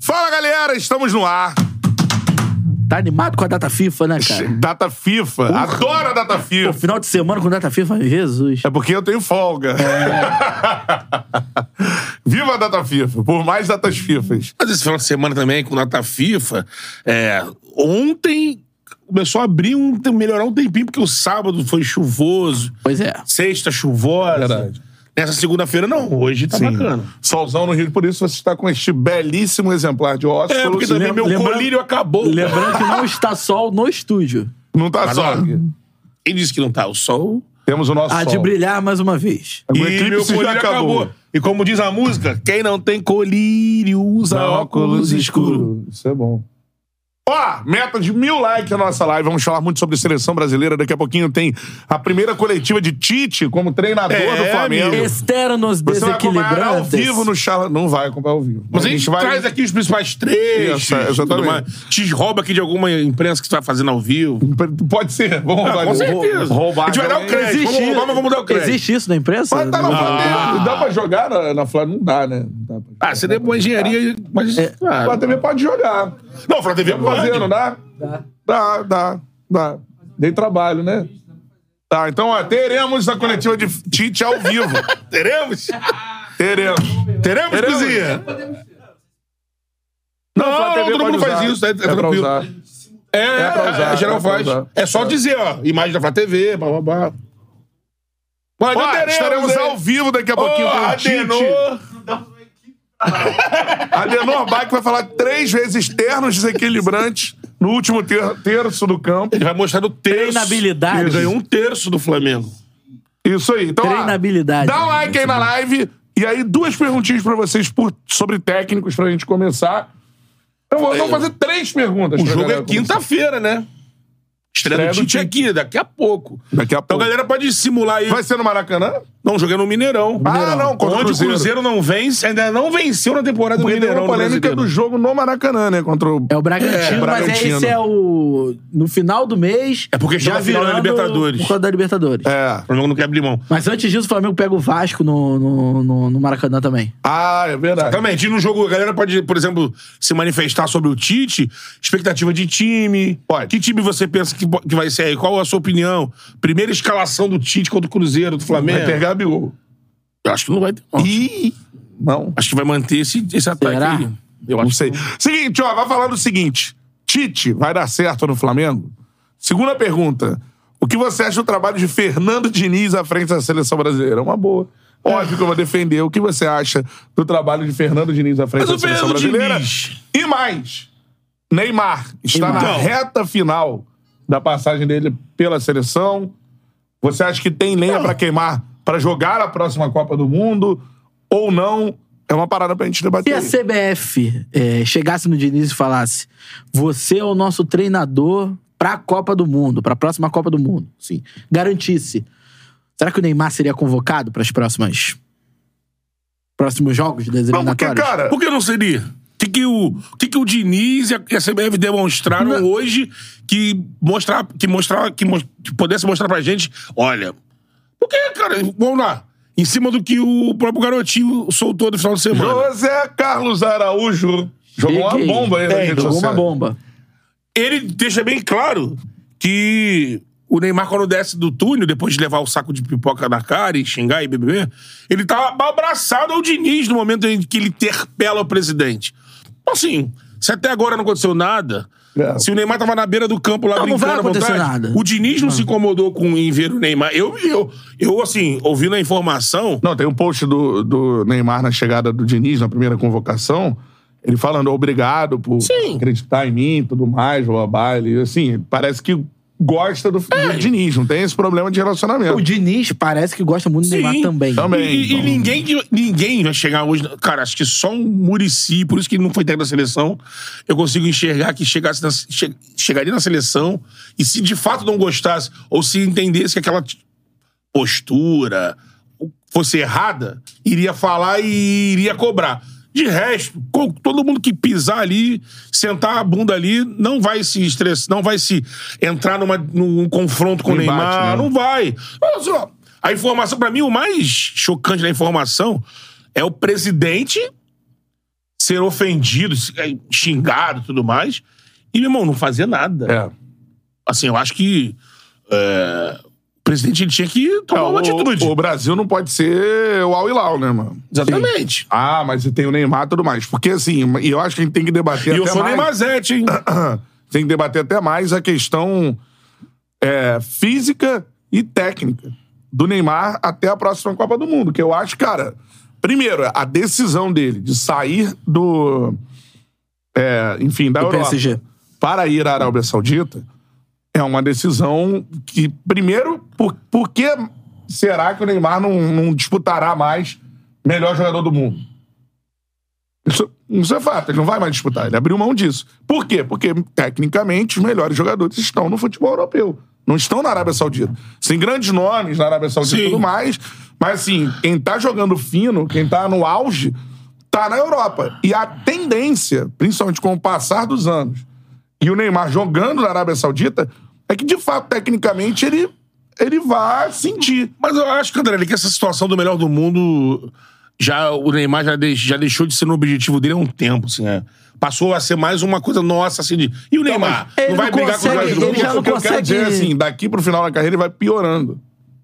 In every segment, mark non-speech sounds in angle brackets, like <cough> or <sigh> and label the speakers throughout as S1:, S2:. S1: Fala galera, estamos no ar.
S2: Tá animado com a data FIFA, né, cara?
S1: Data FIFA. Adoro a data
S2: Pô,
S1: FIFA. <laughs>
S2: final de semana com data FIFA, Jesus.
S1: É porque eu tenho folga. Viva a data FIFA, por mais datas FIFAs.
S3: Mas esse final de semana também, com data FIFA, é, ontem começou a abrir um, melhorar um tempinho, porque o sábado foi chuvoso,
S2: Pois é.
S3: sexta chuvosa.
S1: Verdade.
S3: Nessa segunda-feira, não, hoje tá bacana.
S1: Solzão no Rio, por isso você está com este belíssimo Um exemplar de óculos.
S3: É, porque também meu
S2: Lembra-
S3: colírio acabou.
S2: Lembrando que não está sol no estúdio.
S1: Não <laughs> tá
S3: Mas
S1: só.
S3: ó, Ele disse que não tá, o sol.
S1: Temos o nosso
S2: A Ah, de
S1: é sol.
S2: brilhar mais uma vez.
S1: O
S3: E
S1: eclipse
S3: meu
S1: já
S3: colírio acabou.
S1: acabou.
S3: E como diz a música, quem não tem colírio usa óculos escuro.
S1: Isso é bom. Ó, meta de mil likes na nossa live. Vamos falar muito sobre seleção brasileira. Daqui a pouquinho tem a primeira coletiva de Tite como treinador
S3: É,
S1: do Flamengo.
S3: amigo.
S2: Externos
S1: Você vai
S4: É
S1: acompanhar ao
S2: desequilibrantes.
S1: vivo no Charla. Não vai acompanhar ao vivo.
S3: Mas a gente traz aqui os principais trechos.
S1: Isso, exatamente.
S3: tudo mais. Te rouba aqui de alguma imprensa que você tá fazendo ao vivo. Ah,
S1: Pode ser. Vamos roubar.
S3: com
S1: de-
S3: certeza.
S1: Roubar.
S3: A gente vai dar o
S1: também.
S3: crédito. Vamos roubar, mas vamos dar o Ah. crédito.
S2: um Existe isso na imprensa?
S1: Mas tá na Flamengo. Dá pra jogar na, na Flá? Não dá, né? Não dá pra jogar.
S3: Ah, você deu boa engenharia, mas. Ah,
S1: Flá TV pode jogar.
S3: Não, Flá TV
S1: Tá fazendo, dá? Dá, dá, dá. Dei trabalho, né? Tá, então ó, teremos a coletiva de Tite ao vivo.
S3: <laughs> Teremos?
S1: Teremos.
S3: Teremos,
S1: Teremos.
S3: cozinha?
S1: Não,
S3: Flá TV
S1: todo
S3: pode
S1: mundo faz
S3: usar.
S1: isso, é, é
S3: É pra
S1: tranquilo.
S3: usar. É,
S1: É pra usar,
S3: a geral
S1: é pra
S3: faz.
S1: usar.
S3: É só dizer, ó, imagem da Flá TV, blá blá blá. Mas
S1: Ó,
S3: então teremos,
S1: estaremos
S3: hein?
S1: ao vivo daqui a
S3: Ó,
S1: pouquinho com o Tite.
S3: Adenor.
S1: Adenor Bach vai falar três vezes ternos desequilibrantes no último ter- terço do campo.
S3: Ele vai mostrar o terço.
S2: Treinabilidade.
S3: Ele ganhou um terço do Flamengo.
S1: Isso aí. Então, ó,
S2: Treinabilidade. né?
S1: Dá um like aí na live. E aí, duas perguntinhas pra vocês por- sobre técnicos pra gente começar. Então, vou- vamos fazer três perguntas.
S3: O
S1: pra
S3: jogo
S1: galera
S3: é quinta-feira, né? Estreia do
S1: Estreia do Tite.
S3: Tite aqui, daqui a pouco.
S1: Daqui a
S3: Então
S1: pouco.
S3: a galera pode simular aí.
S1: Vai ser no Maracanã?
S3: Não, joguei no Mineirão.
S1: Ah, não, contra o
S3: Onde
S1: Cruzeiro.
S3: o Cruzeiro não vence, ainda não venceu na temporada do
S1: Porque tem
S3: Mineirão.
S1: uma
S3: no
S1: polêmica do
S3: Brasileiro.
S1: jogo no Maracanã, né? Contra o...
S2: É o Bragantino,
S1: É,
S2: mas é-
S1: Bragantino.
S2: esse é o. No final do mês.
S3: É porque está na final da
S2: virando
S3: Libertadores.
S2: Por causa da Libertadores.
S1: É.
S3: O Flamengo não quer abrir mão.
S2: Mas antes disso, o Flamengo pega o Vasco no, no, no, no Maracanã também.
S1: Ah, é verdade.
S3: Também, no jogo, a galera pode, por exemplo, se manifestar sobre o Tite, expectativa de time.
S1: Pode.
S3: Que time você pensa que, po- que vai ser aí? Qual a sua opinião? Primeira escalação do Tite contra o Cruzeiro, do Flamengo?
S1: Vai ter Gabigol.
S3: Eu acho que não vai ter. não.
S1: Ih, não.
S3: Acho que vai manter esse, esse ataque
S2: Será?
S3: aí. Eu
S1: Não
S3: acho
S1: sei. Seguinte, ó, vai falando o seguinte. Tite, vai dar certo no Flamengo? Segunda pergunta. O que você acha do trabalho de Fernando Diniz à frente da seleção brasileira? É uma boa. Óbvio que eu vou defender. O que você acha do trabalho de Fernando Diniz à frente
S3: Mas
S1: da
S3: o
S1: seleção
S3: Fernando
S1: brasileira?
S3: Diniz-
S1: E mais, Neymar está
S2: Neymar.
S1: na
S3: Então.
S1: reta final da passagem dele pela seleção. Você acha que tem lenha pra queimar pra jogar a próxima Copa do Mundo ou não? É uma parada pra gente
S2: Se
S1: debater.
S2: a
S1: aí.
S2: CBF eh, chegasse no Diniz e falasse: Você é o nosso treinador pra Copa do Mundo, pra próxima Copa do Mundo, sim, garantisse. Será que o Neymar seria convocado para próximas. próximos jogos das
S1: Não, porque,
S2: eliminatórias?
S1: cara,
S3: Por que não seria? O que, que, o, o que, que o Diniz e a, e a CBF demonstraram hoje que mostrar, que mostrar, que, mos- que pudesse mostrar pra gente? Olha, por que, cara? Vamos lá. Em cima do que o próprio garotinho soltou no final de semana.
S1: José Carlos Araújo jogou uma
S2: Cheguei.
S1: bomba aí na
S2: É,
S1: rede
S2: jogou
S1: social.
S2: uma bomba.
S3: Ele deixa bem claro que o Neymar, quando desce do túnel, depois de levar o saco de pipoca na cara e xingar e beber, ele tá abraçado ao Diniz no momento em que ele interpela o presidente.
S1: Assim, se até agora não aconteceu nada,
S4: É.
S1: se o Neymar tava na beira do campo lá
S2: Não, não
S1: brincando
S2: vai
S1: à
S2: acontecer
S1: vontade,
S2: nada.
S1: o Diniz não se incomodou com em ver o Neymar. Eu, eu, eu assim, ouvindo a informação,
S4: Não, tem um post do, do Neymar na chegada do Diniz, na primeira convocação. Ele falando obrigado por
S1: Sim.
S4: acreditar em mim e tudo mais, babá. Ele, assim, parece que gosta do, do Diniz, não tem esse problema de relacionamento.
S2: É. O Diniz parece que gosta muito do Neymar
S1: Sim.
S2: também.
S4: Também.
S1: E, e- e ninguém, ninguém vai chegar hoje. Cara, acho que só um Murici, por isso que ele não foi técnico da seleção. Eu consigo enxergar que chegasse na- che- chegaria na seleção e se de fato não gostasse, ou se entendesse que aquela t- postura fosse errada, iria falar e iria cobrar. De resto, co- todo mundo que pisar ali, sentar a bunda ali, não vai se estressar, não vai se entrar numa, num confronto com o
S4: Um embate, né?
S1: Neymar, não vai. Olha só, a informação, pra mim, o mais chocante da informação é o presidente ser ofendido, se- é, xingado e tudo mais, e, meu irmão, não fazer nada.
S4: É.
S1: Assim, eu acho que é, o presidente ele tinha que tomar
S4: É,
S1: uma
S4: o-
S1: atitude.
S4: O Brasil não pode ser o au e lau, né, mano?
S1: Exatamente.
S4: Ah, mas tem o Neymar e tudo mais. Porque, assim, e eu acho que a gente tem que debater
S1: E eu
S4: até
S1: sou
S4: mais.
S1: Neymazete, hein?
S4: <clears throat> tem que debater até mais a questão é, física e técnica do Neymar até a próxima Copa do Mundo. Que eu acho, cara, primeiro, a decisão dele de sair do. é, enfim, da
S2: Do
S4: Europa
S2: PSG.
S4: para ir à Arábia Saudita é uma decisão que, primeiro, por, por que será que o Neymar não, não disputará mais melhor jogador do mundo? Isso, isso é fato, ele não vai mais disputar, ele abriu mão disso. Por quê? Porque, tecnicamente, os melhores jogadores estão no futebol europeu, não estão na Arábia Saudita. Sem grandes nomes na Arábia Saudita
S1: Sim.
S4: e tudo mais, mas assim, quem tá jogando fino, quem tá no auge, tá na Europa. E a tendência, principalmente com o passar dos anos, e o Neymar jogando na Arábia Saudita, é que, de fato, tecnicamente, ele, ele vai sentir.
S1: Mas eu acho, André, que essa situação do melhor do mundo. Já, o Neymar já, deix- já deixou de ser no objetivo dele há um tempo, assim, né? Passou a ser mais uma coisa nossa, assim, de. E o Neymar?
S2: mas ele
S1: não vai
S2: não
S1: brigar
S2: consegue-
S1: com o Brasil.
S2: ele já não
S4: o que eu quero
S2: consegue-
S4: dizer é assim, daqui pro final da carreira ele vai piorando.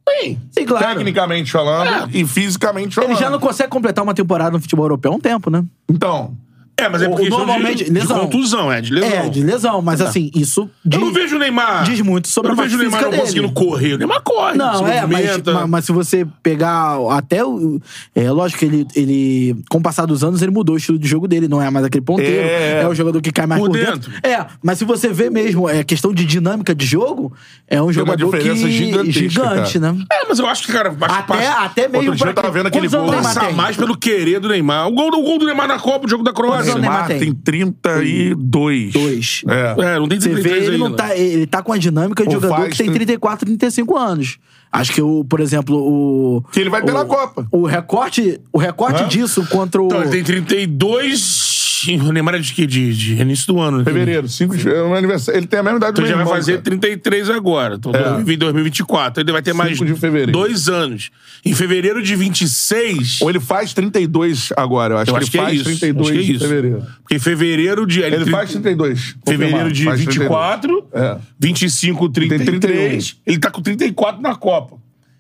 S2: Sim, claro. É.
S4: Tecnicamente falando e fisicamente falando.
S2: Ele já não consegue completar uma temporada no futebol europeu há um tempo, né?
S4: Então,
S1: É, mas é porque
S2: Normalmente,
S1: de,
S2: lesão.
S1: de contusão, é, de lesão.
S2: É, de lesão, mas assim, isso.
S1: Eu não
S2: diz-
S1: vejo o Neymar.
S2: diz muito sobre
S1: Eu não
S2: a
S1: vejo o
S2: parte
S1: Neymar não
S2: física dele.
S1: conseguindo correr. O Neymar corre, se
S2: Não, é, mas,
S1: movimenta.
S2: ma- mas se você pegar até o. É lógico que ele, ele, com o passar dos anos, ele mudou o estilo de jogo dele, não é mais aquele ponteiro,
S4: É.
S2: é, o jogador que cai mais
S1: Por
S2: por,
S1: dentro.
S2: dentro. É, mas se você vê mesmo, é questão de dinâmica de jogo, é um jogador que
S4: diferença gigantesca,
S2: gigante, né?
S1: É, mas eu acho que, cara, acho que
S2: Até,
S1: passa-
S2: até mesmo.
S4: Outro dia eu
S2: pra-
S4: tava vendo aquele
S2: Quantos anos
S4: gol.
S2: o Neymar
S1: passa
S2: tem?
S1: mais pelo querer do Neymar. O gol, do- o gol do Neymar na Copa, o jogo da Croácia.
S2: Quantos
S4: o
S2: anos
S4: Neymar
S2: tem?
S4: tem 32.
S2: Dois.
S4: É.
S1: É, não tem
S2: Você vê,
S1: 33
S2: ele não
S1: ainda. né?
S2: tá. Ele tá com a dinâmica de
S4: O
S2: jogador
S4: Vasco-
S2: que tem 34, 35 anos. Acho que o, por exemplo, o.
S4: Que ele vai ter
S2: o-
S4: na Copa.
S2: O recorte, o recorte disso contra o.
S1: Então, ele tem 32. O Neymar é de que? De, de início do ano, né?
S4: Fevereiro, 5 de é um aniversário. Ele tem a mesma idade
S1: Então
S4: do
S1: ele já
S4: meu
S1: vai
S4: irmão,
S1: fazer
S4: cara.
S1: 33 agora. Então,
S4: É.
S1: 2020, 2024. Ele vai ter mais
S4: Cinco de fevereiro.
S1: dois anos. Em fevereiro de 26.
S4: Ou ele faz 32 agora, eu acho
S1: Eu
S4: que
S1: acho que
S4: ele
S1: é
S4: faz
S1: isso. Acho
S4: 32
S1: que é
S4: em
S1: isso.
S4: fevereiro.
S1: Porque em fevereiro de.
S4: Ele faz 32.
S1: Fevereiro
S4: confirmado,
S1: de
S4: faz
S1: 24,
S4: 32. É.
S1: 25, 33.
S4: Tem 31.
S1: Ele tá com 34 na Copa.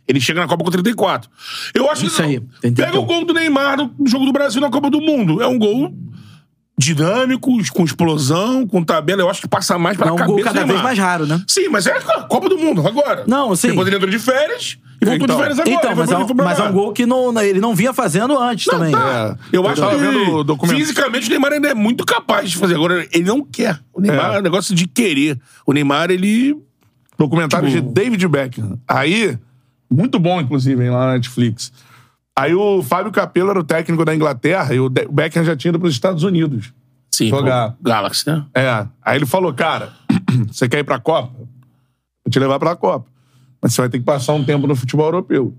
S1: Ele chega na Copa com 34. Eu acho
S2: Isso
S1: que.
S2: aí, tem 31.
S1: Pega o gol do Neymar no no jogo do Brasil na Copa do Mundo. É um gol dinâmico, com explosão, com tabela. Eu acho que passa mais pra
S2: É um
S1: cabeça
S2: gol
S1: do
S2: cada vez
S1: Neymar.
S2: mais raro, né?
S1: Sim, mas é a Copa do Mundo agora.
S2: Não, sim.
S1: Depois ele entrou de férias e voltou
S4: Então,
S1: de férias agora.
S2: Então,
S1: Ele
S2: mas,
S1: foi-
S2: é um,
S1: ele foi pra
S2: mas é
S1: lá.
S2: um gol que não, ele não vinha fazendo antes também.
S4: tá.
S2: É.
S1: Eu
S4: Eu
S1: acho
S4: tava
S1: que
S4: vendo o documento.
S1: fisicamente o Neymar ainda é muito capaz de fazer. Agora, ele não quer. O Neymar é,
S4: É.
S1: um negócio de querer. O Neymar, ele.
S4: Documentário
S1: Tipo-
S4: de David Beckham. Aí, muito bom, inclusive, hein, lá na Netflix. Aí o Fábio Capello era o técnico da Inglaterra e o De- Beckham já tinha ido para os Estados Unidos.
S1: Sim,
S4: Jogar.
S1: pô, Galaxy, né?
S4: É. Aí ele falou, cara, <clears throat> você quer ir pra Copa? Vou te levar pra Copa. Mas você vai ter que passar um tempo no futebol europeu.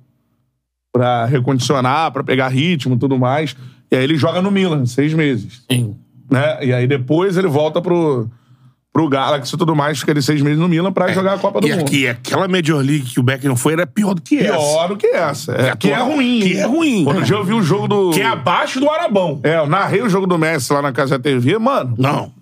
S4: Pra recondicionar, pra pegar ritmo e tudo mais. E aí ele joga no Milan, seis meses.
S1: Sim.
S4: Né? E aí depois ele volta pro, pro Galaxy e tudo mais, fica ele seis meses no Milan pra jogar a Copa do
S1: É. E
S4: Mundo.
S1: aqui, aquela Major League que o Beck não foi era pior do que essa.
S4: Pior do que essa. É, que é
S1: atual.
S4: ruim.
S1: Que é ruim.
S4: Outro dia eu vi o jogo do...
S1: Que é abaixo do Arabão.
S4: É, eu narrei o jogo do Messi lá na Casa da TV, mano.
S1: Não.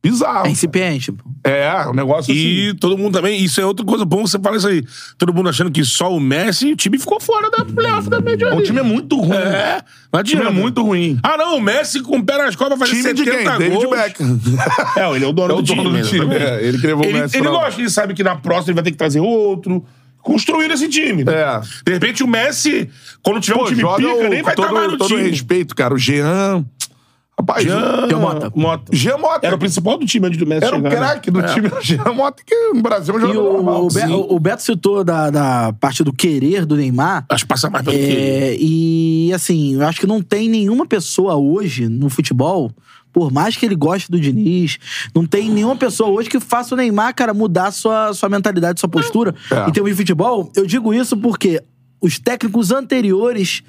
S4: Bizarro.
S2: É incipiente. pô.
S4: É, o negócio
S1: E todo mundo também, isso é outra coisa bom que você fala isso aí. Todo mundo achando que só o Messi e o time ficou fora da playoff da Major
S4: assim.
S1: League.
S4: O time é muito ruim.
S1: É, não
S4: O time é
S1: adianta.
S4: muito ruim.
S1: Ah, não, o Messi com o pé nas costas vai fazer
S4: Time de
S1: 70
S4: quem? David
S1: gols.
S4: Beckham.
S1: <laughs> É, ele é o dono
S4: É o
S1: do time.
S4: dono do time,
S1: exatamente.
S4: é, ele que levou o
S1: ele,
S4: Messi
S1: ele
S4: pra lá.
S1: gosta, ele sabe que na próxima ele vai ter que trazer outro. Construir esse time. né?
S4: É.
S1: De repente o Messi, quando tiver um time pica,
S4: o-
S1: nem vai
S4: todo,
S1: estar mais no
S4: todo
S1: time.
S4: respeito, cara. O Jean. Rapaz,
S1: Jean-
S2: Jean Mota.
S1: Mota.
S4: Jean Mota.
S1: Era o principal do time antes do Messi
S4: Era o
S1: chegar, né?
S4: craque do
S1: É.
S4: time. O Jean Mota, que no Brasil é um
S2: E
S4: jogador normal.
S2: o, o, Be-
S4: Sim.
S2: o Beto citou da, da parte do querer do Neymar.
S1: Acho que passa mais
S4: Ah,
S1: pelo que...
S2: É, e assim, eu acho que não tem nenhuma pessoa hoje no futebol, por mais que ele goste do Diniz, não tem nenhuma pessoa hoje que faça o Neymar, cara, mudar sua, sua mentalidade, sua postura
S4: É.
S2: em termos de futebol. Eu digo isso porque os técnicos anteriores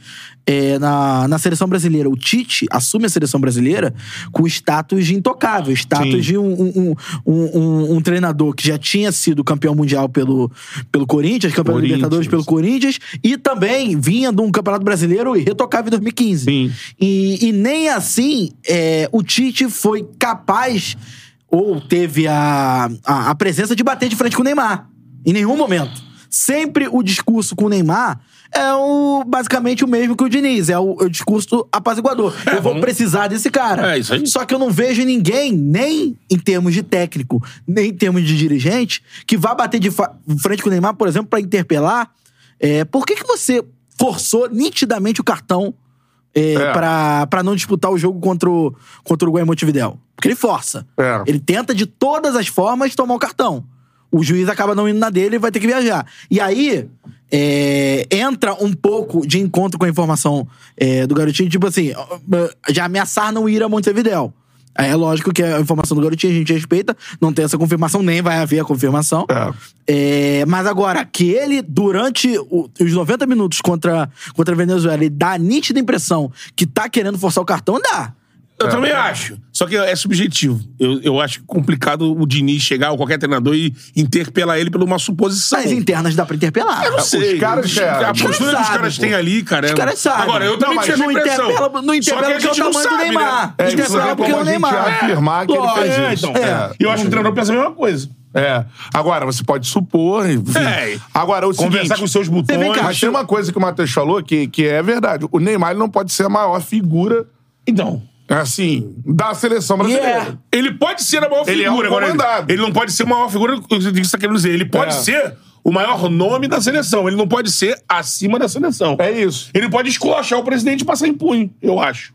S2: é, na, na seleção brasileira, o Tite assume a seleção brasileira com status de intocável, status
S4: Sim.
S2: de um, um, um, um- um- um treinador que já tinha sido campeão mundial pelo, pelo Corinthians, campeão da Libertadores pelo Corinthians, e também vinha de um Campeonato Brasileiro irretocável em 2015.
S4: Sim.
S2: E, e nem assim é, o Tite foi capaz ou teve a, a, a presença de bater de frente com o Neymar. Em nenhum momento. Sempre o discurso com o Neymar é o, basicamente o mesmo que o Diniz. É o, é o discurso apaziguador. eu vou
S1: É, vamos-
S2: precisar desse cara.
S1: É isso aí.
S2: Só que eu não vejo ninguém, nem em termos de técnico, nem em termos de dirigente, que vá bater de fa- frente com o Neymar, por exemplo, pra interpelar. é, por que, que você forçou nitidamente o cartão é,
S4: É.
S2: pra para não disputar o jogo contra o, contra o Guai Montevidéu? Porque ele força.
S4: É.
S2: Ele tenta de todas as formas tomar o cartão. O juiz acaba não indo na dele e vai ter que viajar. E aí é, entra um pouco de encontro com a informação é, do garotinho, tipo assim, de ameaçar não ir a Montevidéu. Aí é lógico que a informação do garotinho a gente respeita, não tem essa confirmação, nem vai haver a confirmação.
S4: É.
S2: É, mas agora, que ele, durante o- os 90 minutos contra, contra a Venezuela, ele dá a nítida impressão que tá querendo forçar o cartão, dá.
S1: Eu
S2: É.
S1: também acho. Só que é subjetivo. Eu, eu acho complicado o Diniz chegar ou qualquer treinador e interpelar ele por uma suposição.
S2: Nas internas dá pra interpelar.
S1: Eu não sei.
S4: Os caras, é,
S1: a
S4: os
S1: postura
S2: caras
S1: que os
S2: sabem,
S1: caras
S2: pô.
S1: têm ali, cara.
S2: Os
S1: é-
S2: caras sabem.
S1: Agora, eu
S2: Não,
S1: também
S2: mas
S1: tive
S2: não
S1: a impressão.
S2: interpela- não interpela
S1: Só que a
S2: porque é o
S1: gente não
S2: tamanho do
S1: sabe,
S2: Neymar.
S1: Né?
S4: É,
S2: Interpela
S4: isso não é
S2: porque
S4: como
S2: é
S4: a
S2: o
S4: gente
S2: Neymar.
S4: afirmar que ele
S2: Lógico.
S4: fez
S1: É,
S4: isso.
S1: então. Eu acho que o treinador pensa a mesma coisa.
S4: É. Agora, você pode supor. enfim.
S1: É.
S4: Agora, o
S1: Conversar
S4: seguinte,
S1: com os seus botões.
S2: vem cá,
S4: Mas tem uma coisa que o Matheus falou que, que é verdade. O Neymar ele não pode ser a maior figura,
S1: Então,
S2: É
S4: assim, da seleção brasileira.
S2: Yeah.
S1: ele pode ser a maior
S4: Ele é
S1: figura.
S4: um
S1: agora, ele-
S4: comandado.
S1: ele não pode ser a maior figura, o que você está querendo dizer. Ele pode
S4: É.
S1: ser o maior nome da seleção. Ele não pode ser acima da seleção.
S4: É isso.
S1: Ele pode esculachar o presidente e passar em punho, eu acho.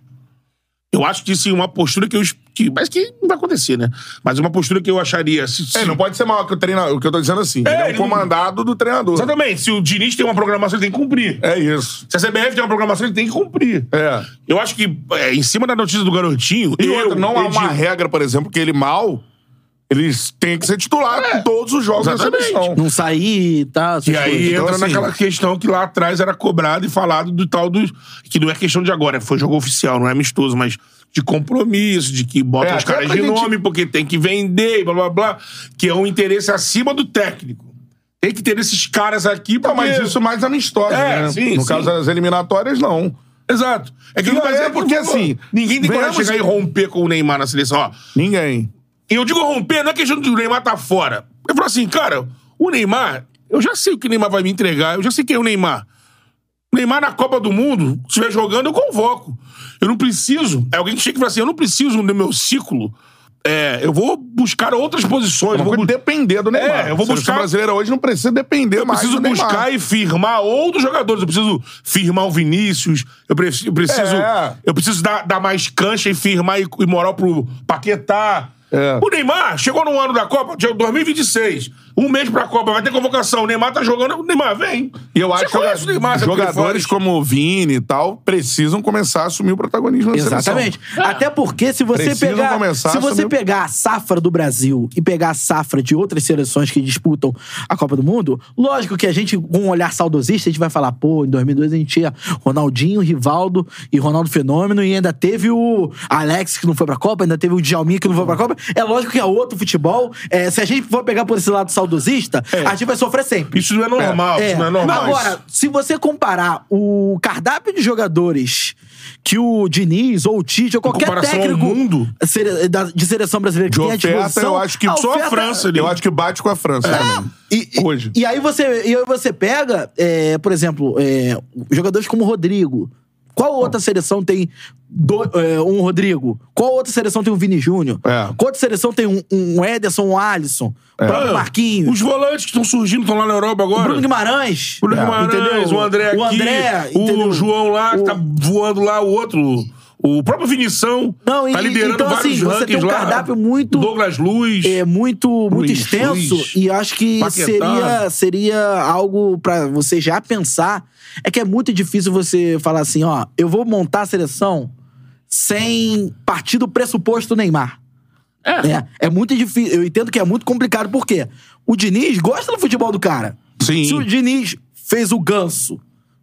S1: Eu acho que sim, uma postura que eu. es- Que, mas que não vai acontecer, né? Mas uma postura que eu acharia. Se, se-
S4: Ele É, não pode ser maior que o treinador. O que eu tô dizendo assim.
S1: É,
S4: ele é um
S1: ele-
S4: comandado do treinador.
S1: Exatamente. Se o Diniz tem uma programação, ele tem que cumprir.
S4: É isso.
S1: Se a CBF tem uma programação, ele tem que cumprir.
S4: É.
S1: Eu acho que, é, em cima da notícia do garotinho.
S4: E
S1: eu,
S4: outra, não há
S1: Edinho,
S4: uma regra, por exemplo, que ele mal. Eles têm que ser titular em todos os jogos
S1: É. Exatamente.
S4: da seleção.
S2: Não sair e tal. Tá, essas
S1: E aí
S2: coisas.
S1: entra
S4: assim-
S1: naquela questão que lá atrás era cobrado e falado do tal dos. Que não é questão de agora, foi jogo oficial, não é amistoso, mas de compromisso, de que bota
S4: É,
S1: os caras
S4: até
S1: de
S4: pra gente-
S1: nome porque tem que vender, e blá blá blá. Que é um interesse acima do técnico. Tem que ter esses caras aqui
S4: Não, mas
S1: porque-
S4: isso mais amistosa,
S1: É,
S4: né?
S1: sim,
S4: no
S1: sim.
S4: caso das eliminatórias, não.
S1: Exato. É que
S4: Não,
S1: mas
S4: é porque,
S1: falou,
S4: assim,
S1: Ninguém tem
S4: venhamos-
S1: coragem de chegar e romper com o Neymar na seleção. Ó,
S4: Ninguém.
S1: E eu digo romper, não é questão do Neymar tá fora. Eu falo assim, cara, o Neymar, eu já sei o que o Neymar vai me entregar, eu já sei quem é o Neymar. O Neymar na Copa do Mundo, se estiver jogando, eu convoco. Eu não preciso. É alguém que chega e fala assim: eu não preciso no meu ciclo. é, eu vou buscar outras posições.
S4: Eu
S1: eu vou
S4: vou
S1: bu-
S4: depender do Neymar.
S1: É, eu vou
S4: A seleção
S1: buscar-
S4: brasileira hoje não precisa depender
S1: eu
S4: mais
S1: preciso
S4: do Neymar.
S1: buscar e firmar outros jogadores. Eu preciso firmar o Vinícius. Eu preciso. Eu preciso,
S4: É.
S1: eu preciso dar, dar mais cancha e firmar e, e moral pro Paquetá.
S4: É.
S1: O Neymar chegou no ano da Copa, de 2026. Um mês pra Copa, vai ter convocação. O Neymar tá jogando. O Neymar vem.
S4: E eu acho
S1: Você conhece
S4: que
S1: o Neymar, sabe o que ele
S4: jogadores
S1: faz?
S4: como o Vini e tal precisam começar a assumir o protagonismo na
S2: Exatamente.
S1: É.
S4: seleção.
S2: Até porque se você
S4: Precisam
S2: pegar,
S4: começar
S2: se
S4: a
S2: você
S4: assumir-
S2: pegar a safra do Brasil e pegar a safra de outras seleções que disputam a Copa do Mundo, lógico que a gente com um olhar saudosista, a gente vai falar, pô, em 2002 a gente tinha Ronaldinho, Rivaldo e Ronaldo Fenômeno e ainda teve o Alex que não foi pra Copa, ainda teve o Djalminha que não foi pra Copa. É lógico que é outro futebol. É, se a gente for pegar por esse lado saudosista, a gente vai sofrer sempre.
S1: É. Isso não é normal.
S2: É.
S1: Isso não é normal.
S2: Agora, se você comparar o cardápio de jogadores que o Diniz ou o Tite ou qualquer
S3: comparação ao
S2: técnico
S3: mundo?
S2: sere- da- de seleção brasileira que
S1: De
S2: tem à
S1: oferta,
S2: disposição.
S1: eu acho que
S2: a
S1: só
S2: oferta- É.
S1: a França ali. Eu acho que bate com a França também.
S2: E, e-
S1: Hoje.
S2: e aí você, e aí você pega, é, por exemplo, é, jogadores como o Rodrigo. Qual
S3: Ah.
S2: outra seleção tem do- é, um Rodrigo? Qual outra seleção tem um Vini Júnior?
S1: É.
S2: Qual outra seleção tem um, um Ederson, um Alisson? O próprio Marquinhos?
S3: É. Os volantes que estão surgindo, estão lá na Europa
S2: o
S3: agora.
S2: Bruno Guimarães?
S3: Bruno
S2: É.
S3: Guimarães,
S2: Entendeu?
S3: o André aqui,
S2: O André,
S3: o
S2: entendeu?
S3: João lá, que tá voando lá, o outro, o próprio Vinição,
S2: Não, e-
S3: tá liderando
S2: então,
S3: vários
S2: assim, você
S3: rankings
S2: tem um
S3: lá.
S2: cardápio muito-
S3: Douglas Luz.
S2: é muito, muito
S3: Luiz,
S2: extenso
S3: Luiz,
S2: e acho que
S3: Paquetá.
S2: seria, seria algo pra você já pensar. É que é muito difícil você falar assim, ó, eu vou montar a seleção sem partir do pressuposto Neymar.
S3: É.
S2: Né? <laughs> É muito difícil. Eu entendo que é muito complicado, porque o Diniz gosta do futebol do cara.
S1: Sim.
S2: Se o Diniz fez o ganso,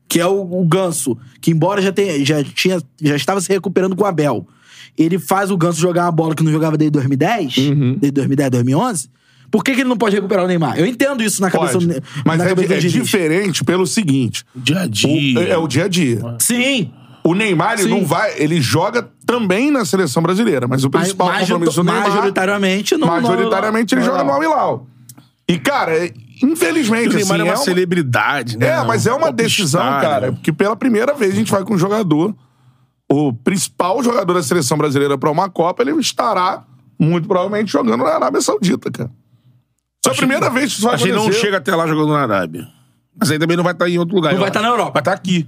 S2: que é o, o ganso, que embora já, tenha, já, tinha, já estava se recuperando com o Abel, ele faz o ganso jogar uma bola que não jogava desde 2010,
S1: Uhum.
S2: desde 2010, 2011. Por que, que ele não pode recuperar o Neymar? Eu entendo isso na cabeça
S1: Pode.
S2: do Ne-
S1: Mas
S2: na
S1: é,
S2: cabeça
S1: é
S2: do Diniz.
S1: diferente pelo seguinte.
S3: Dia a
S1: O-
S3: dia.
S1: é, é o dia a dia.
S2: Sim.
S1: O Neymar, ele
S2: Sim.
S1: não vai... Ele joga também na seleção brasileira, mas o principal
S2: Mas-
S1: compromisso do Neymar...
S2: majoritariamente não.
S1: majoritariamente ele
S2: não-
S1: joga no Al-Hilal. E, cara, é-
S3: O
S1: infelizmente,
S3: Neymar
S1: assim,
S3: é uma
S1: é uma-
S3: celebridade, né?
S1: É, mas é uma decisão,
S3: Popstar,
S1: cara,
S3: né?
S1: que pela primeira vez a gente vai com um jogador, o principal jogador da seleção brasileira pra uma Copa, ele estará, muito provavelmente, jogando na Arábia Saudita, cara. Isso é a primeira vez que isso vai
S3: A gente
S1: acontecer.
S3: não chega até lá jogando na Arábia. Mas aí também não vai estar em outro lugar.
S2: Não
S3: eu
S2: vai
S3: acho. É,
S2: estar na Europa.
S1: tá
S3: Vai estar aqui.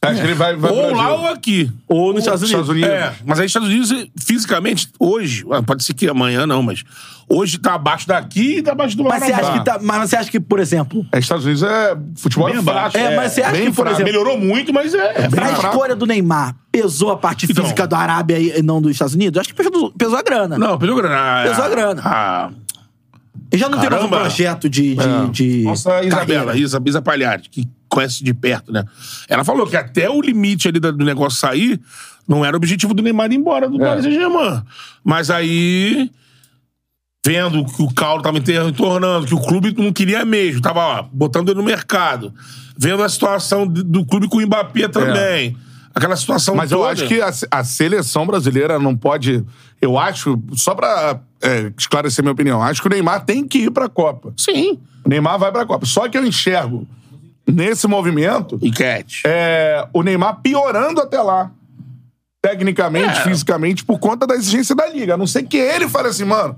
S1: Acho que ele vai, vai
S3: Ou
S1: pro
S3: lá
S1: Brasil.
S3: ou aqui.
S2: Ou nos Estados Unidos.
S3: É, mas aí Estados Unidos, fisicamente, hoje, ah, pode ser que amanhã não, mas hoje tá abaixo daqui e tá abaixo do
S2: Mas você, acha que tá, mas você acha que, por exemplo,
S1: É, Estados Unidos é... Futebol
S3: Bem
S1: é fraco.
S3: abaixo.
S2: É, mas você acha
S1: bem
S2: que, por
S1: fraco.
S2: exemplo,
S3: Melhorou muito, mas é. é
S2: a
S3: fraco.
S2: escolha do Neymar pesou a parte
S3: Então.
S2: física da Arábia e não dos Estados Unidos? Acho que pesou, pesou a grana.
S3: Não, pegou grana.
S2: Pesou a grana.
S3: Ah,
S2: Ele já não tem mais um
S3: Caramba.
S2: projeto de. de, de-
S3: Nossa, a Isabela,
S2: carreira.
S3: Isa, Isa Palhares, que conhece de perto, né? Ela falou que até o limite ali da- do negócio sair, não era o objetivo do Neymar ir embora
S2: É.
S3: do Paris Saint-Germain. Mas aí, vendo que o caldo tava enter- entornando, que o clube não queria mesmo, tava ó, botando ele no mercado, vendo a situação de- do clube com o Mbappé também.
S2: É.
S3: Aquela situação
S1: Mas eu
S3: toda.
S1: acho que a, a seleção brasileira não pode. Eu acho, só pra é, esclarecer minha opinião, acho que o Neymar tem que ir pra Copa.
S3: Sim.
S1: O Neymar vai pra Copa. Só que eu enxergo nesse movimento
S3: Enquete.
S1: é, o Neymar piorando até lá. Tecnicamente,
S3: É.
S1: fisicamente, por conta da exigência da liga. A não ser que ele fale assim, mano,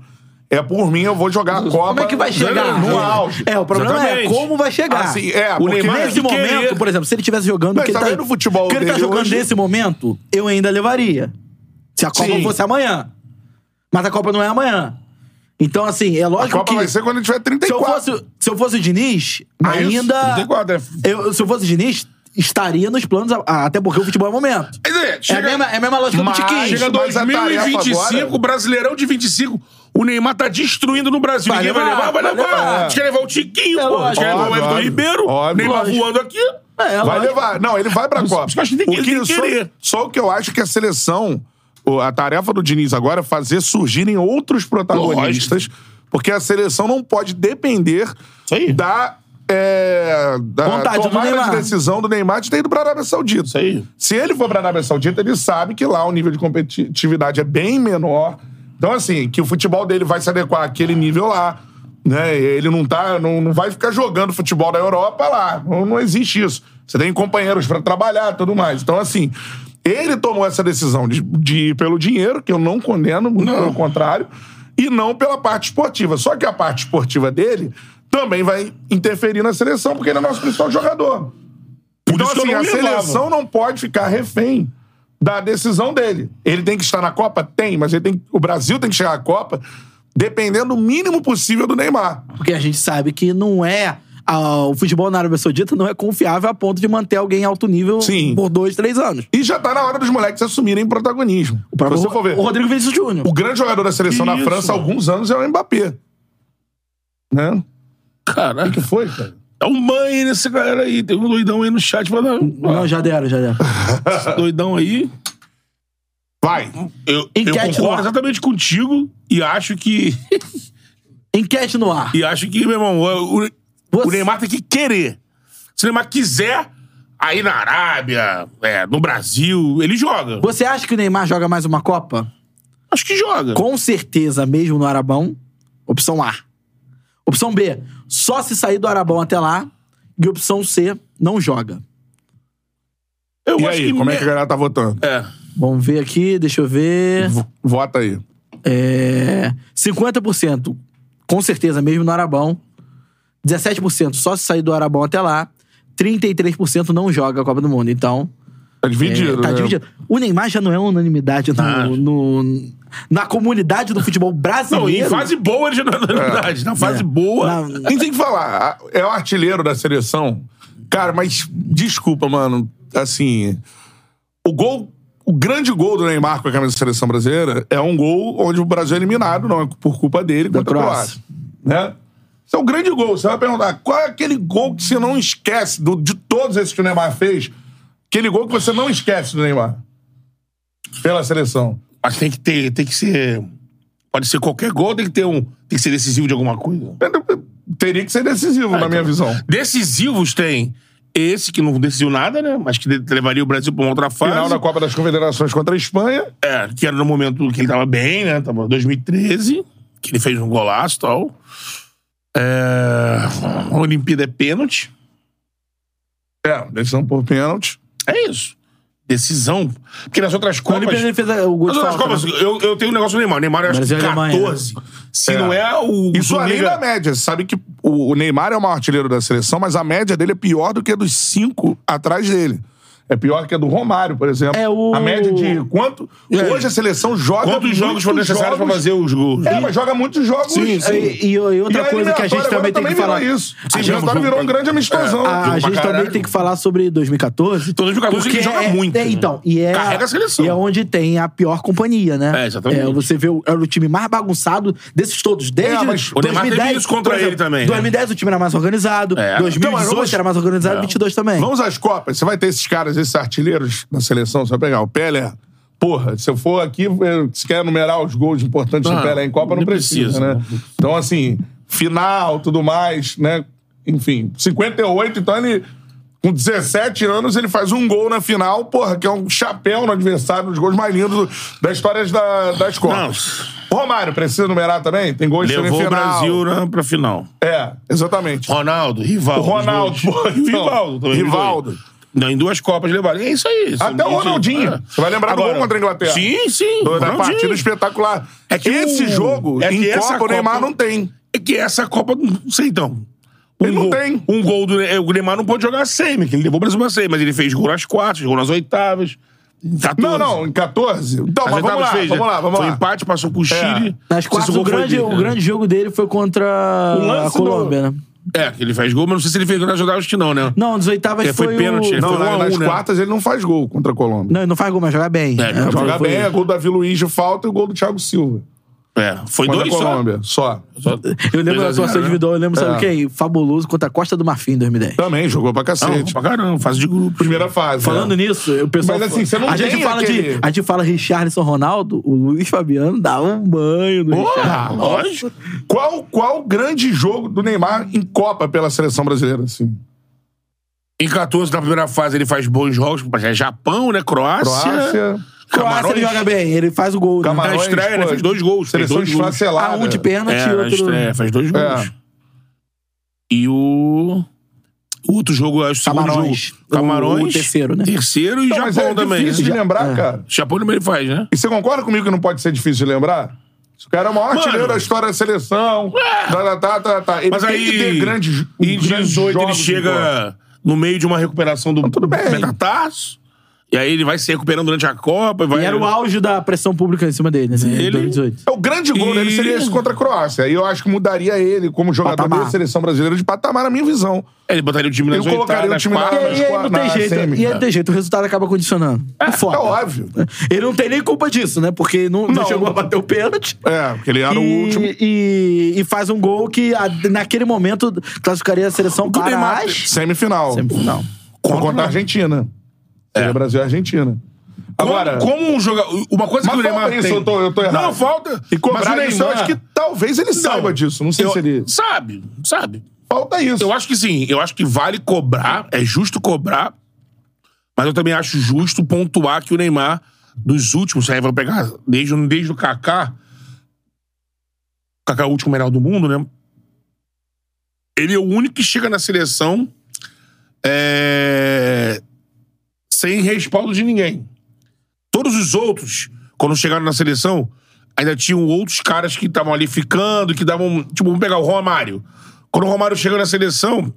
S1: é por mim, eu vou jogar a Copa.
S2: Como é que vai chegar?
S1: No
S2: É.
S1: auge.
S2: É, o problema
S3: Exatamente.
S2: é como vai chegar.
S1: Assim, é,
S2: o
S1: porque
S2: Neymar,
S3: tem
S2: nesse
S3: que
S2: momento,
S3: querer.
S2: por exemplo, se ele estivesse jogando o
S1: Mas
S2: que ele
S1: tá
S2: tá,
S1: vendo o futebol
S2: o que ele tá
S1: dele
S2: jogando
S1: hoje?
S2: nesse momento, eu ainda levaria. Se a Copa
S1: Sim.
S2: fosse amanhã. Mas a Copa não é amanhã. Então, assim, é
S1: A
S2: lógico
S1: Copa
S2: que.
S1: vai ser quando ele tiver
S2: se, eu
S1: 34.
S2: fosse, se eu fosse o Diniz,
S1: Não é isso?
S2: ainda.
S3: 34, é.
S2: Eu, se eu fosse o Diniz, estaria nos planos, a- a- até porque o futebol é o momento.
S3: Mas é,
S2: é, a mesma, é a mesma lógica
S1: Mas-
S2: do Tiquinho.
S3: Chega
S1: Mas a tarefa
S3: 2025,
S1: agora-
S3: Brasileirão de 25. O Neymar tá destruindo no Brasil.
S2: Vai
S3: Ninguém
S2: levar,
S3: vai levar, vai
S2: vai
S3: levar.
S2: levar.
S3: Eles querem levar o Tiquinho,
S2: É
S3: pô. Eles
S2: lógico.
S3: querem levar o
S1: Óbvio,
S3: Everton
S1: óbvio.
S3: Ribeiro.
S1: Óbvio.
S3: Neymar
S2: Lógico.
S3: voando aqui.
S2: É, é
S1: Vai
S2: lógico.
S1: levar. Não, ele vai pra Copa.
S3: acho que tem que-
S1: O
S3: ele tem que
S1: só-
S3: querer.
S1: Só, o que eu acho que a seleção, o- a tarefa do Diniz agora é fazer surgirem outros protagonistas, porque a seleção não pode depender
S3: aí.
S1: da, é, da
S2: Vontade do
S1: tomada de
S2: Neymar.
S1: decisão do Neymar de ter ido pra Arábia Saudita.
S3: Isso aí.
S1: Se ele for pra Arábia Saudita, ele sabe que lá o nível de competitividade é bem menor. Então, assim, que o futebol dele vai se adequar àquele nível lá. Né? Ele não, tá, não, não vai ficar jogando futebol da Europa lá. Não, não existe isso. Você tem companheiros pra trabalhar tudo mais. Então, assim, ele tomou essa decisão de, de ir pelo dinheiro, que eu não condeno, muito pelo contrário, e não pela parte esportiva. Só que a parte esportiva dele também vai interferir na seleção, porque ele é nosso principal jogador.
S3: Por
S1: Então,
S3: isso que eu
S1: assim,
S3: não
S1: a
S3: levava.
S1: seleção não pode ficar refém da decisão dele. Ele tem que estar na Copa? Tem, mas ele tem, o Brasil tem que chegar à Copa dependendo o mínimo possível do Neymar.
S2: Porque a gente sabe que não é. ah, o futebol na Arábia Saudita não é confiável a ponto de manter alguém em alto nível
S1: Sim.
S2: por dois, três anos.
S1: E já tá na hora dos moleques assumirem protagonismo.
S2: O próprio
S1: Se você for ver,
S2: Ro- o Rodrigo Vinícius Júnior.
S1: o grande jogador da seleção
S3: Que
S1: na
S3: isso,
S1: França há
S3: mano.
S1: alguns anos é o Mbappé. Né? O que
S3: Caraca.
S1: foi, cara?
S3: É um banho nessa galera aí. Tem um doidão aí no chat. um Mas
S2: Não, já deram, já deram.
S3: esse doidão aí.
S1: Vai.
S3: Eu, eu
S2: Enquete no
S3: concordo
S2: ar.
S3: exatamente contigo e acho que.
S2: <laughs> Enquete no ar.
S3: e acho que, meu irmão, o- o-
S2: Você-
S3: o Neymar tem que querer. Se o Neymar quiser,
S1: Aí na Arábia, é, no Brasil, ele joga.
S2: Você acha que o Neymar joga mais uma Copa?
S1: Acho que joga.
S2: Com certeza, mesmo no Arabão. Opção A. Opção B, só se sair do Arabão até lá. E opção C, não joga.
S1: Eu
S4: E
S1: acho
S4: aí,
S1: que
S4: como é
S1: me-
S4: que a galera tá votando?
S1: É.
S2: Vamos ver aqui, deixa eu ver.
S4: V- Vota aí.
S2: É, 50%, com certeza, mesmo no Arabão. 17% só se sair do Arabão até lá. 33% não joga a Copa do Mundo. Então,
S4: Tá
S2: é,
S4: dividido,
S2: tá
S4: né?
S2: dividido. O Neymar já não é unanimidade no-
S1: Ah.
S2: no- na comunidade do futebol brasileiro.
S1: Não, e em fase boa ele já não é unanimidade. Na fase
S2: É.
S1: boa.
S2: Na-
S4: A gente tem que falar. a- É o artilheiro da seleção. Cara, mas desculpa, mano. Assim, o gol... O grande gol do Neymar com a camisa da seleção brasileira é um gol onde o Brasil é eliminado, não é por culpa dele,
S2: Da
S4: contra a
S2: Croácia.
S4: Croácia. Né? Isso é um grande gol. Você vai perguntar, qual é aquele gol que você não esquece do- de todos esses que o Neymar fez? Aquele gol que você não esquece do Neymar pela seleção.
S1: Mas tem que ter, tem que ser. Pode ser qualquer gol, tem que ter um. Tem que ser decisivo de alguma coisa.
S4: Teria que ser decisivo, na minha visão.
S1: Ah, então, Decisivos tem esse que não decidiu nada, né? Mas que levaria o Brasil pra uma outra fase.
S4: Final da Copa das Confederações contra a Espanha.
S1: É, que era no momento que ele tava bem, né? Tava em 2013, que ele fez um golaço e tal. É... A Olimpíada é pênalti.
S4: É, decisão por pênalti.
S1: É isso. Decisão. Porque nas outras
S2: Quando
S1: Copas.
S2: ele fez o gol
S1: Nas
S2: de
S1: outras
S2: falta,
S1: Copas,
S2: né? é
S1: eu, eu tenho um negócio do Neymar. O Neymar eu acho que
S2: Brasil e Alemanha.
S1: 14. Se
S4: É.
S1: não é o.
S4: Isso
S1: o
S4: além
S1: Liga-
S4: da média. Você sabe que o o Neymar é o maior artilheiro da seleção, mas a média dele é pior do que a dos cinco atrás dele. É pior que a do Romário, por exemplo.
S2: É o-
S4: A média de quanto...
S1: É.
S4: Hoje a seleção joga
S1: Quantos jogos
S4: muitos
S1: foram necessários pra
S4: jogos-
S1: fazer os gols?
S4: É, mas joga muitos jogos.
S1: Sim, sim.
S2: E, e- e outra
S4: a
S2: coisa que a gente
S4: eliminatória agora
S2: também tem que
S4: virou
S2: falar.
S4: Isso.
S1: Sim,
S4: a
S1: já
S4: eliminatória
S1: foi-
S4: virou um grande amistosão.
S2: É, A, a
S1: pra
S2: gente também
S1: caralho.
S2: tem que falar sobre 2014.
S1: Todo jogador
S2: porque
S1: que joga
S2: é-
S1: muito.
S2: é, então, e é,
S1: Carrega a seleção.
S2: E é onde tem a pior companhia, né?
S1: É, exatamente.
S2: você vê o, era o time mais bagunçado desses todos. Desde
S4: É, mas
S1: o Neymar teve
S2: 2010,
S1: isso contra
S2: por
S1: ele também, né?
S2: 2010 o time era mais organizado.
S1: É.
S2: 2018
S4: Então, mas
S2: era mais organizado.
S1: É.
S2: 22 também.
S4: Vamos às Copas. Você vai ter esses caras, esses artilheiros na seleção. Você vai pegar o Pelé. Porra, se eu for aqui, eh, se quer enumerar os gols importantes
S1: Ah,
S4: do Pelé em Copa, não
S1: nem
S4: precisa,
S1: precisa, não
S4: né? Então, assim, final, tudo mais, né? Enfim, 58, então ele... Com 17 anos, ele faz um gol na final, porra, que é um chapéu no adversário, um dos gols mais lindos do- da história da, das Copas. Romário, precisa enumerar também? Tem gol de
S1: Levou o
S4: semifinal.
S1: Brasil né, pra final.
S4: É, exatamente.
S1: Ronaldo, Rivaldo.
S4: O Ronaldo,
S1: os dois.
S4: <laughs> pô,
S1: E o
S4: então,
S1: Rivaldo também.
S4: Rivaldo.
S1: os dois. Não, em duas Copas levaram. É isso aí. isso
S4: Até o
S1: é muito-
S4: Ronaldinho.
S1: é.
S4: Você vai lembrar do gol contra a Inglaterra.
S1: Sim, sim.
S4: Foi uma
S1: Ronaldinho.
S4: partida espetacular.
S1: É que
S4: esse
S1: o-
S4: jogo,
S1: é que
S4: em
S1: essa
S4: Copa, o
S1: Copa-
S4: Neymar não tem.
S1: É que essa Copa, não sei então.
S4: Ele não
S1: gol,
S4: tem.
S1: Um gol do é, o Neymar não pode jogar a semi, que ele levou o Brasil pra semi, mas ele fez gol nas quartas, gol nas oitavas. em 14.
S4: Não, não, em 14. Então,
S1: Nas
S4: mas vamos
S1: oitavas
S4: lá,
S1: fez, né?
S4: vamos lá, vamos
S1: Foi
S4: lá. É.
S1: empate, passou pro Chile.
S2: É.
S1: Não
S2: Nas
S1: sei se
S2: quartas, o
S1: gol foi
S2: grande,
S1: dele,
S2: o
S1: né?
S2: grande jogo dele foi
S4: O
S2: contra a
S4: lance do-
S2: Colômbia, né?
S1: É, que ele fez gol, mas não sei se ele fez gol nas oitavas, acho que não, né?
S2: Não, nas oitavas
S1: É,
S2: foi,
S1: foi pênalti,
S2: o...
S1: né?
S2: Não,
S4: Não,
S1: Foi um
S4: na-
S1: a um,
S4: nas
S1: né?
S4: quartas ele não faz gol contra a Colômbia.
S2: não, ele não faz gol, mas joga bem.
S1: É, ele
S4: Joga
S2: foi-
S4: bem, é gol do Davi Luiz de falta e o gol do Thiago Silva.
S1: É, foi
S4: Contra
S1: dois
S4: a
S1: só.
S4: Colômbia, só.
S1: Só-
S2: Eu lembro
S1: dois
S2: da
S1: a zero,
S2: atuação
S1: né?
S2: individual, eu lembro, sabe
S4: É.
S2: quem? Fabuloso contra a Costa do Marfim em 2010.
S4: Também, jogou pra
S1: Não,
S4: cacete.
S1: pra caramba, fase de grupo.
S4: Primeira fase.
S2: Falando
S4: é.
S2: nisso, o pessoal.
S4: Mas, assim, você não
S2: a gente
S4: tem
S2: fala
S4: aquele-
S2: de. A gente fala Richarlison Ronaldo, o Luiz Fabiano dá um banho no
S4: Porra,
S2: Richarlison.
S1: Lógico.
S4: Qual, qual o grande jogo do Neymar em Copa pela seleção brasileira, assim?
S1: Em 14, na primeira fase, ele faz bons jogos. É Japão, né? Croácia.
S4: Croácia.
S2: Croácia ele
S1: Camarões.
S2: joga bem, ele faz o gol.
S1: Na
S2: né?
S4: Camarões,
S1: estreia, né?
S4: pô,
S1: Fez dois gols. Fez
S4: Seleção
S1: dois gols.
S4: esfacelada.
S2: Ah, um de pênalti
S1: É,
S2: e
S1: na
S2: outro.
S1: estreia, faz dois gols.
S4: É.
S1: E o... O outro jogo, é o segundo
S2: Camarões.
S1: jogo. Camarões.
S2: O- o terceiro, né?
S1: Terceiro e
S4: Não, mas
S1: Japão
S4: é
S1: também.
S4: difícil de
S1: né?
S4: lembrar, cara.
S1: Japão também ele faz, né?
S4: E você concorda comigo que não pode ser difícil de lembrar? Esse cara é o maior
S1: Mano. É.
S4: artilheiro da história da seleção. Tá, tá, tá, tá, tá. Ele
S1: Mas
S4: tem
S1: aí,
S4: que ter grandes,
S1: em
S4: grandes
S1: 18 ele
S4: jogos de bola.
S1: chega no meio de uma recuperação do
S4: tudo bem.
S1: metatarso. E aí ele vai se recuperando durante a Copa. E vai...
S2: E era o auge da pressão pública em cima dele, né?
S1: Ele-
S2: Em 2018.
S4: É, O grande gol
S1: E-
S4: dele seria esse contra a Croácia. Aí eu acho que mudaria ele como jogador
S2: Patamar.
S4: da seleção brasileira de patamar, na minha visão.
S1: Ele botaria o time nas
S4: Ele colocaria
S1: oitavas,
S4: o
S1: nas
S4: time na-
S1: quartas.
S2: E aí não
S4: Na
S2: tem jeito.
S4: semi,
S2: E aí
S4: né?
S2: não tem jeito, o resultado acaba condicionando. É
S4: É
S2: foda.
S4: óbvio.
S2: Ele não tem nem culpa disso, né? Porque não, não
S4: Não.
S2: chegou a bater o pênalti.
S4: É, porque ele era o
S2: e,
S4: último.
S2: E, e faz um gol que a- naquele momento classificaria a seleção
S1: que o
S2: para
S1: Neymar-
S2: as...
S4: Semifinal.
S2: Semifinal.
S4: Contra, a Argentina. Seria Brasil e Argentina.
S1: É. Como-
S4: Agora.
S1: como, um jogador. Uma coisa
S4: Mas
S1: que o Neymar.
S4: falta isso,
S1: tem-
S4: eu tô- eu tô errado.
S1: Não, falta.
S4: E cobrar
S1: mas o
S4: isso, eu acho que talvez ele saiba disso. Não sei
S1: eu-
S4: se ele.
S1: Sabe, sabe.
S4: Falta isso.
S1: Eu acho que sim. Eu acho que vale cobrar, é justo cobrar Mas eu também acho justo pontuar que o Neymar, dos últimos, aí vou pegar desde, desde o Kaká, o Kaká é o último melhor do mundo, né? Ele é o único que chega na seleção é, sem respaldo de ninguém. Todos os outros, quando chegaram na seleção, ainda tinham outros caras que estavam ali ficando, que davam. Tipo, vamos pegar o Romário. Quando o Romário chegou na seleção,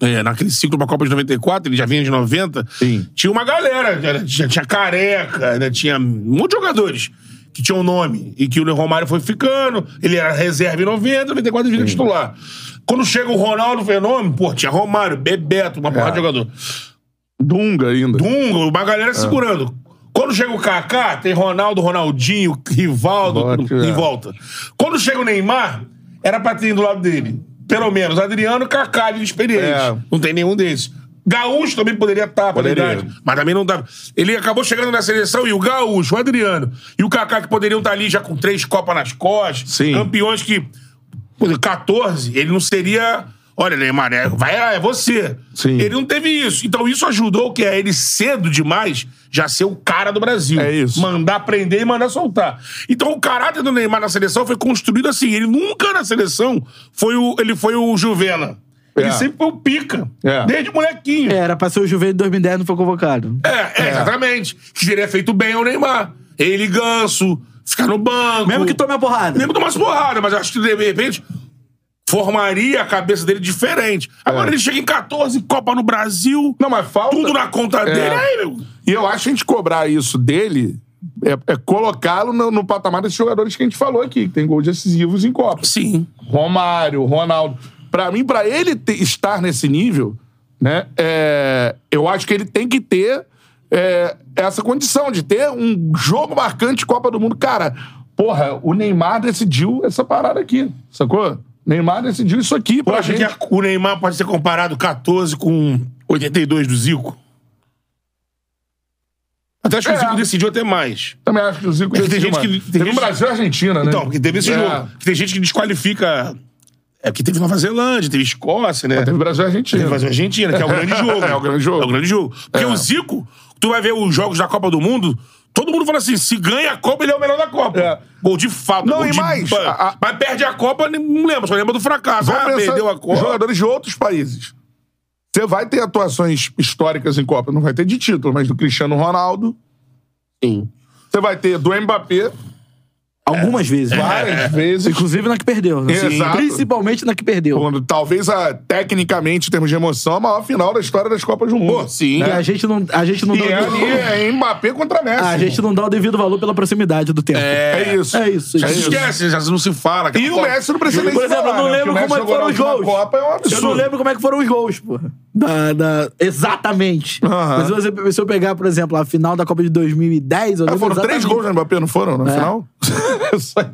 S1: é, naquele ciclo pra Copa de 94, ele já vinha de 90,
S4: Sim.
S1: tinha uma galera, já, já tinha careca, né, tinha um monte de jogadores que tinham nome e que o Romário foi ficando, ele era reserva em 90, 94 ele vira titular. Quando chega o Ronaldo Fenômeno, pô, tinha Romário, Bebeto, uma porrada de jogador.
S4: É. Dunga ainda. É.
S1: Dunga, uma galera segurando. Quando chega o Kaká, tem Ronaldo, Ronaldinho, Rivaldo
S4: Bote,
S1: tudo em
S4: é.
S1: volta. Quando chega o Neymar, era pra ter do lado dele. Pelo menos Adriano, Kaká de experiente.
S4: É.
S1: Não tem nenhum desses. Gaúcho também poderia estar, pela
S4: Poderia.
S1: idade, mas também não dá. Ele acabou chegando na seleção e o Gaúcho, o Adriano e o Kaká que poderiam estar ali já com três Copas nas costas,
S4: Sim.
S1: campeões que Pô, 14, ele não seria. Olha, Neymar, é, vai, lá, é você.
S4: Sim.
S1: Ele não teve isso. Então isso ajudou que é ele cedo demais já ser o cara do Brasil.
S4: É isso.
S1: Mandar prender e mandar soltar. Então o caráter do Neymar na seleção foi construído assim. Ele nunca na seleção foi o, ele foi o Juvena. Ele
S4: É.
S1: sempre foi o pica.
S4: É.
S1: Desde molequinho.
S2: É, era pra ser o Juventus de 2010, não foi convocado.
S1: É, é, exatamente. Que seria feito bem ao Neymar. Ele ganso, ficar no banco.
S2: Mesmo que tome a porrada.
S1: Mesmo tomasse porrada, mas acho que de repente formaria a cabeça dele diferente. Agora
S4: É.
S1: ele chega em 14, Copa no Brasil,
S4: Não, mas falta. É.
S1: tudo na conta dele. Aí, meu,
S4: E eu acho que a gente cobrar isso dele é, é colocá-lo no, no patamar desses jogadores que a gente falou aqui, que tem gols decisivos em Copas.
S1: sim.
S4: Romário, Ronaldo. Pra mim, pra ele te- estar nesse nível, né, é, eu acho que ele tem que ter é, essa condição de ter um jogo marcante de Copa do Mundo. Cara, porra, o Neymar decidiu essa parada aqui, sacou? Neymar decidiu isso aqui
S1: Eu
S4: pra
S1: acho
S4: gente.
S1: que a- o Neymar pode ser comparado 14 com 82 do Zico. Até acho que
S4: É.
S1: o Zico decidiu até mais.
S4: Também acho que o Zico
S1: Tem
S4: decidiu,
S1: gente que-
S4: mano.
S1: tem
S4: Teve
S1: gente-
S4: no Brasil e Argentina, né?
S1: Então, porque teve esse
S4: É.
S1: jogo. que Tem gente que desqualifica. É que teve Nova Zelândia, teve Escócia, né?
S4: Teve Brasil e Argentina.
S1: Brasil e Argentina, que é o grande jogo.
S4: <laughs> É o grande jogo.
S1: É o grande jogo. Porque
S4: É.
S1: o Zico, tu vai ver os jogos da Copa do Mundo, todo mundo fala assim: se ganha a Copa, ele é o melhor da Copa.
S4: É.
S1: Gol de falta.
S4: Não,
S1: gol
S4: e
S1: de
S4: mais,
S1: ban.
S4: a- a-
S1: Mas perde a Copa, não lembra, só lembra do fracasso.
S4: Vamos
S1: Ah,
S4: pensar
S1: perdeu a Copa.
S4: em jogadores de outros países. Você vai ter atuações históricas em Copa, não vai ter de título, mas do Cristiano Ronaldo.
S1: Sim.
S4: Você vai ter do Mbappé
S2: Algumas vezes.
S4: várias
S1: É.
S4: vezes.
S2: É. Inclusive na que perdeu. assim,
S4: Exato.
S2: principalmente na que perdeu.
S4: Quando, talvez, a, tecnicamente, em termos de emoção, a maior final da história das Copas do Mundo. Né?
S1: Pô, sim.
S2: E a gente não, a gente não
S4: E
S2: dá o
S4: é ali
S2: devido-
S4: é Mbappé contra Messi.
S2: a gente não dá o devido valor pela proximidade do tempo.
S4: É isso.
S2: É isso,
S4: É
S1: Já se
S4: isso.
S1: esquece, já não se fala.
S4: E o Messi não precisa nem
S2: Por
S4: se
S2: exemplo,
S4: falar,
S2: eu não
S4: né?
S2: lembro
S4: Porque o
S2: como é
S4: Messi
S2: que foram os
S4: jogou na
S2: gols.
S4: última Copa é um
S2: Eu não
S4: absurdo.
S2: lembro como é que foram os gols, porra. Ah. Da, da- exatamente.
S4: Aham.
S2: Mas se, você- se eu pegar, por exemplo, a final da Copa de 2010... Eu
S4: Ah,
S2: lembro
S4: foram três
S2: exatamente. É.
S4: gols do Mbappé, não foram? Na final? <laughs> Isso aí.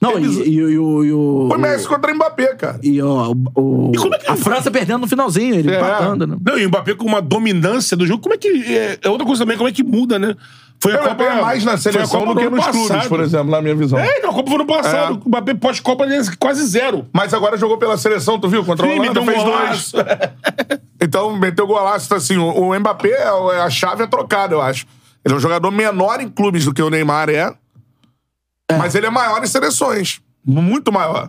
S2: Não, e, e, e, o- e o...
S4: Foi Messi contra Mbappé, cara.
S2: E, ó, o, o-
S1: como é que-
S2: a França perdendo no finalzinho, ele
S4: É.
S2: empatando, né?
S1: Não, e o Mbappé com uma dominância do jogo. Como é que. É, é outra coisa também, como é que muda, né? Foi a
S4: O
S1: Copa
S4: Mbappé é mais na
S1: foi a
S4: seleção
S1: Copa
S4: do que
S1: ano
S4: nos
S1: passado.
S4: clubes, por exemplo, na minha visão.
S1: É, então, a Copa foi no passado.
S4: É.
S1: O Mbappé pós-Copa ele é quase zero.
S4: Mas agora jogou pela seleção, tu viu? Contra o
S1: Sim,
S4: Holanda,
S1: meteu um
S4: fez dois.
S1: golaço.
S4: <laughs> Então, meteu golaço. tá Assim, o o Mbappé, é- a chave é trocada, eu acho. Ele é um jogador menor em clubes do que o Neymar é. Mas ele é maior em seleções. Muito maior.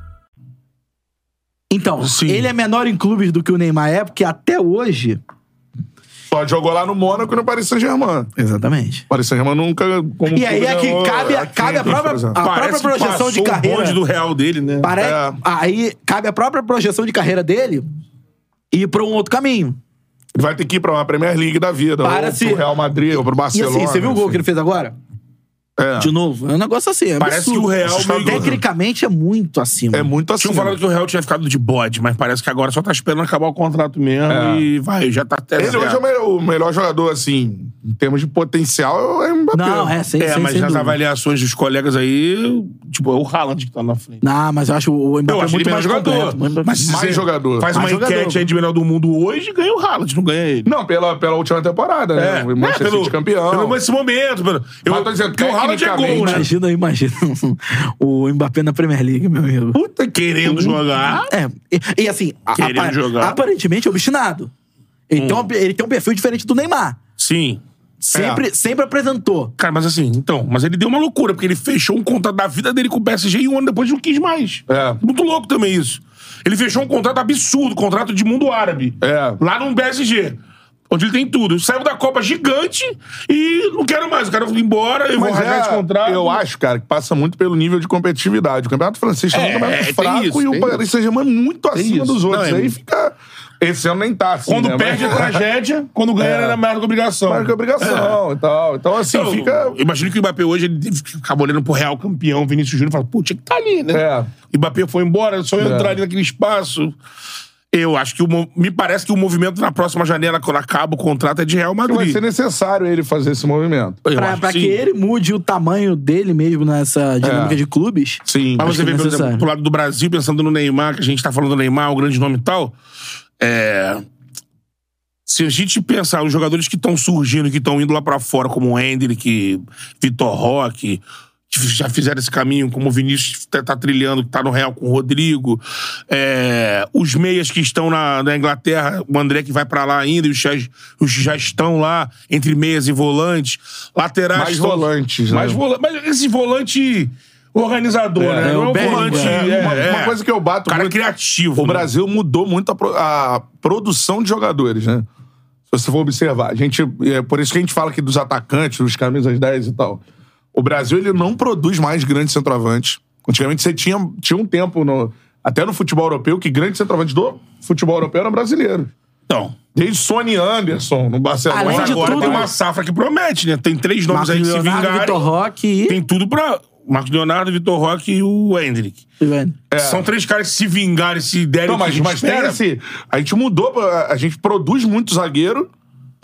S2: Então,
S1: Sim.
S2: ele é menor em clubes do que o Neymar é, porque até hoje...
S4: Só jogou lá no Mônaco e no Paris Saint-Germain.
S2: Exatamente.
S4: O Paris Saint-Germain nunca... como
S2: E aí é que
S4: ganhou
S2: cabe a- cabe a
S4: Champions,
S2: própria-
S4: por exemplo.
S2: a- própria
S1: Parece que
S2: projeção
S1: passou
S2: de
S1: o
S2: carreira.
S1: bonde do real dele, né?
S2: Pare...
S4: É.
S2: Aí cabe a própria projeção de carreira dele ir pra um outro caminho.
S4: Ele vai ter que ir pra uma Premier League da vida.
S2: Para
S4: ou
S2: se-
S4: pro Real Madrid, ou pro
S2: E
S4: Barcelona.
S2: assim, você viu o gol
S4: enfim.
S2: que ele fez agora?
S4: É.
S2: De novo, é um negócio assim. É
S1: Parece
S2: absurdo.
S1: que o Real meio-
S2: Tecnicamente é muito acima.
S4: É muito assim.
S1: Tinham falado que o Real tinha ficado de bode, mas parece que agora só tá esperando acabar o contrato mesmo
S4: É.
S1: e vai, já tá até
S4: Ele hoje é o melhor, o melhor jogador, assim, em termos de potencial, é o Mbappé.
S2: Não, é, sem,
S1: É,
S2: sem,
S1: mas
S2: sem
S1: nas
S2: dúvida.
S1: avaliações dos colegas aí, tipo, é o Haaland que tá na frente.
S2: Não, mas eu acho o
S1: Eu
S2: Mbappé
S1: acho
S2: muito
S1: ele melhor
S2: mais
S1: jogador.
S2: completo. muito-
S1: Mas se
S4: Mais
S1: você
S4: jogador.
S1: Faz
S4: Mais
S1: uma
S4: jogador.
S1: enquete aí de melhor do mundo hoje, ganha o Haaland, não ganha ele. É,
S4: Não, pela, pela última temporada, né? O Manchester City campeão.
S1: Pelo esse momento. Pelo, eu,
S4: tô dizendo,
S1: porque o Haaland é gol, né?
S4: tecnicamente-
S2: Imagina, imagina <laughs> o Mbappé na Premier League, meu amigo.
S1: Puta, querendo jogar.
S2: É, e, e assim, a-
S1: Querendo
S2: apa-
S1: jogar. Hum.
S2: aparentemente é obstinado. Ele, tem uma- ele tem um perfil diferente do Neymar.
S1: Sim.
S2: Sempre, sempre apresentou.
S1: É. Cara, mas assim, então, mas ele deu uma loucura, porque ele fechou um contrato da vida dele com o PSG e um ano depois não quis mais.
S4: É.
S1: Muito louco também isso. Ele fechou um contrato absurdo, contrato de mundo árabe.
S4: É.
S1: Lá no PSG. Onde ele tem tudo. Saiu da Copa gigante e não quero mais. O cara foi embora, eu vou
S4: Mas
S1: rasgar esse contrato.
S4: é, eu acho, cara, que passa muito pelo nível de competitividade. O Campeonato Francês também é
S1: É,
S4: um campeonato
S1: tem
S4: fraco
S1: isso,
S4: e o
S1: tem
S4: Paris Saint-Germain é muito acima
S1: isso.
S4: dos outros.
S1: Não, é-
S4: Aí fica... Esse ano nem tá assim,
S1: Quando
S4: né?
S1: perde
S4: Mas-
S1: é tragédia, quando ganha
S4: É.
S1: era mais do que obrigação.
S4: Claro que é obrigação e tal. Então, assim,
S1: Então,
S4: fica...
S1: eu Imagino que o Mbappé hoje ele acaba olhando pro Real campeão, Vinícius Júnior, e fala, pô, tinha que tá ali, né?
S4: É.
S1: O Mbappé foi embora, só eu entrar ali naquele espaço. Eu acho que o mo- me parece que o movimento na próxima janela, quando acaba o contrato, é de Real
S4: que vai
S1: Madrid.
S4: ser necessário ele fazer esse movimento.
S1: Eu
S2: Pra,
S1: acho
S2: pra
S1: sim.
S2: que ele mude o tamanho dele mesmo nessa dinâmica
S4: É.
S2: de clubes.
S4: Sim.
S1: Mas
S2: Acho
S1: você
S2: que
S1: vê,
S2: é
S1: por exemplo,
S2: necessário.
S1: pro lado do Brasil, pensando no Neymar, que a gente tá falando do Neymar, o grande nome e tal. É. Se a gente pensar os jogadores que estão surgindo, que estão indo lá pra fora, como o Hendrick, Vitor Roque, que já fizeram esse caminho, como o Vinícius tá, tá trilhando, que tá no Real com o Rodrigo, é, os meias que estão na, na Inglaterra, o André que vai pra lá ainda, e os, já- os que já estão lá, entre meias e volantes, laterais.
S4: Mais
S1: estão-
S4: volantes, né?
S1: Mais vola- mas esse volante organizador,
S4: É,
S1: né?
S2: é,
S1: Não é
S2: o
S1: um
S2: Bellingham.
S1: volante.
S4: É,
S1: é,
S4: uma, uma
S1: é.
S4: coisa que eu bato
S1: Cara
S4: muito...
S1: criativo.
S4: O
S1: né?
S4: Brasil mudou muito a, pro- a produção de jogadores, né? Se você for observar. A gente, é por isso que a gente fala aqui dos atacantes, dos camisas 10 e tal. O Brasil, ele não produz mais grandes centroavantes. Antigamente, você tinha, tinha um tempo, no- até no futebol europeu, que grandes centroavantes do futebol europeu eram brasileiros.
S1: Então.
S4: Desde Sony Anderson, no Barcelona.
S1: Mas
S2: Além de
S1: agora
S2: tudo-
S1: tem uma safra que promete, né? Tem três nomes
S2: Marcos
S1: aí que se
S2: Leonardo, Vitor
S1: vingarem.
S2: Roque e...
S1: Tem tudo pra. Marcos Leonardo, Vitor Roque e o Hendrick. São três caras que se vingarem, se derem
S4: É. Não,
S1: o que a
S4: mas,
S1: gente
S4: mas tem
S1: espera.
S4: esse... A gente mudou, pra- a gente produz muito zagueiro,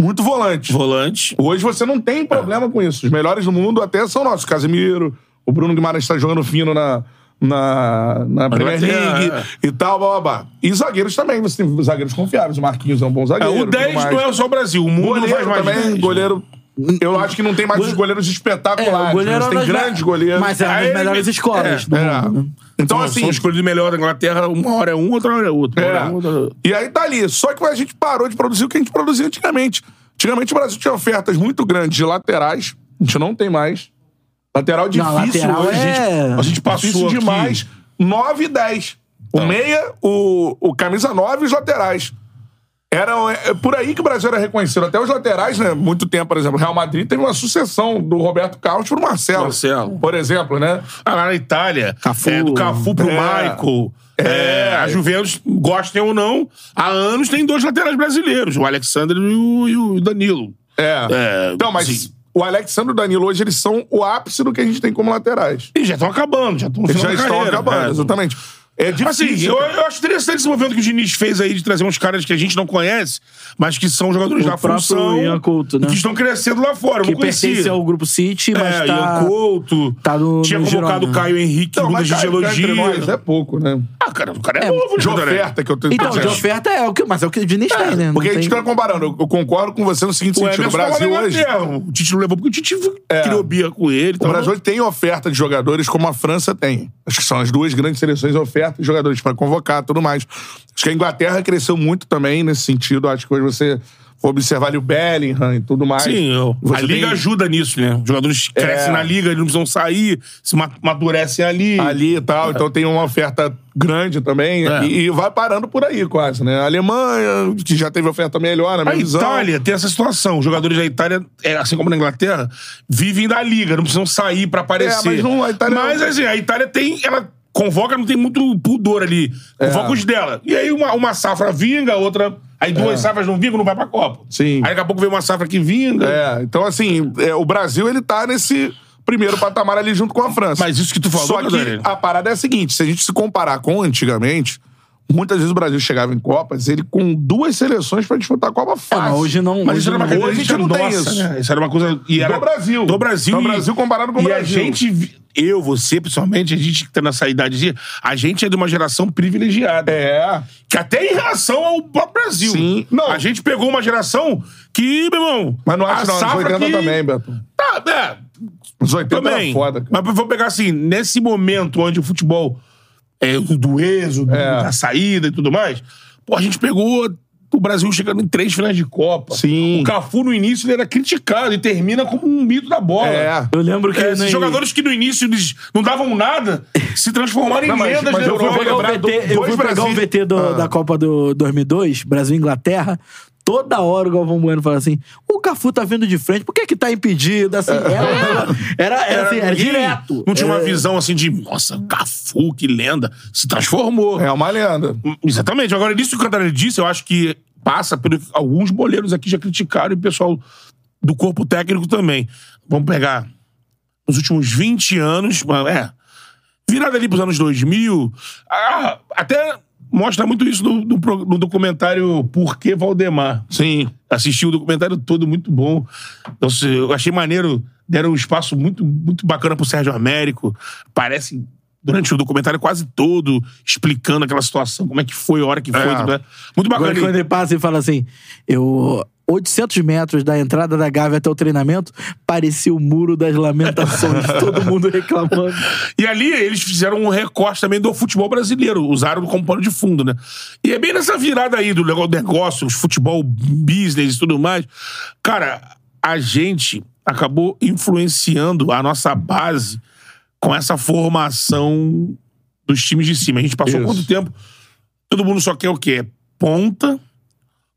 S4: muito volante.
S1: Volante.
S4: Hoje você não tem problema com isso. Os melhores do mundo até são nossos. Casemiro, o Bruno Guimarães está jogando fino na, na, na Premier
S1: vai ter,
S4: League
S1: é.
S4: e tal, blá, blá, blá. E zagueiros também. Você tem zagueiros confiáveis. O Marquinhos é um bom
S1: É,
S4: zagueiro.
S1: o
S4: tudo
S1: 10
S4: mais.
S1: não é só o Brasil. O mundo não
S4: Goleiro
S1: faz mais
S4: também,
S1: 10, né?
S4: goleiro... Eu acho que não tem mais os goleiros espetaculares.
S2: É, o goleiro
S4: né? Você
S2: é um
S4: tem
S2: dos me-
S4: grandes goleiros.
S2: Mas é uma
S1: Aí
S2: das
S1: ele-
S2: melhores escolas do
S4: É.
S2: mundo. né?
S4: Então,
S1: Então, assim. São
S4: assim,
S1: escolhidos melhor da Inglaterra, uma hora é um, outra hora é outro. Uma hora é um, outra hora é outro.
S4: E aí tá ali. Só que a gente parou de produzir o que a gente produzia antigamente. Antigamente o Brasil tinha ofertas muito grandes de laterais. A gente não tem mais. Lateral difícil.
S2: lateral
S4: hoje,
S2: é-
S4: gente, a gente passou
S1: Difícil
S4: aqui.
S1: demais. Então.
S4: demais. 9 e 10. O meia, o, o camisa 9 e os laterais. Eram, é, é por aí que o Brasil era reconhecido. Até os laterais, né? Muito tempo, por exemplo, Real Madrid teve uma sucessão do Roberto Carlos pro Marcelo.
S1: Marcelo.
S4: Por exemplo, né?
S1: Ah, lá na Itália.
S2: Cafu.
S1: É, do Cafu pro
S4: É.
S1: Michael. É, a Juventus, gostem ou não, há anos tem dois laterais brasileiros, o Alexandre e o, e o Danilo.
S4: É.
S1: É,
S4: Então, mas
S1: sim.
S4: o Alexandre e o Danilo hoje eles são o ápice do que a gente tem como laterais.
S1: E já estão acabando, já estão no
S4: Eles
S1: final
S4: já
S1: da
S4: estão
S1: carreira.
S4: acabando,
S1: É.
S4: exatamente. É difícil.
S1: Assim, eu, eu acho interessante esse movimento que o Diniz fez aí de trazer uns caras que a gente não conhece, mas que são jogadores
S2: O
S1: da
S2: próprio
S1: função
S2: Ian Couto,
S1: e
S2: né?
S1: que estão crescendo lá fora. Eu
S2: Que
S1: não conhecia.
S2: pertence ao grupo City, mas
S1: é,
S2: tá...
S1: Ian Couto.
S2: tá no-
S1: tinha
S2: no
S1: convocado o
S2: Girona.
S1: Caio Henrique,
S4: Então,
S1: Lucas
S4: mas
S1: de
S4: cara, cá entre nós
S1: elogio.
S4: é pouco, né?
S1: Ah, cara, o cara é,
S2: É,
S1: novo, né,
S4: De
S1: André?
S4: oferta que eu tenho.
S2: Então,
S4: Tô
S2: de
S4: dizendo.
S2: oferta é o que... Mas é o que o Diniz tem, né? Não
S4: Porque a
S2: tem-
S4: gente
S1: tá
S4: fica comparando. Eu eu concordo com você no seguinte
S1: O
S4: sentido. O
S1: Emerson
S4: Brasil
S1: tava na
S4: hoje...
S1: Inglaterra. O Tite não levou porque o Tite criou Bia com ele.
S4: É. O Brasil hoje tem oferta de jogadores como a França tem. Acho que são as duas grandes seleções oferta de jogadores para convocar tudo mais. Acho que a Inglaterra cresceu muito também nesse sentido. Acho que hoje você for observar ali o Bellingham e tudo mais.
S1: Sim, eu- a
S4: Você
S1: liga
S4: tem- É.
S1: ajuda nisso, né? Os jogadores crescem na liga, eles não precisam sair, se ma- amadurecem ali.
S4: ali e tal. Então tem uma oferta grande também.
S1: É.
S4: E, e vai parando por aí, quase, né? A Alemanha, que já teve oferta melhor, na minha
S1: A
S4: visão.
S1: Itália tem essa situação. Os jogadores da Itália, é, assim como na Inglaterra, vivem da liga, não precisam sair pra aparecer.
S4: É, mas não- a Itália-
S1: Mas, assim, a Itália tem. Ela convoca, não tem muito pudor ali.
S4: É.
S1: Convoca os dela. E aí uma, uma safra vinga, outra. Aí duas safras não vingam, não vai pra Copa.
S4: É. Sim.
S1: Aí daqui a pouco vem uma safra que vinga.
S4: É, então assim, é, o Brasil, ele tá nesse primeiro patamar ali junto com a França.
S1: Mas isso que tu falou,
S4: Só que
S1: Catarina.
S4: a parada é a seguinte: se a gente se comparar com antigamente, muitas vezes o Brasil chegava em Copas, ele com duas seleções pra disputar a Copa fácil.
S2: mas hoje não-
S1: Mas
S2: hoje
S1: isso era uma
S4: não-
S1: coisa
S4: hoje a gente não tem
S1: nossa,
S4: isso.
S1: né? Isso era uma coisa. E era,
S4: Do Brasil.
S1: Do Brasil.
S4: Do
S1: e-
S4: Brasil comparado com o
S1: e
S4: Brasil.
S1: a gente, vi- eu, você, principalmente, a gente que tá nessa idade, a gente é de uma geração privilegiada.
S4: É.
S1: Que até em relação ao próprio Brasil.
S4: Sim. Não.
S1: A gente pegou uma geração que, meu irmão.
S4: Mas não
S1: a
S4: acho não, anos
S1: safra
S4: 80
S1: que-
S4: também, Beto.
S1: Tá, é.
S4: Os 80
S1: Também.
S4: era foda, cara.
S1: Mas vou pegar assim, nesse momento onde o futebol é do êxodo,
S4: É.
S1: da saída e tudo mais, pô, a gente pegou o Brasil chegando em três finais de Copa.
S4: Sim.
S1: O Cafu no início ele era criticado e termina como um mito da bola.
S4: É.
S2: Eu lembro que.
S1: É, esses
S2: no-
S1: jogadores que no início eles não davam nada se transformaram
S4: Não,
S1: em
S4: mas-
S1: lendas
S4: mas
S1: da
S4: eu vou
S2: Eu
S1: Europa.
S2: fui pegar é o
S4: lembrar do-
S2: VT, eu
S4: dois
S2: fui pegar o
S4: Brasil-
S2: VT do-
S4: Ah.
S2: da Copa do 2002, Brasil e Inglaterra. Toda hora o Galvão Bueno fala assim: o Cafu tá vindo de frente, por que que tá
S4: <laughs>
S2: impedido? Assim, era, era, era assim, era
S1: ninguém-
S2: direto. É.
S1: Não tinha uma
S2: Era-
S1: visão assim de, nossa, Cafu, que lenda. Se transformou.
S4: É uma lenda.
S1: Exatamente. Agora, nisso que o Cantarelli disse, eu acho que passa pelo que alguns boleiros aqui já criticaram e o pessoal do corpo técnico também. Vamos pegar nos últimos 20 anos, mas, é, virada ali pros anos 2000, ah, até mostra muito isso no, no pro- no documentário Por que Valdemar.
S4: Sim.
S1: Assisti o documentário todo, muito bom. Então, se- eu achei maneiro. Deram um espaço muito, muito bacana pro Sérgio Américo. Parece, durante o documentário quase todo, explicando aquela situação, como é que foi, a hora que foi.
S4: É.
S1: tudo, né? Muito bacana.
S2: Agora, quando ele passa e fala assim, eu. 800 metros da entrada da Gávea até o treinamento, parecia o muro das lamentações, todo mundo reclamando.
S1: E ali eles fizeram um recorte também do futebol brasileiro, usaram como pano de fundo, né? E é bem nessa virada aí do negócio negócios, futebol business e tudo mais. Cara, a gente acabou influenciando a nossa base com essa formação dos times de cima. A gente passou
S4: Isso.
S1: quanto tempo? Todo mundo só quer o quê? Ponta.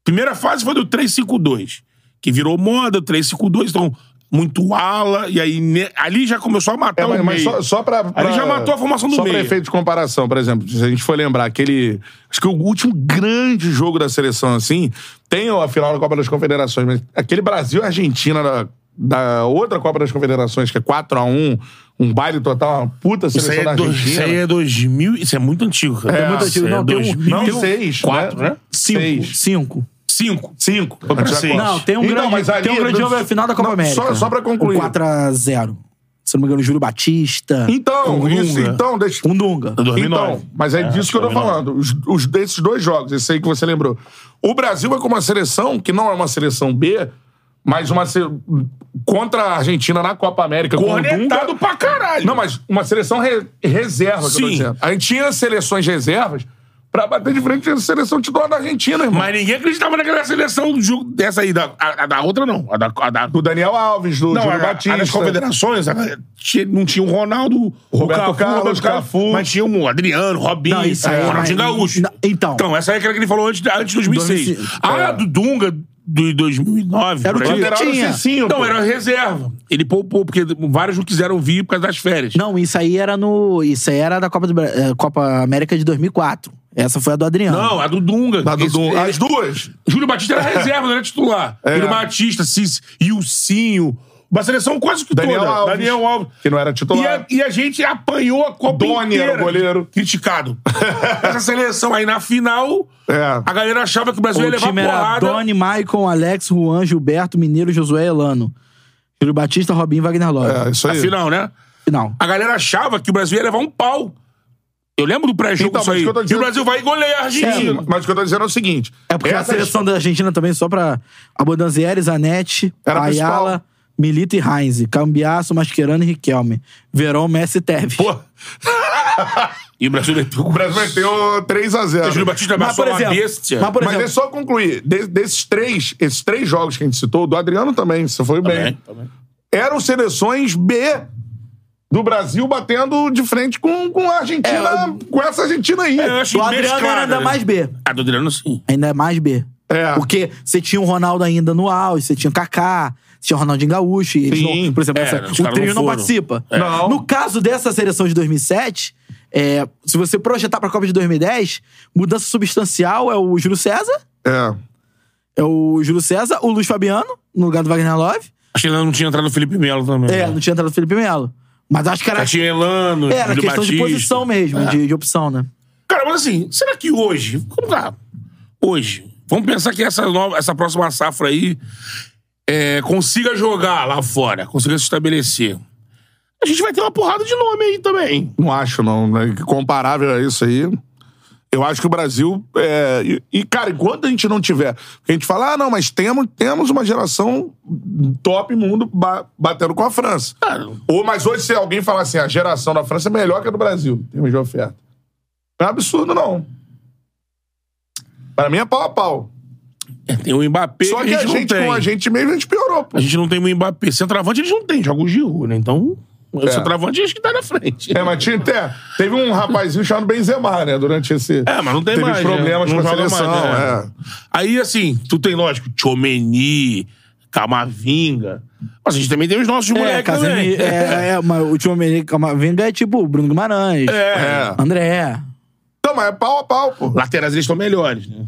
S1: Primeira fase foi do 3-5-2, que virou moda, 3-5-2, então muito ala, e aí ne- ali já começou a matar
S4: É, mas,
S1: o
S4: mas
S1: meio.
S4: só, só pra, pra-
S1: já matou a formação do
S4: só
S1: meio.
S4: pra <laughs> efeito de comparação, por exemplo, se a gente for lembrar aquele... Acho que o último grande jogo da seleção, assim, tem ó, a final da Copa das Confederações, mas aquele Brasil-Argentina da, da outra Copa das Confederações, que é 4x1, um baile total, uma puta
S1: Isso aí,
S4: seleção da
S1: é dois,
S4: Argentina.
S1: isso aí é 2000, isso é muito antigo, cara.
S4: É muito
S1: Isso
S2: antigo.
S1: aí
S2: Não, tem um-
S4: Não,
S1: 2000,
S4: seis,
S1: quatro,
S4: né?
S1: né?
S2: Cinco.
S4: Seis.
S2: Cinco.
S1: Cinco. Cinco. Foi pra
S4: Mas
S1: seis.
S4: agora-
S2: Não, tem um
S4: Então,
S2: grande,
S4: mas ali
S2: tem um grande
S4: do-
S2: jogo é a final da Copa
S4: Não,
S2: América.
S4: só- só pra concluir.
S2: Um 4x0. Se não me engano, Júlio Batista.
S4: Então,
S2: É. Dunga.
S4: isso, então, deixa...
S2: Um Dunga.
S1: 2009.
S4: Então, mas é disso que eu tô falando. Os, os desses dois jogos, esse aí que você lembrou. O Brasil é com uma seleção que não é uma seleção B, mas uma se- contra a Argentina na Copa América com o
S1: Cornetado
S4: Dunga.
S1: pra caralho.
S4: Não, mas uma seleção re- reserva, que eu tô
S1: Sim.
S4: dizendo. A gente tinha seleções reservas pra bater de frente com a seleção titular da Argentina, irmão.
S1: Mas ninguém acreditava naquela seleção do jogo dessa aí. Da, a, a da outra, não. A da, a da-
S4: Do Daniel Alves, do
S1: não, a,
S4: Júlio
S1: a
S4: Batista.
S1: das confederações, a galera tinha- não tinha o Ronaldo,
S4: Roberto
S1: o Cafu,
S4: Carlos,
S1: Roberto Carlos,
S4: Cafu.
S1: mas tinha o Adriano, Robinho,
S2: Não, isso aí é
S1: o Ronaldinho
S2: mais-
S1: Gaúcho.
S2: Não, então.
S1: Então, essa aí é aquela que ele falou antes, antes de 2006.
S2: 2006,
S1: A Ah,
S4: É.
S1: do Dunga, de 2009.
S2: Era o
S1: por aí.
S2: time que
S4: Lateral do
S2: tinha.
S4: Cicinho,
S1: Não,
S4: pô.
S1: era reserva. Ele poupou, porque vários não quiseram vir por causa das férias.
S2: Não, isso aí era no. Isso aí era da Copa, do, Bra- eh, Copa América de 2004. Essa foi a do Adriano.
S1: Não, a do Dunga.
S4: Da do
S1: Esse-
S4: Dunga.
S1: ele-
S4: As duas.
S1: Júlio Batista era reserva, não era titular.
S4: <laughs> É.
S1: Júlio Batista, Cis, Ilcinho. Uma seleção quase que
S4: Daniel
S1: toda.
S4: Alves.
S1: Daniel Alves.
S4: Que não era titular.
S1: E é- a, e a gente apanhou a Copa
S4: Doni
S1: inteira.
S4: era o goleiro. <laughs>
S1: Criticado. Essa seleção aí na final,
S4: É.
S1: a galera achava que o Brasil ia
S2: O
S1: levar
S2: time era
S1: porrada.
S2: Doni, Maicon, Alex, Juan, Gilberto, Mineiro, Josué Elano. Júlio Batista, Robinho Wagner Love.
S4: É, isso
S1: Na
S4: aí.
S1: final, né?
S2: Final.
S1: A galera achava que o Brasil ia levar um pau. Eu lembro do pré-jogo
S4: Então,
S1: disso
S4: mas
S1: aí.
S4: o que eu tô
S1: E o
S4: dizendo-
S1: Brasil vai e goleia a
S4: Sim,
S1: Argentina.
S4: mas o que eu tô dizendo é o seguinte.
S2: É porque a
S4: essas-
S2: seleção da Argentina também, só pra. Abondanzieri, Zanetti,
S4: Era a
S2: Ayala, Milito e Heinz. Cambiaço, Mascherano e Riquelme. Verão, Messi e Tevez.
S1: E o Brasil meteu
S4: O Brasil meteu 3x0.
S1: Júlio Batista
S2: mas,
S1: amassou
S2: por
S1: uma
S2: exemplo,
S1: bestia.
S2: mas, por
S4: Mas
S2: exemplo,
S4: é só concluir. de- desses três, esses três jogos que a gente citou, do Adriano também, você foi bem. Eram seleções B do Brasil batendo de frente com, com a Argentina, com essa Argentina aí.
S1: É, Eu acho
S2: É, o Adriano
S1: mesclado,
S2: era ainda
S1: né?
S2: mais B.
S1: A do Adriano, sim.
S2: Ainda é mais B.
S4: É.
S2: Porque você tinha o Ronaldo ainda no auge, você tinha o Kaká, você tinha o Ronaldinho Gaúcho, e eles
S4: Sim.
S2: não, por exemplo,
S1: É,
S2: essa-
S1: os
S2: o
S1: caras
S2: trio
S1: não
S2: não,
S1: foram.
S2: participa.
S1: É. Não.
S2: No caso dessa seleção de 2007, é, se você projetar pra Copa de 2010, mudança substancial é o Júlio César,
S4: É.
S2: é o Júlio César, o Luiz Fabiano, no lugar do Wagner Love,
S1: Acho que ainda não tinha entrado o Felipe Melo também.
S2: É,
S1: né?
S2: não tinha entrado o Felipe Melo. Mas acho que era,
S1: Já tinha Elano,
S2: era
S1: Júlio
S2: questão de
S1: Batista. É.
S2: posição mesmo, de, de opção, né?
S1: Cara, mas assim, será que hoje, como tá? Hoje, vamos pensar que essa, nova, essa próxima safra aí é, consiga jogar lá fora, consiga se estabelecer. A gente vai ter uma porrada de nome aí também.
S4: Não acho, não. né? Comparável a isso aí. Eu acho que o Brasil. é, E, e, cara, enquanto a gente não tiver. A gente fala, ah, não, mas temos, temos uma geração top mundo ba- batendo com a França.
S1: Ah,
S4: Ou, mas hoje, se alguém falar assim, a geração da França é melhor que a do Brasil, em termos de oferta. Não é absurdo, não. Pra mim é pau a pau.
S1: É, tem o Mbappé
S4: Só
S1: que a gente, não tem.
S4: com a gente mesmo, a gente piorou, pô.
S1: A gente não tem o Mbappé. Centroavante eles não têm, joga o Giroud, né? Então, o centroavante acho que tá na frente.
S4: É, mas tinha, até- teve um rapazinho chamado Benzema, né? Durante esse.
S1: É, mas não tem
S4: teve
S1: mais.
S4: Teve problemas
S1: né? Não
S4: com a
S1: joga
S4: seleção.
S1: mais,
S4: é.
S1: né? Aí, assim, tu tem, lógico, Tchomeni, Camavinga. Mas a gente também tem os nossos
S2: É,
S1: moleques também.
S2: Casemiro. É, é, mas o time Camavinga é tipo Bruno Guimarães,
S4: É.
S2: André.
S4: Então, mas é pau a pau, pô.
S1: Laterais eles estão melhores, né?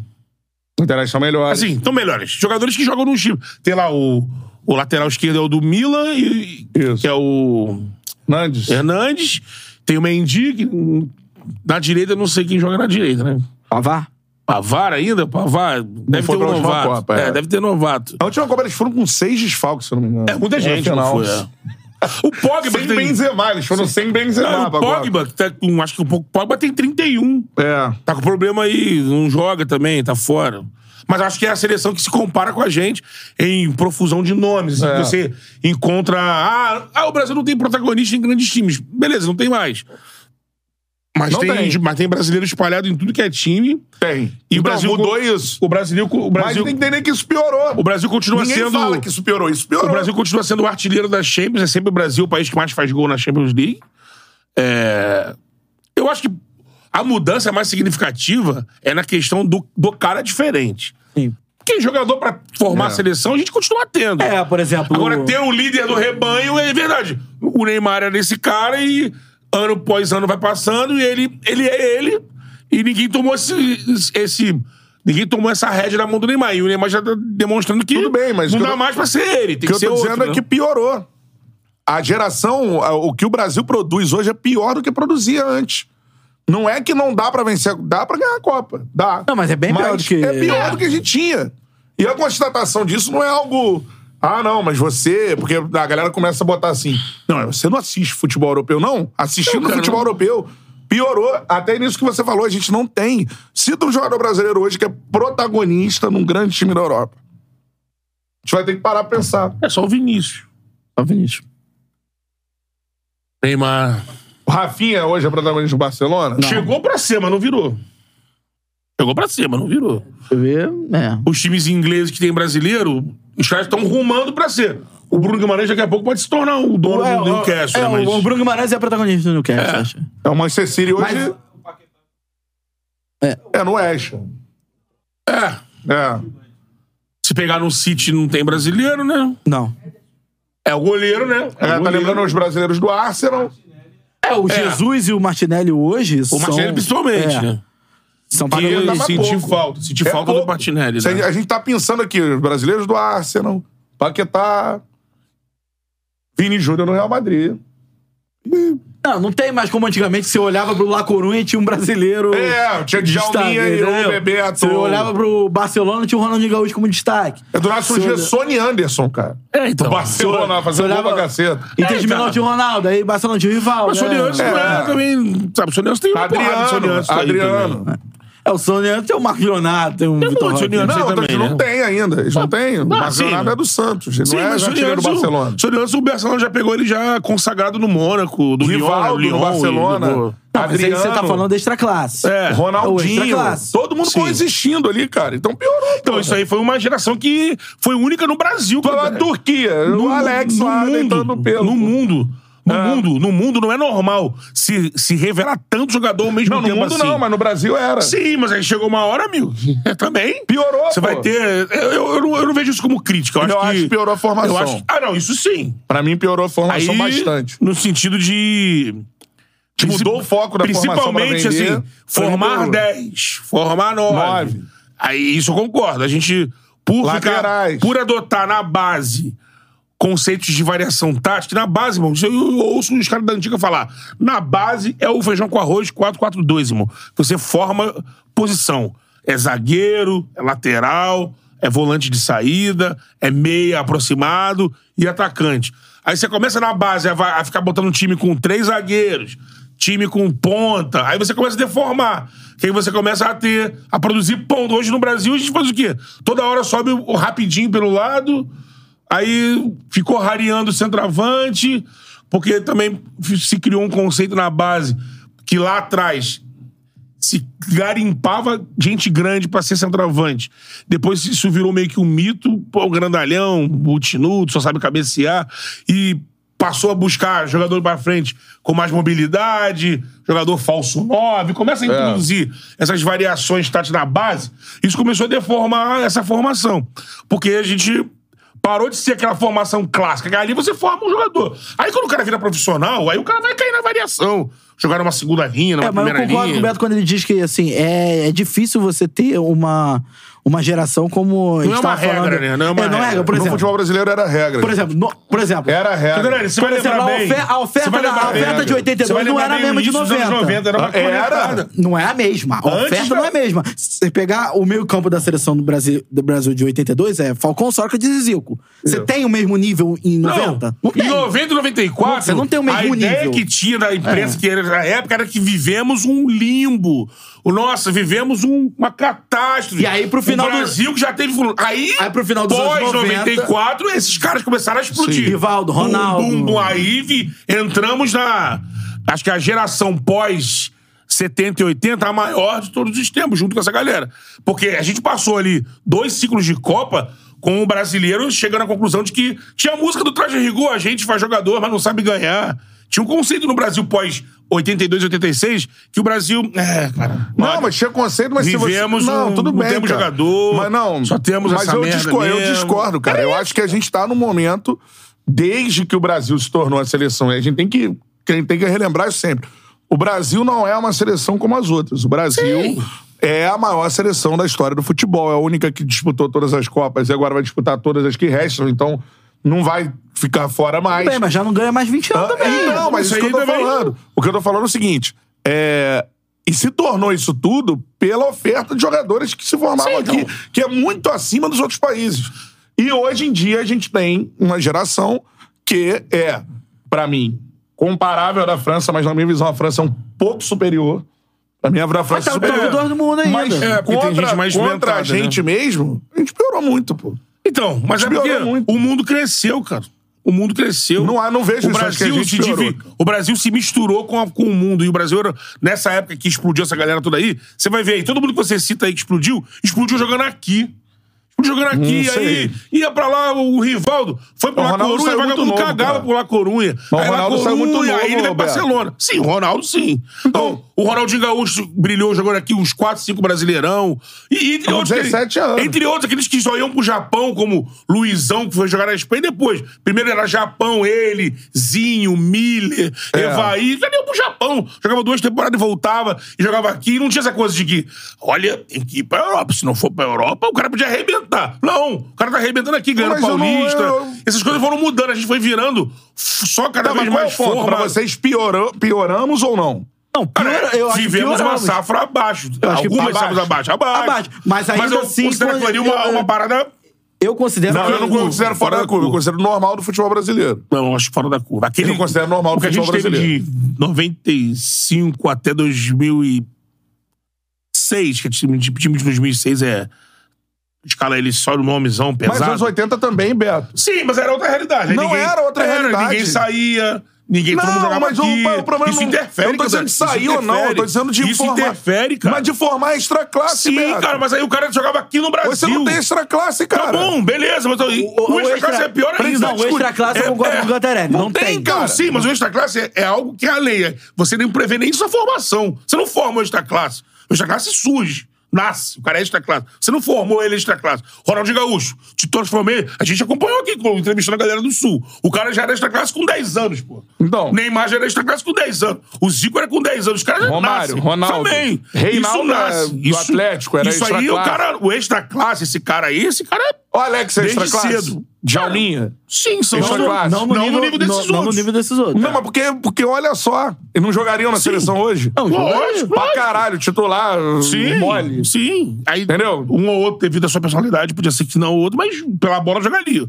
S4: Internacional melhor.
S1: Assim, estão melhores. Jogadores que jogam no time. Tem lá o, o lateral esquerdo é o do Milan, e,
S4: Isso.
S1: que é o
S4: Nandes.
S1: Hernandes. Tem o Mendy, que hum, na direita eu não sei quem joga na direita, né?
S2: Pavar.
S1: Pavar ainda? Pavar? Deve
S4: foi
S1: ter um
S4: pra última
S1: novato.
S4: Copa,
S1: é.
S4: é.
S1: deve ter novato.
S4: Na última Copa eles foram com seis desfalques, se eu não me engano.
S1: É, muita
S4: Na
S1: gente não
S4: final.
S1: foi. é. O Pogba
S4: Sem
S1: tem...
S4: Benzema, eles foram sem Benzema.
S1: Não, o
S4: pra
S1: Pogba, que tá com, acho que um pouco, o Pogba tem 31.
S4: Copa. É.
S1: Tá com problema aí, não joga também, tá fora. Mas acho que é a seleção que se compara com a gente em profusão de nomes.
S4: É.
S1: Você encontra. Ah, ah, o Brasil não tem protagonista em grandes times. Beleza, não tem mais. Mas
S4: Não
S1: tem,
S4: tem.
S1: mas tem brasileiro espalhado em tudo que é time.
S4: Tem.
S1: E
S4: Então,
S1: o Brasil
S4: mudou isso.
S1: O Brasil, o Brasil,
S4: Mas tem que entender que isso piorou.
S1: o Brasil continua
S4: Ninguém
S1: sendo.
S4: fala que isso piorou. Isso piorou.
S1: O Brasil continua sendo o artilheiro da Champions, é sempre o Brasil o país que mais faz gol na Champions League. É, Eu acho que a mudança mais significativa é na questão do, do cara diferente.
S2: Sim.
S1: Porque jogador pra formar a seleção a gente continua tendo.
S2: É, por exemplo.
S1: Agora,
S2: o-
S1: ter o líder do rebanho é verdade. O Neymar era esse cara e ano após ano vai passando e ele, ele é ele. E ninguém tomou esse, esse. Ninguém tomou essa rédea na mão do Neymar. E o Neymar já tá demonstrando que
S4: Tudo bem, mas
S1: não
S4: o que
S1: dá
S4: eu-
S1: mais pra ser ele.
S4: O
S1: Tem que,
S4: que eu
S1: ser
S4: tô
S1: outro,
S4: dizendo
S1: né?
S4: é que piorou. A geração, a- o que o Brasil produz hoje é pior do que produzia antes. Não é que não dá pra vencer, dá pra ganhar a Copa. Dá.
S2: Não, mas é bem pior do que-
S4: É pior do que a gente tinha. E a constatação disso não é algo. Ah, não, mas você. Porque a galera começa a botar assim. Não, você não assiste futebol europeu, não. Assistindo
S1: Não, cara,
S4: futebol
S1: não.
S4: europeu. Piorou, até nisso que você falou, a gente não tem. Cita um jogador brasileiro hoje que é protagonista num grande time da Europa. A gente vai ter que parar pra pensar.
S1: É só o Vinícius.
S2: Ó, Vinícius.
S1: Neymar.
S4: O Rafinha hoje é protagonista do Barcelona?
S1: Chegou pra ser, mas não virou. Chegou pra ser, mas não virou.
S2: Você vê, é.
S1: Os times ingleses que tem brasileiro, os caras estão rumando pra ser. O Bruno Guimarães daqui a pouco pode se tornar o dono
S2: É,
S1: do
S2: o-
S1: Newcastle,
S2: é,
S1: né? Mas...
S2: o Bruno Guimarães é protagonista do Newcastle, acho.
S4: É o Manchester City hoje.
S2: Mas-
S4: É no West.
S1: É.
S4: É.
S1: Se pegar no City não tem brasileiro, né?
S2: Não.
S1: É o goleiro, né?
S4: É, tá
S1: goleiro.
S4: lembrando os brasileiros do Arsenal.
S2: É, o Jesus e o Martinelli hoje
S1: O
S2: são...
S1: Martinelli principalmente,
S2: é,
S1: né?
S2: São
S1: Que
S4: Martinelli
S1: eu
S4: tava
S2: protagonistas.
S1: senti
S4: pouco.
S1: falta. Senti
S4: É
S1: falta do
S4: pouco.
S1: Martinelli,
S4: Se
S1: né?
S4: A gente tá pensando aqui, os brasileiros do Arsenal, Paquetá, Vini Júnior no Real Madrid.
S2: Não, não tem mais como antigamente você olhava pro La Corunha e tinha um brasileiro...
S4: É, tinha Djalminha
S2: destaque,
S4: e o
S2: entendeu?
S4: Bebeto.
S2: Você olhava pro Barcelona e tinha o Ronaldinho Gaúcho como destaque.
S4: É do nosso
S2: Você
S4: dia
S2: olha-
S4: Sony Anderson, cara.
S1: É, então.
S4: Do Barcelona, fazendo
S2: você
S4: gol pra
S2: olhava-
S4: caceta.
S2: Inter de
S1: É, cara.
S2: Milão tinha o Ronaldo, aí Barcelona tinha o né? Rival.
S1: Mas o Sony Anderson não é
S4: É.
S1: também. Sabe, o Sony Anderson tem uma porrada de Sony
S4: Adriano,
S1: Anderson aí
S4: Adriano.
S1: também.
S2: É, o Sony Anderson tem o Marco Leonardo, tem o
S1: Tem
S2: Vitor
S1: muito
S2: Roque.
S1: Sony Anderson.
S4: Não,
S1: Você também,
S4: não
S1: né?
S4: tem ainda. Eles não têm. O
S1: sim,
S4: Barcelona
S1: né?
S4: é do Santos. Ele
S1: Sim,
S4: não é
S1: mas o Sony
S4: artilheiro do
S1: Anderson-
S4: Barcelona.
S1: o Sony Anderson, o Barcelona já pegou ele já consagrado no Mônaco, do
S4: Rivaldo,
S1: Lyon,
S4: do Barcelona.
S2: Não, mas aí você tá
S4: Adriano.
S2: falando da extra classe.
S1: É.
S2: É o
S4: Ronaldinho.
S2: extra-classe.
S4: Todo mundo
S1: Sim.
S4: coexistindo ali, cara. Então piorou.
S1: Então, isso aí foi uma geração que foi única no Brasil.
S4: Pela
S1: cara.
S4: Turquia. o Alex
S1: no
S4: lá deitando
S1: mundo,
S4: pelo.
S1: no mundo. No
S4: É.
S1: mundo, no mundo não é normal se, se revelar tanto jogador ao mesmo
S4: Não, no
S1: tempo
S4: mundo
S1: assim.
S4: não, mas no Brasil era.
S1: Sim, mas aí chegou uma hora, amigo. É, também.
S4: Piorou,
S1: Você
S4: pô.
S1: vai ter. Eu, eu, eu não, eu não vejo isso como crítica. Eu acho,
S4: Eu acho que piorou a formação.
S1: eu acho- ah, não, isso sim.
S4: Pra mim piorou a formação
S1: Aí,
S4: bastante.
S1: No sentido de.
S4: Que mudou o foco da formação pra
S1: Principalmente,
S4: vender.
S1: assim, formar
S4: Foi
S1: 10, formar 9.
S4: Nove.
S1: Aí isso eu concordo. A gente, por, ficar-
S4: Laterais.
S1: por adotar na base conceitos de variação tática. Na base, irmão, isso eu ouço os caras da antiga falar. Na base é o feijão com arroz 4-4-2, irmão. Você forma posição. É zagueiro, é lateral, é volante de saída, é meia aproximado e atacante. Aí você começa na base a, va- a ficar botando um time com três zagueiros, time com ponta. Aí você começa a deformar. Que aí você começa a ter, a produzir ponto. Hoje no Brasil a gente faz o quê? Toda hora sobe o rapidinho pelo lado, aí ficou rareando o centroavante, porque também se criou um conceito na base que lá atrás se garimpava gente grande pra ser centroavante. Depois isso virou meio que um mito, pô, o grandalhão, o tinudo, só sabe cabecear e passou a buscar jogador pra frente com mais mobilidade, jogador falso 9, começa a introduzir essas variações táticas na base. Isso começou a deformar essa formação, porque a gente Parou de ser aquela formação clássica, que ali você forma um jogador. Aí quando o cara vira profissional, aí o cara vai cair na variação. Jogar numa segunda linha, numa
S2: É, mas eu
S1: primeira
S2: concordo
S1: linha.
S2: com o Beto quando ele diz que, assim, é, é difícil você ter uma, uma geração como. a gente
S1: é uma
S2: tava
S1: regra,
S2: falando.
S1: né? Não é uma regra. No
S2: Por
S4: No
S2: exemplo,
S4: futebol brasileiro era regra. né?
S2: por exemplo, no- por exemplo
S4: Era
S1: Então,
S4: regra.
S1: Dani, você vai
S2: Por exemplo,
S1: lembrar
S2: a
S1: bem.
S2: ofe- a oferta
S1: Você vai
S2: da-
S1: lembrar
S2: a
S1: bem.
S2: oferta de
S1: Você vai
S2: 82 não
S1: lembrar
S2: era a
S1: bem o
S2: mesma de
S1: início dos anos
S2: 90.
S1: 90, era uma
S4: Era.
S1: conectada.
S2: Ah, Não é a mesma. A
S1: Antes
S2: oferta
S1: da-
S2: não é a mesma. Se você pegar o meio campo da seleção do Brasil, do Brasil de 82, é Falcão, Sócrates e Zico. Você tem o mesmo nível em 90?
S1: Não,
S2: tem.
S1: em 90 e 94,
S2: Você não tem o mesmo
S1: a ideia
S2: nível. É.
S1: que tinha da imprensa, que era na época, era que vivemos um limbo. O, nossa, vivemos um- uma catástrofe.
S2: E aí, pro final
S1: O
S2: do-
S1: Brasil que já teve... Aí,
S2: Aí, pro final dos anos
S1: pós
S2: 90,
S1: 94, esses caras começaram a explodir.
S2: Sim. Rivaldo, Ronaldo.
S1: Bum, bum, bum. Aí vi- entramos na... Acho que a geração pós... 70 e 80, a maior de todos os tempos, junto com essa galera. Porque a gente passou ali dois ciclos de Copa com o brasileiro chegando à conclusão de que tinha a música do Traje Rigor, a gente faz jogador, mas não sabe ganhar. Tinha um conceito no Brasil pós 82, 86, que o Brasil. É, cara.
S4: Não, mas tinha conceito, mas
S1: Vivemos
S4: se você... Não,
S1: um-
S4: tudo
S1: não
S4: bem,
S1: temos
S4: cara.
S1: jogador,
S4: Mas não...
S1: só temos
S4: mas
S1: essa
S4: eu
S1: merda
S4: discordo,
S1: mesmo.
S4: Eu discordo, cara. eu acho que a gente tá num momento, desde que o Brasil se tornou a seleção, e a gente tem que, tem tem que relembrar isso sempre. O Brasil não é uma seleção como as outras. O Brasil... É a maior seleção da história do futebol. É a única que disputou todas as Copas e agora vai disputar todas as que restam. Então, não vai ficar fora mais.
S2: Bem, mas já não ganha mais 20 anos também.
S4: É, Não, mas isso
S1: Isso
S4: que
S1: aí
S4: eu tô
S1: também-
S4: falando. O que eu tô falando é o seguinte: é, E se tornou isso tudo pela oferta de jogadores que se formavam
S1: Sim, então.
S4: aqui, que é muito acima dos outros países. E hoje em dia a gente tem uma geração que é, pra mim, comparável à da França, mas na minha visão a França é um pouco superior. Pra mim, a França é
S2: tá o
S4: superior.
S2: top dois do mundo ainda.
S4: Mas
S1: É, porque tem
S4: contra,
S1: gente mais
S4: contra a
S1: inventada, né?
S4: gente mesmo, a gente piorou muito, pô.
S1: Então, mas é
S4: Piorou
S1: porque
S4: muito.
S1: o mundo cresceu, cara. O mundo cresceu.
S4: Não há- não vejo
S1: o
S4: isso, acho que a
S1: Brasil
S4: gente
S1: se
S4: piorou.
S1: divi- O Brasil se misturou com, a- com o mundo. E o Brasil, era- nessa época que explodiu essa galera toda aí, você vai ver aí, todo mundo que você cita aí que explodiu, explodiu jogando aqui. Explodiu jogando aqui,
S4: Não sei.
S1: aí ia pra lá o Rivaldo, foi pro
S4: Hum, O
S1: La
S4: Ronaldo
S1: Corunha,
S4: saiu muito
S1: vagabundo
S4: novo,
S1: cagava
S4: cara.
S1: pro La Corunha.
S4: Mas o
S1: aí La
S4: Ronaldo saiu muito
S1: Corunha,
S4: novo,
S1: aí ele vai pra
S4: Roberto.
S1: Barcelona. Sim, o Ronaldo sim. Então, o Ronaldinho Gaúcho brilhou jogando aqui uns 4, 5 Brasileirão. E, e entre
S4: Com
S1: outros que-
S4: 17 anos.
S1: entre outros, aqueles que só iam pro Japão, como Luizão, que foi jogar na Espanha depois. Primeiro era Japão, ele, Zinho, Miller,
S4: É.
S1: Evaí. Já deu pro Japão. Jogava duas temporadas e voltava. E jogava aqui. E não tinha essa coisa de que, olha, tem que ir pra Europa. Se não for pra Europa, o cara podia arrebentar. Não, o cara tá arrebentando aqui, ganhando
S4: Mas eu não-
S1: Paulista.
S4: eu-
S1: Essas coisas foram mudando. A gente foi virando f- só cada
S4: Tá, mas
S1: vez
S4: qual é o
S1: mais
S4: ponto?
S1: forma.
S4: Pra vocês piorou- pioramos ou não?
S2: Não, pior, eu acho que
S1: Vivemos uma
S2: pioramos.
S1: safra abaixo.
S2: Eu acho que tá
S1: Algumas
S2: abaixo.
S1: safras abaixo. Abaixo.
S2: Abaixo. Mas ainda
S1: eu
S2: assim,
S1: considero
S2: quando-
S1: aquilo ali uma,
S2: eu-
S1: uma parada...
S2: Eu considero.
S4: Não, eu não considero fora da curva, eu considero normal do futebol brasileiro.
S1: Não, acho fora da curva. Aquele,
S4: Eu não considero normal
S1: o
S4: do
S1: que a gente
S4: futebol
S1: teve
S4: brasileiro.
S1: de 95 até 2006, que é time de, time de 2006 é... Escala ele só no nomezão
S4: Mas
S1: pesado.
S4: anos 80 também, Beto.
S1: Sim, mas era outra realidade.
S4: Não era outra realidade.
S1: Ninguém saía, ninguém todo mundo
S4: Não,
S1: jogava
S4: mas o-
S1: aqui.
S4: o problema
S1: Isso
S4: não-
S1: interfere,
S4: eu não tô dizendo
S1: cara.
S4: de sair
S1: Isso
S4: ou não, eu tô
S1: interfere.
S4: dizendo de
S1: Isso
S4: formar-
S1: interfere, cara.
S4: Mas de formar extra classe,
S1: Sim,
S4: Beto.
S1: cara, mas aí o cara jogava aqui no Brasil.
S4: Você não tem extra classe, cara.
S1: Tá bom, beleza, mas o,
S2: O-
S1: o,
S2: o
S1: extra
S2: extra-
S1: classe é pior ainda. É,
S2: Não, o extra classe eu concordo com o Cantarelli, não tem.
S1: Não, sim, mas o extra classe é, é algo que é a lei. é- Você não prevê nem sua formação. Você não forma o extra classe. O extra classe surge. Nasce, o cara é extra classe. Você não formou ele extra classe. Ronaldinho Gaúcho, te transformei. A gente acompanhou aqui, entrevistando a galera do Sul. O cara já era extra classe com 10 anos, pô.
S4: Então.
S1: Neymar já era extra classe com 10 anos. O Zico era com 10 anos. Os caras já
S4: Romário,
S1: nascem.
S4: Ronaldo.
S1: Também.
S4: Reinaldo
S1: isso nasce.
S4: era do
S1: isso,
S4: Atlético, era
S1: Isso aí, o
S4: extra-classe.
S1: cara, o extra classe, esse cara aí, esse cara
S4: Ó, Alex, é extra
S1: Desde
S4: classe.
S1: cedo.
S4: Djalminha.
S1: é Sim, são
S4: Extra
S1: não,
S4: classe.
S1: é não, no nível, desses
S2: não,
S1: outros.
S2: Não no nível desses outros.
S4: Não, mas porque, porque olha só, eles não jogariam na seleção hoje?
S2: Não,
S1: Lógico,
S4: pra
S1: lógico.
S4: caralho, titular,
S1: Sim,
S4: mole.
S1: sim. Aí,
S4: Entendeu?
S1: Um ou outro, devido à sua personalidade, podia ser que não o outro, mas pela bola jogaria.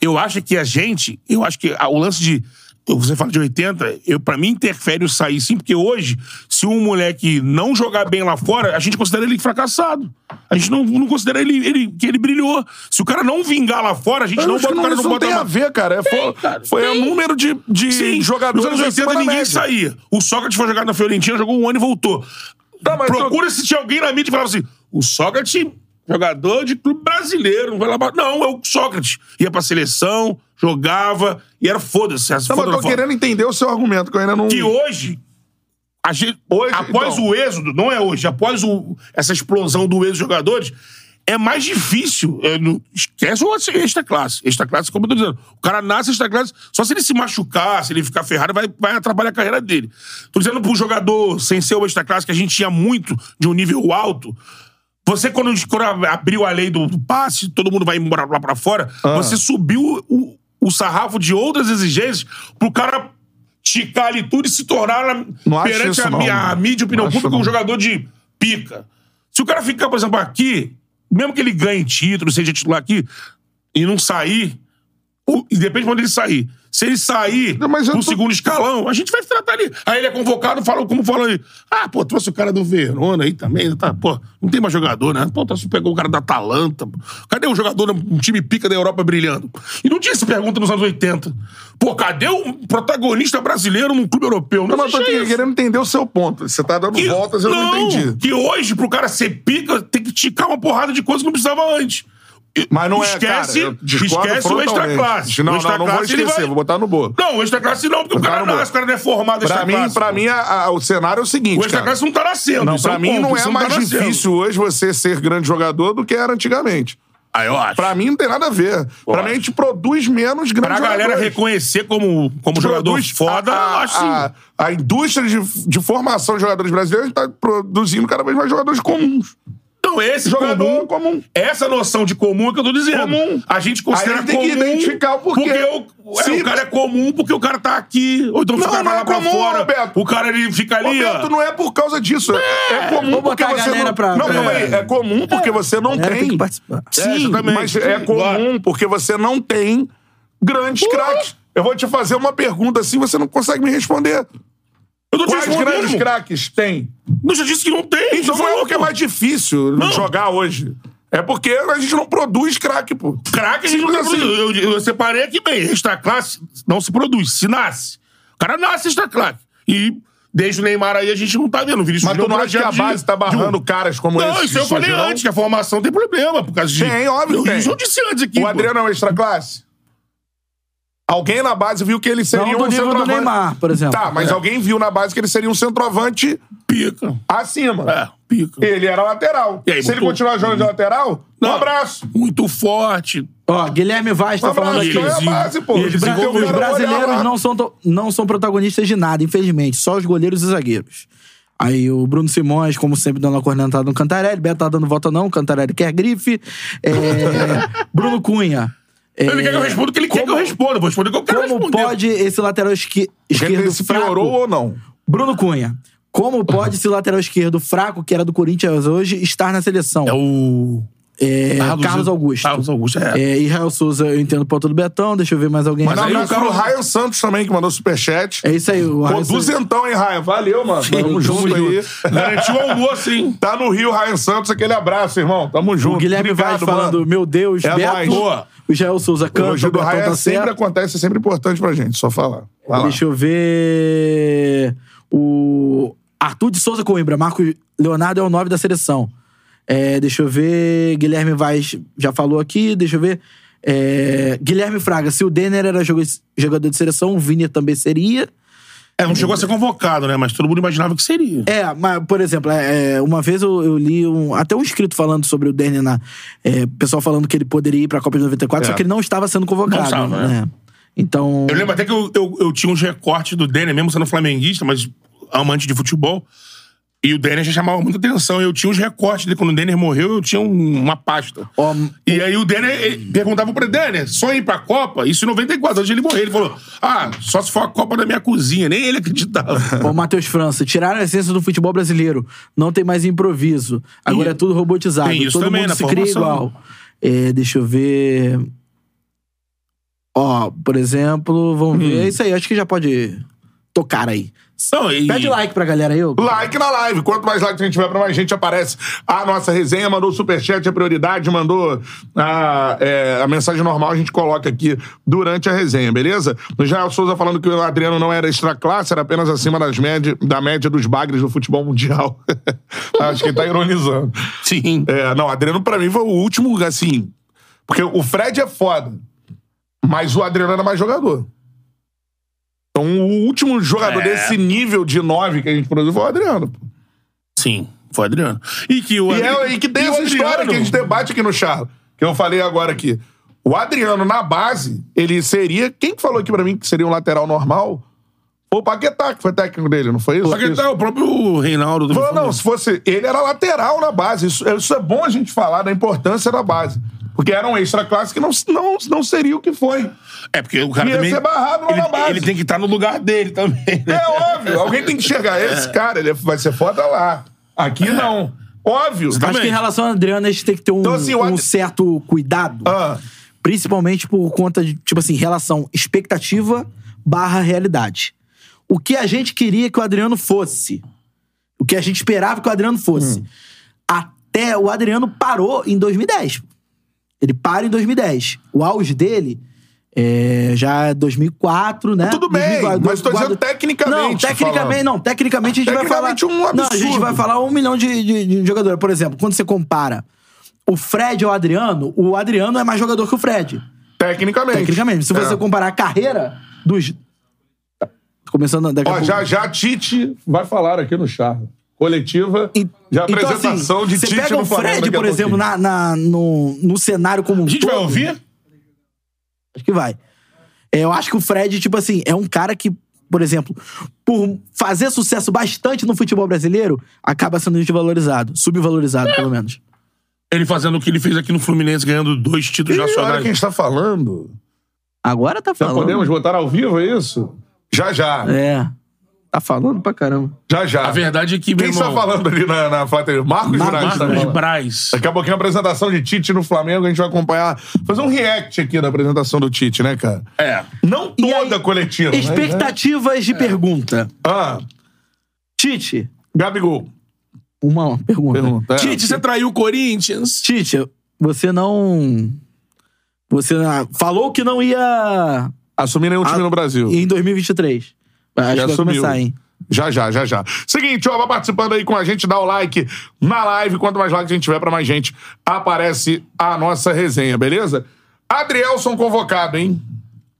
S1: Eu acho que a gente, eu acho que a- o lance de. Você fala de 80, eu, pra mim interfere o sair sim, porque hoje, se um moleque não jogar bem lá fora, a gente considera ele fracassado. A gente não, não considera ele, ele- que ele brilhou. Se o cara não vingar lá fora, a gente
S4: Eu
S1: não
S4: acho que
S1: bota o cara
S4: isso
S1: não
S4: não
S1: bota
S4: tem
S1: na-
S4: a ver, cara. É fo-
S1: cara,
S4: foi o
S1: tem.
S4: número de, de
S1: Sim,
S4: jogadores
S1: nos anos
S4: acima
S1: 80
S4: da
S1: ninguém
S4: média.
S1: saía. O Sócrates foi jogar na Fiorentina, jogou um ano e voltou.
S4: Tá, mas
S1: Procura se tinha alguém na mídia que falava assim: o Sócrates, jogador de clube brasileiro, não vai lá. pra- Não, é o Sócrates. Ia pra seleção, jogava, e era foda-se. essa
S4: Não, mas
S1: foda
S4: eu tô
S1: foda.
S4: querendo entender o seu argumento, que eu ainda não...
S1: Que hoje. a gente-
S4: Hoje,
S1: após
S4: então.
S1: o êxodo, não é hoje, após o- essa explosão do êxodo de jogadores, é mais difícil. É, não, esquece o extra classe. Extra classe, como eu tô dizendo. O cara nasce extra classe, só se ele se machucar, se ele ficar ferrado, vai, vai atrapalhar a carreira dele. Tô dizendo pro jogador sem ser o extra classe, que a gente tinha muito de um nível alto. Você, quando, quando abriu a lei do, do passe, todo mundo vai embora lá pra fora,
S4: Ah.
S1: você subiu o, o sarrafo de outras exigências pro cara ticar ali tudo e se tornar na-
S4: Não acho
S1: perante
S4: isso
S1: a,
S4: não,
S1: minha-
S4: mano.
S1: a mídia, a opinião
S4: Não acho
S1: pública,
S4: não.
S1: um jogador de pica. Se o cara ficar, por exemplo, aqui, mesmo que ele ganhe título, seja titular aqui, e não sair, o- e depende de onde ele sair. Se ele sair
S4: Não, mas eu
S1: pro
S4: tô-
S1: segundo escalão, a gente vai tratar ali. Aí ele é convocado, fala, como fala aí. Ah, pô, trouxe o cara do Verona aí também. Tá, pô, não tem mais jogador, né? Pô, trouxe, pegou o cara da Atalanta. pô. Cadê o jogador, um time pica da Europa brilhando? E não tinha essa pergunta nos anos 80. Pô, cadê o protagonista brasileiro num clube europeu?
S4: Não,
S1: Não,
S4: mas eu tô
S1: existia isso.
S4: querendo entender o seu ponto. Você tá dando
S1: Que-
S4: voltas, eu não, entendi.
S1: Que hoje, pro cara ser pica, tem que ticar uma porrada de coisa que não precisava antes. E-
S4: Mas não é, cara.
S1: esquece,
S4: eu discordo
S1: Esquece o
S4: frontalmente.
S1: extra
S4: Não,
S1: classe. o
S4: não,
S1: extra
S4: não vou
S1: classe, ele
S4: esquecer. Vou botar no bolo.
S1: Não, o extra classe não, porque o
S4: Botar
S1: cara
S4: no bolo.
S1: nasce, o cara não é formado
S4: Pra
S1: extra
S4: mim,
S1: classe.
S4: pra mim a- a- o cenário é o seguinte,
S1: o extra
S4: cara.
S1: classe não tá nascendo.
S4: Não,
S1: isso
S4: pra
S1: um
S4: mim
S1: ponto,
S4: não
S1: isso
S4: é
S1: tá
S4: mais
S1: nascendo.
S4: difícil hoje você ser grande jogador do que era antigamente.
S1: Ah, eu acho.
S4: Pra mim não tem nada a ver. Pra mim a gente produz menos
S1: Pra
S4: grandes
S1: galera
S4: jogadores.
S1: reconhecer como, como jogador
S4: Produz-
S1: foda, assim. eu
S4: a,
S1: acho sim.
S4: a, a indústria de, de formação de jogadores brasileiros tá produzindo cada vez mais jogadores comuns.
S1: Então, esse
S4: Jogador
S1: comum,
S4: comum.
S1: Essa noção de comum é que eu tô dizendo.
S4: Comum.
S1: A gente considera
S4: Aí tem
S1: comum.
S4: que identificar o porquê.
S1: Porque o, é,
S4: Sim.
S1: o cara é comum porque o cara tá aqui. Ou então
S4: Não,
S1: o cara
S4: não
S1: vai
S4: é
S1: lá pra
S4: comum,
S1: fora.
S4: Roberto.
S1: O cara ele fica ali. ó.
S4: Roberto, não é por causa disso. É, é comum
S2: Vou
S4: porque
S2: botar a
S4: você
S2: galera
S4: não...
S2: pra-
S4: Não, calma
S2: é.
S4: aí. É comum porque você não
S2: galera tem que
S4: tem...
S2: participar.
S1: É,
S4: Sim,
S1: exatamente.
S4: mas é comum porque você não tem grandes craques. Eu vou te fazer uma pergunta assim, você não consegue me responder.
S1: Eu tô te
S4: Quais grandes
S1: respondendo.
S4: craques tem?
S1: Não, já disse que não tem.
S4: Então não é porque é mais difícil
S1: Não.
S4: jogar hoje. É porque a gente não produz craque, pô.
S1: Craque a gente não
S4: Simples assim.
S1: produz. Eu, eu- eu separei aqui bem. Extra classe não se produz, se nasce. O cara nasce extra classe. E desde o Neymar aí a gente não tá vendo. O Vinícius
S4: Mas tu
S1: Júnior
S4: não
S1: é
S4: acha que a
S1: projeto de-
S4: base tá barrando
S1: de um-
S4: caras como esse?
S1: Não, isso eu falei antes, que a formação tem problema, por causa de.
S4: Tem, óbvio
S1: Eu,
S4: que tem.
S1: isso eu disse antes aqui.
S4: O
S1: pô.
S4: Adriano é um extra classe? Alguém na base viu que ele seria
S2: Não
S4: um
S2: do nível do
S4: centroavante.
S2: Neymar, por exemplo.
S4: Tá, mas alguém viu na base que ele seria um centroavante
S1: Pica.
S4: acima.
S1: É, pica.
S4: Ele era lateral.
S1: E aí,
S4: Se ele
S1: botou-
S4: continuar jogando de lateral, um
S1: Não.
S4: abraço.
S1: Muito forte.
S2: Ó, Guilherme Vaz
S4: Um
S2: tá falando
S4: abraço.
S2: aqui.
S4: Então é a
S1: Ele-
S4: base, pô.
S1: ele
S4: Tem que ter um
S1: desenvolveu.
S4: cara
S2: Os
S4: pra olhar
S2: brasileiros
S4: lá.
S2: não são, to- não são protagonistas de nada, infelizmente. Só os goleiros e zagueiros. Aí o Bruno Simões, como sempre, dando a cornetada no Cantarelli. Beto tá dando volta não, Cantarelli quer grife.
S4: <laughs>
S2: É, Bruno Cunha. é,
S1: Ele quer que eu responda o que ele quer que eu responda. Eu Vou responder o que eu quero
S2: como
S1: responder.
S2: pode esse lateral esqui- esquerdo
S4: Ele se
S2: fraco...
S4: piorou ou não?
S2: Bruno Cunha. Como pode esse lateral esquerdo fraco, que era do Corinthians hoje, estar na seleção?
S1: É o.
S2: É, Carlos, Augusto.
S1: Carlos Augusto, é.
S2: É, Israel Souza, eu entendo o ponto do Betão. Deixa eu ver mais alguém.
S4: Mas um
S1: aí o
S4: abraço pro
S1: Carlos-
S4: Ryan Santos também, que mandou superchat.
S2: É isso aí. O
S4: Pô,
S2: Raio Souza-
S4: duzentão, hein, Ryan? Valeu, mano. Tamo
S2: tamo
S4: junto aí.
S1: Garantiu o almoço, hein?
S4: <laughs> Tá no Rio, Ryan Santos. Aquele abraço, irmão. Tamo junto.
S2: O Guilherme
S4: Obrigado,
S2: Vaz falando,
S4: mano.
S2: meu Deus,
S4: É
S2: Beto.
S4: nóis. Boa.
S2: O Jael Souza
S4: O
S2: canta, o
S4: elogio do
S2: Betão
S4: Ryan
S2: tá
S4: sempre
S2: certo.
S4: acontece, é sempre importante pra gente. Só falar. Vai lá.
S2: Deixa eu ver... O Arthur de Souza Coimbra, Marco Leonardo é o 9 da seleção. É, deixa eu ver... Guilherme Vaz já falou aqui, deixa eu ver... É, Guilherme Fraga, se o Denner era jogo- jogador de seleção, o Vini também seria.
S1: É, não chegou a ser convocado, né? Mas todo mundo imaginava que seria.
S2: É, mas, por exemplo, é, é, uma vez eu, eu li um, até um inscrito falando sobre o Denner na. é, pessoal falando que ele poderia ir pra Copa de 94,
S4: É.
S2: só que ele não estava sendo convocado.
S1: Não estava, né?
S2: né? Então.
S1: Eu lembro até que eu, eu, eu tinha uns recortes do Denner, mesmo sendo flamenguista, mas amante de futebol.
S3: E o Denner já chamava muita atenção. Eu tinha os recortes dele. Quando o Denner morreu, eu tinha um- uma pasta.
S2: Ó,
S3: E aí o Denner ele perguntava pro Denner, só ir pra Copa? Isso em 94, antes de ele morrer. Ele falou, ah, só se for a Copa da minha cozinha. Nem ele acreditava.
S2: Ô, Matheus França, tiraram a essência do futebol brasileiro. Não tem mais improviso. Agora
S3: E-
S2: é tudo robotizado.
S3: Tem isso
S2: Todo
S3: também
S2: mundo
S3: na
S2: se cria
S3: formação.
S2: igual. É, deixa eu ver. Ó, por exemplo, vamos
S3: Hum.
S2: ver. É isso aí, acho que já pode tocar aí.
S3: Não, e-
S2: Pede like pra galera aí, ô.
S1: Like na live. Quanto mais like a gente tiver, pra mais gente aparece a nossa resenha. Mandou o superchat, a prioridade, mandou a, é, a mensagem normal, a gente coloca aqui durante a resenha, beleza? O Jael Souza falando que o Adriano não era extra classe, era apenas acima das média, da média dos bagres do futebol mundial. <laughs> Acho que ele tá ironizando.
S3: Sim.
S1: É, não, o Adriano pra mim foi o último, assim. Porque o Fred é foda, mas o Adriano era mais jogador. Então, o último jogador
S3: É.
S1: desse nível de 9 que a gente produziu foi o Adriano. pô.
S3: Sim, foi o Adriano. E que o
S1: E,
S3: Adriano-
S1: é, e que tem
S3: e o
S1: essa história
S3: Adriano-
S1: que a gente debate aqui no Charla, que eu falei agora aqui. O Adriano, na base, ele seria. Quem que falou aqui pra mim que seria um lateral normal? Foi o Paquetá, que foi técnico dele, não foi isso?
S3: Só que
S1: Isso.
S3: tá o próprio Reinaldo. também
S1: Falou,
S3: falou.
S1: não, se fosse. Ele era lateral na base. Isso, isso é bom a gente falar da importância da base. Porque era um extra classe que não, não, não seria o que foi.
S3: É, porque o cara
S1: Ia
S3: também...
S1: ser barrado lá
S3: ele,
S1: na base.
S3: ele tem que estar no lugar dele também, né? É.
S1: É óbvio. Alguém tem que
S3: <laughs>
S1: chegar. Esse cara, ele vai ser foda lá. Aqui não. Óbvio.
S2: Acho que em relação ao Adriano, a gente tem que ter um,
S1: Então, assim, o
S2: um
S1: Ad-
S2: certo cuidado.
S1: Ah,
S2: Principalmente por conta de, tipo assim, relação expectativa barra realidade. O que a gente queria que o Adriano fosse. O que a gente esperava que o Adriano
S1: Hum.
S2: fosse. Até o Adriano parou em 2010. Ele para em 2010. O auge dele é, já é 2004, né?
S1: Tudo bem, mas tô dizendo tecnicamente
S2: Não, tecnicamente,
S1: falando.
S2: não. Tecnicamente a gente
S1: Tecnicamente
S2: vai falar...
S1: um
S2: Não, a gente
S1: absurdo.
S2: vai falar um milhão de, de, de jogadores. Por exemplo, quando você compara o Fred ao Adriano, o Adriano é mais jogador que o Fred.
S1: tecnicamente.
S2: Tecnicamente. Se
S1: É.
S2: você comparar a carreira dos. Tá, Começando daqui a
S1: Ó,
S2: pouco.
S1: já, já a Tite vai falar aqui no Charla. Coletiva
S2: E-
S1: de
S2: então,
S1: apresentação
S2: assim,
S1: de
S2: você
S1: Tite
S2: pega
S1: no
S2: o
S1: Flamengo
S2: Fred,
S1: daqui a
S2: por exemplo,
S1: pouquinho.
S2: na, na- no, no cenário como um
S3: A gente vai
S2: todo,
S3: ouvir?
S2: Acho que vai. É, Eu acho que o Fred, tipo assim, é um cara que, por exemplo, por fazer sucesso bastante no futebol brasileiro, acaba sendo desvalorizado. Subvalorizado, pelo menos.
S3: Ele fazendo o que ele fez aqui no Fluminense, ganhando dois títulos
S1: Ih, olha quem
S3: nacionais.
S1: está falando.
S2: Agora tá
S1: Já
S2: falando.
S1: podemos botar ao vivo, é isso? Já, já.
S2: É. Tá falando pra caramba.
S1: Já, já.
S3: A verdade é que, meu
S1: Quem está
S3: irmão,
S1: falando ali na, na Flá TV? Marcos
S2: Marcos
S1: Braz. tá
S3: Marcos
S1: falando.
S3: Braz.
S1: Daqui a pouquinho a apresentação de Tite no Flamengo, a gente vai acompanhar, fazer um react aqui da apresentação do Tite, né, cara?
S3: É.
S1: Não
S2: E
S1: toda
S2: aí,
S1: coletiva. mas, né?
S2: Expectativas de pergunta.
S1: Ah,
S2: Tite,
S1: Gabigol.
S2: uma pergunta.
S1: Pergunta. é.
S3: Tite, você traiu o Corinthians?
S2: Tite, você não. Você ah, falou que não ia.
S1: Assumir nenhum time
S2: Ah,
S1: no Brasil.
S2: Em 2023. Acho que vai
S1: assumiu.
S2: começar, hein?
S1: Já, já, já, já. Seguinte, ó, vai participando aí com a gente, dá o like na live. Quanto mais like a gente tiver pra mais gente, aparece a nossa resenha, beleza? Adrielson convocado, hein?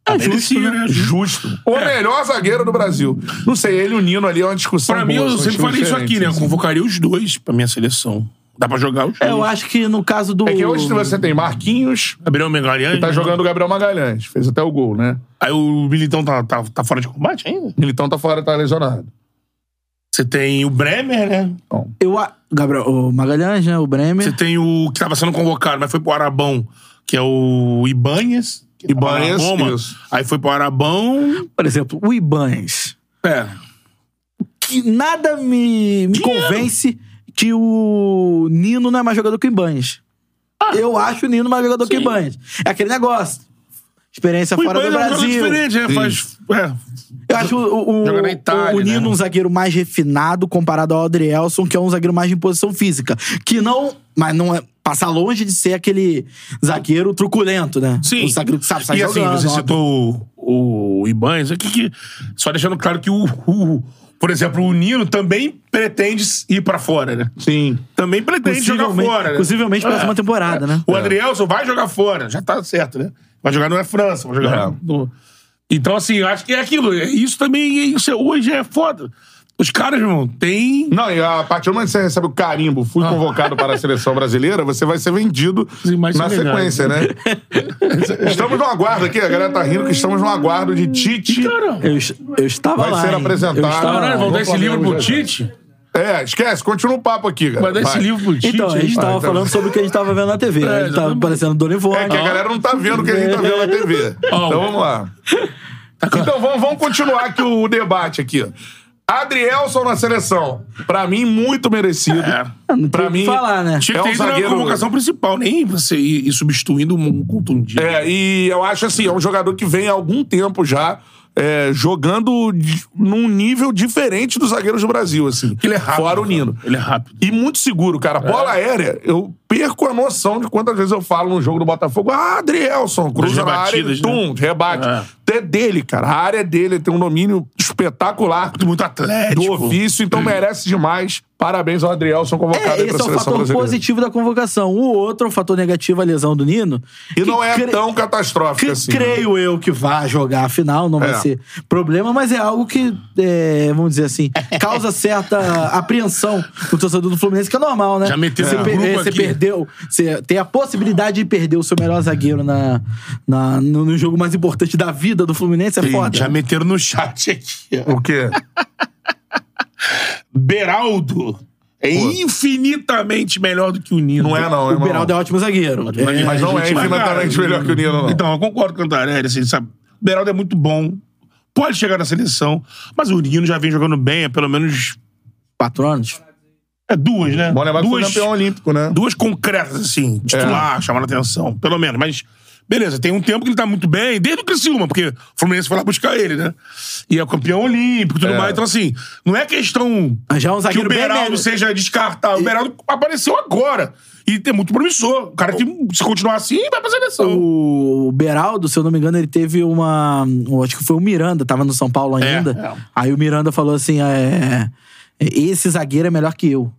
S3: É justo, né?
S1: Justo. O
S2: É.
S1: melhor zagueiro do Brasil. Não sei, ele e o Nino ali é uma discussão.
S3: Pra mim,
S1: boa,
S3: eu
S1: são
S3: sempre
S1: estilos
S3: falei isso aqui, né? Eu
S1: diferentes,
S3: convocaria os dois pra minha seleção. Dá pra jogar os
S2: É,
S3: dois.
S2: eu acho que no caso do.
S1: É que hoje você tem Marquinhos,
S3: Gabriel Megaliani.
S1: que tá jogando o Gabriel Magalhães. Fez até o gol, né?
S3: Aí o Militão tá, tá, tá fora de combate ainda?
S1: Militão tá fora, tá lesionado.
S3: Você tem o Bremer, né?
S1: Então,
S2: Eu, a- Gabriel, o Magalhães, né? O
S3: Você
S2: Bremer.
S3: tem o que tava sendo convocado, mas foi pro Arabão, que é o Ibanhas. que tava na
S1: Ibanez,
S3: Roma.
S1: isso.
S3: Aí foi pro Arabão.
S2: Por exemplo, o Ibanez.
S3: É.
S2: Que nada me, me convence que o Nino não é mais jogador que o Ibanez.
S3: Ah.
S2: Eu acho o Nino mais jogador que o Ibanez. É aquele negócio. Experiência
S3: O
S2: fora
S3: Ibanez
S2: do
S3: é um jogador
S2: Brasil.
S3: diferente, né? Faz. É.
S2: Eu acho o, o,
S3: Joga na Itália,
S2: o Nino
S3: né?
S2: um zagueiro mais refinado comparado ao Adrielson, que é um zagueiro mais de posição física. Que não. Mas não é. Passar longe de ser aquele zagueiro truculento, né?
S3: Sim.
S2: O zagueiro que sabe sair
S3: E assim,
S2: jogando,
S3: você
S2: ó.
S3: citou o, o Ibanez aqui, que, só deixando claro que o, o- Por exemplo, o Nino também pretende ir pra fora, né?
S1: sim.
S3: Também pretende jogar
S2: Possivelmente-
S3: fora. Né? é.
S2: possivelmente próxima temporada, né?
S1: É.
S3: O Adrielson vai jogar fora, já tá certo, né? Vai jogar na França, vai jogar
S1: É.
S3: no- Então, assim, eu acho que é aquilo. é- Isso também, é- isso é- hoje é foda. Os caras, meu irmão, tem... Ah.
S1: Não, e a partir do momento que você recebe o carimbo, fui convocado para a seleção brasileira, você vai ser vendido
S3: Sim, mas
S1: na
S3: isso é verdade.
S1: sequência, né?
S3: <laughs>
S1: estamos no aguardo aqui, a galera tá rindo que estamos no aguardo de Tite.
S3: Caramba.
S2: Eu, es- eu estava
S1: Vai
S2: lá.
S1: ser
S2: hein?
S1: apresentado.
S2: Eu estava lá.
S3: Caralho, vão dar
S1: Vamos
S3: esse livro
S1: Flamengo
S3: pro
S1: já.
S3: Tite?
S5: É, esquece, continua o papo aqui, cara.
S1: Mandar esse
S5: Vai.
S1: livro pro Tite.
S2: Então, a gente
S1: aí.
S5: tá.
S2: tava falando sobre o que a gente tava vendo na TV. né? a gente tava
S1: É, exatamente.
S2: aparecendo Donivone.
S5: É que a galera não tá vendo o que a gente tá vendo na TV.
S1: Ó,
S5: Então vamos lá.
S3: Tá
S5: Então vamos, vamos continuar aqui o debate aqui. ó. Adrielson na seleção. Pra mim, muito merecido.
S3: É.
S2: Ah, não tem
S5: pra
S2: o que
S5: mim.
S2: falar, né?
S1: Tinha
S5: É
S1: que ter
S5: um
S1: ido na
S5: zagueiro-
S1: convocação principal, nem você ir, ir substituindo um contundido.
S5: É, e eu acho assim, é um jogador que vem há algum tempo já é, jogando de- num nível diferente dos zagueiros do Brasil, assim.
S1: Ele é rápido.
S5: Fora o Nino.
S1: Ele é rápido. É.
S5: E muito seguro, cara. Bola aérea, eu perco a noção de quantas vezes eu falo no jogo do Botafogo. Ah, Adrielson, cruza na área,
S1: rebatidas, né?
S5: tum, rebate.
S1: É.
S5: É dele, cara. A área é dele, ele tem um domínio espetacular
S1: Muito atlético.
S5: do ofício, então merece demais. Parabéns ao Adrielson convocado
S2: É,
S5: aí pra
S2: esse é o
S5: seleção
S2: fator
S5: brasileira.
S2: positivo da convocação. O outro, o fator negativo, a lesão do Nino.
S5: E
S2: que
S5: não é
S2: cre-
S5: tão catastrófico
S2: que
S5: assim. né?
S2: creio eu que vá jogar a final, não
S5: É.
S2: vai ser problema, mas é algo que, é, vamos dizer
S1: <laughs>
S2: assim, causa certa apreensão no torcedor do Fluminense, que é normal, né?
S1: Já meteu
S2: você,
S1: no
S2: per-
S1: grupo
S2: é, você
S1: aqui.
S2: perdeu, você tem a possibilidade de perder o seu melhor zagueiro na, na- no, no jogo mais importante da vida do Fluminense, é
S1: Ih,
S2: foda.
S1: Já meteram no chat aqui. ó.
S5: O quê?
S1: Beraldo é infinitamente melhor do que o Nino.
S5: Não é, não,
S2: O
S5: irmão.
S2: Beraldo é ótimo zagueiro.
S1: Mas-
S2: É,
S5: Mas não é
S1: gente, mas,
S5: infinitamente
S1: cara,
S5: melhor que o Nino, não.
S1: Então, eu concordo com o Cantarelli, assim, sabe? O Beraldo é muito bom, pode chegar na seleção, mas o Nino já vem jogando bem, é pelo menos
S2: quatro anos.
S1: é duas, né?
S5: Bom lembrar que foi
S1: duas,
S5: campeão olímpico, né?
S1: duas concretas, assim,
S2: É.
S1: titular, chamando atenção, pelo menos. Mas, beleza, tem um tempo que ele tá muito bem, desde o Criciúma, porque o Fluminense foi lá buscar ele, né? E é campeão olímpico e tudo
S5: É.
S1: mais. Então, assim, não é questão
S2: Mas já é um
S1: que
S2: zagueiro
S1: o
S2: bem
S1: Beraldo
S2: velho.
S1: seja descartável. O Beraldo apareceu agora. E é muito promissor. O cara que, se continuar assim, vai pra seleção.
S2: O Beraldo, se eu não me engano, ele teve uma. eu Acho que foi o Miranda, tava no São Paulo
S1: É,
S2: ainda.
S1: é.
S2: Aí o Miranda falou assim: é, esse zagueiro é melhor que eu.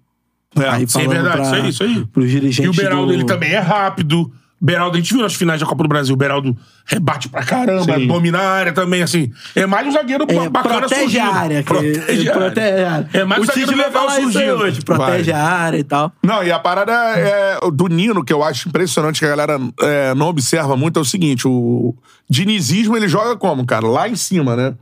S1: É,
S2: aí
S1: isso é
S2: falando
S1: verdade,
S2: pra-
S1: isso aí, isso aí.
S2: pros dirigentes
S1: E o Beraldo,
S2: do-
S1: ele também é rápido. Beraldo, a gente viu nas finais da Copa do Brasil, o Beraldo rebate pra caramba, domina a área também, assim. É mais um zagueiro
S2: É,
S1: bacana
S2: protege a
S1: surgindo.
S2: área. que-
S1: Protege a área.
S2: protege a área.
S1: É mais
S2: o
S1: um
S2: Tite
S1: zagueiro
S2: vai
S1: legal
S2: falar isso aí
S1: surgindo.
S2: hoje. Protege a área e tal.
S5: Não, e a parada é, do Nino, que eu acho impressionante que a galera é, não observa muito, é o seguinte: o dinizismo ele joga como, cara? Lá em cima, né?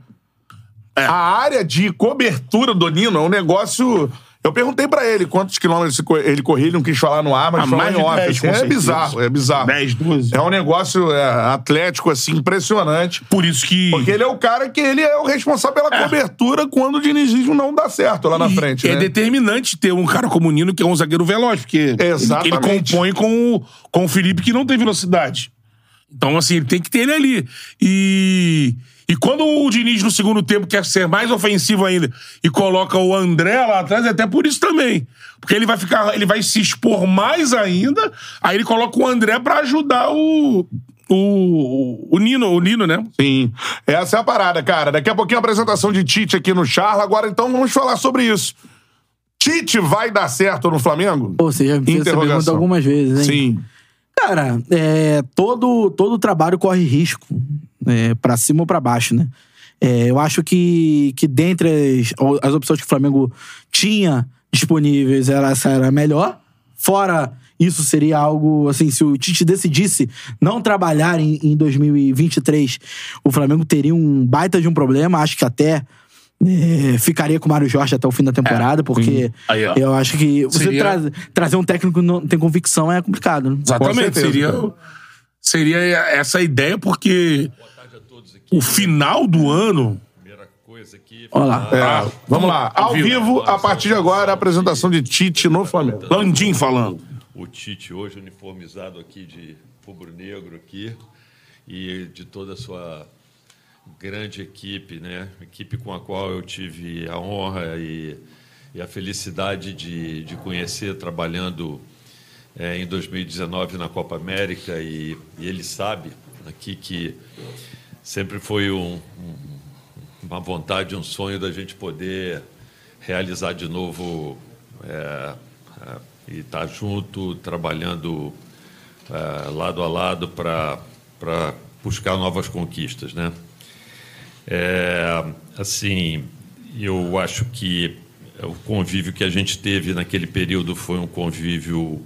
S1: É.
S5: A área de cobertura do Nino é um negócio. Eu perguntei pra ele quantos quilômetros ele corria, ele não quis falar no ar, mas
S1: Ah,
S5: falou
S1: mais
S5: em
S1: de
S5: off.
S1: 10,
S5: assim,
S1: com
S5: é
S1: certeza.
S5: bizarro, é bizarro.
S1: 10, 12.
S5: É um negócio é, atlético, assim, impressionante.
S1: Por isso que...
S5: Porque ele é o cara que ele é o responsável pela cobertura quando o dinizismo não dá certo lá na
S1: E
S5: frente.
S1: É
S5: né?
S1: determinante ter um cara como o Nino, que é um zagueiro veloz, porque
S5: Exatamente.
S1: ele compõe com, o- com o Felipe, que não tem velocidade. Então, assim, ele tem que ter ele ali. E, e quando o Diniz, no segundo tempo, quer ser mais ofensivo ainda e coloca o André lá atrás, é até por isso também. Porque ele vai ficar, ele vai se expor mais ainda, aí ele coloca o André pra ajudar o. O, o Nino, o Nino, né?
S5: Sim. Essa é a parada, cara. Daqui a pouquinho a apresentação de Tite aqui no Charla. Agora então vamos falar sobre isso. Tite vai dar certo no Flamengo?
S2: Pô, você já me fez essa pergunta
S5: Interrogação.
S2: algumas vezes, hein?
S5: Sim.
S2: Cara, é, todo, todo trabalho corre risco, né, para cima ou para baixo, né? É, eu acho que, que dentre as, as opções que o Flamengo tinha disponíveis, era, essa era a melhor. Fora isso, seria algo assim: se o Tite decidisse não trabalhar em, em 2023, o Flamengo teria um baita de um problema. Acho que até. é, ficaria com o Mário Jorge até o fim da temporada, porque
S1: Aí, ó.
S2: eu acho que você
S1: Seria-
S2: traz- trazer um técnico que não tem convicção é complicado. Né?
S1: Exatamente.
S5: certeza,
S1: Seria,
S5: cara.
S1: seria essa ideia, porque o final do ano.
S2: Olha lá.
S5: É,
S1: Ah,
S5: vamos lá. Ao
S1: vivo.
S5: vivo, a partir de agora, a apresentação de Tite no Flamengo.
S1: Landim falando.
S6: o Tite hoje uniformizado aqui de rubro-negro aqui e de toda a sua grande equipe, né? Equipe com a qual eu tive a honra e, e a felicidade de, de conhecer trabalhando eh, em 2019 na Copa América e, e ele sabe aqui que sempre foi um- um, uma vontade, um sonho da gente poder realizar de novo é, é, e estar junto, trabalhando é, lado a lado para buscar novas conquistas, né? É, assim, eu acho que o convívio que a gente teve naquele período foi um convívio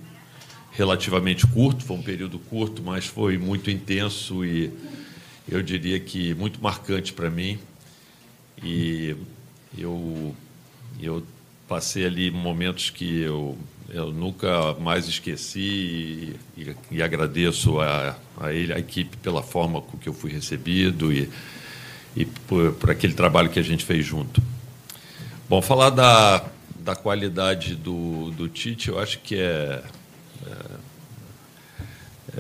S6: relativamente curto, foi um período curto, mas foi muito intenso e eu diria que muito marcante para mim. E eu eu passei ali momentos que eu, eu nunca mais esqueci e, e- e agradeço a, a ele, a equipe, pela forma com que eu fui recebido e, e por, por aquele trabalho que a gente fez junto. Bom, falar da, da qualidade do, do Tite, eu acho que é, é,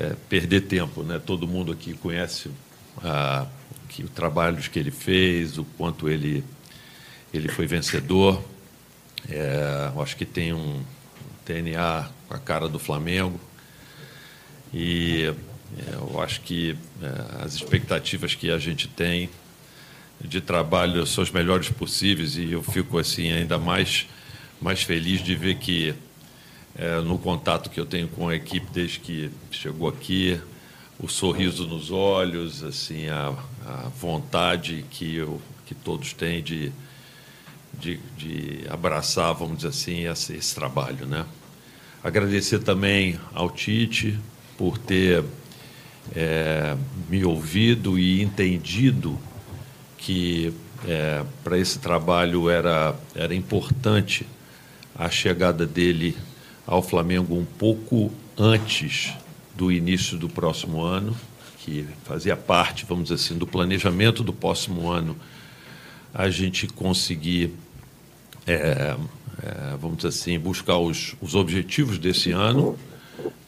S6: é perder tempo. Né? Todo mundo aqui conhece ah, que, os trabalhos que ele fez, o quanto ele, ele foi vencedor. É, eu acho que tem um DNA com a cara do Flamengo. E é, eu acho que é, as expectativas que a gente tem de trabalho são as melhores possíveis e eu fico assim ainda mais mais feliz de ver que eh, no contato que eu tenho com a equipe desde que chegou aqui o sorriso nos olhos assim a, a vontade que eu que todos têm de, de, de abraçar vamos dizer assim esse, esse trabalho né agradecer também ao Tite por ter eh, me ouvido e entendido que é, para esse trabalho era, era importante a chegada dele ao Flamengo um pouco antes do início do próximo ano, que fazia parte, vamos dizer assim, do planejamento do próximo ano, a gente conseguir, eh, eh, vamos dizer assim, buscar os, os objetivos desse ano,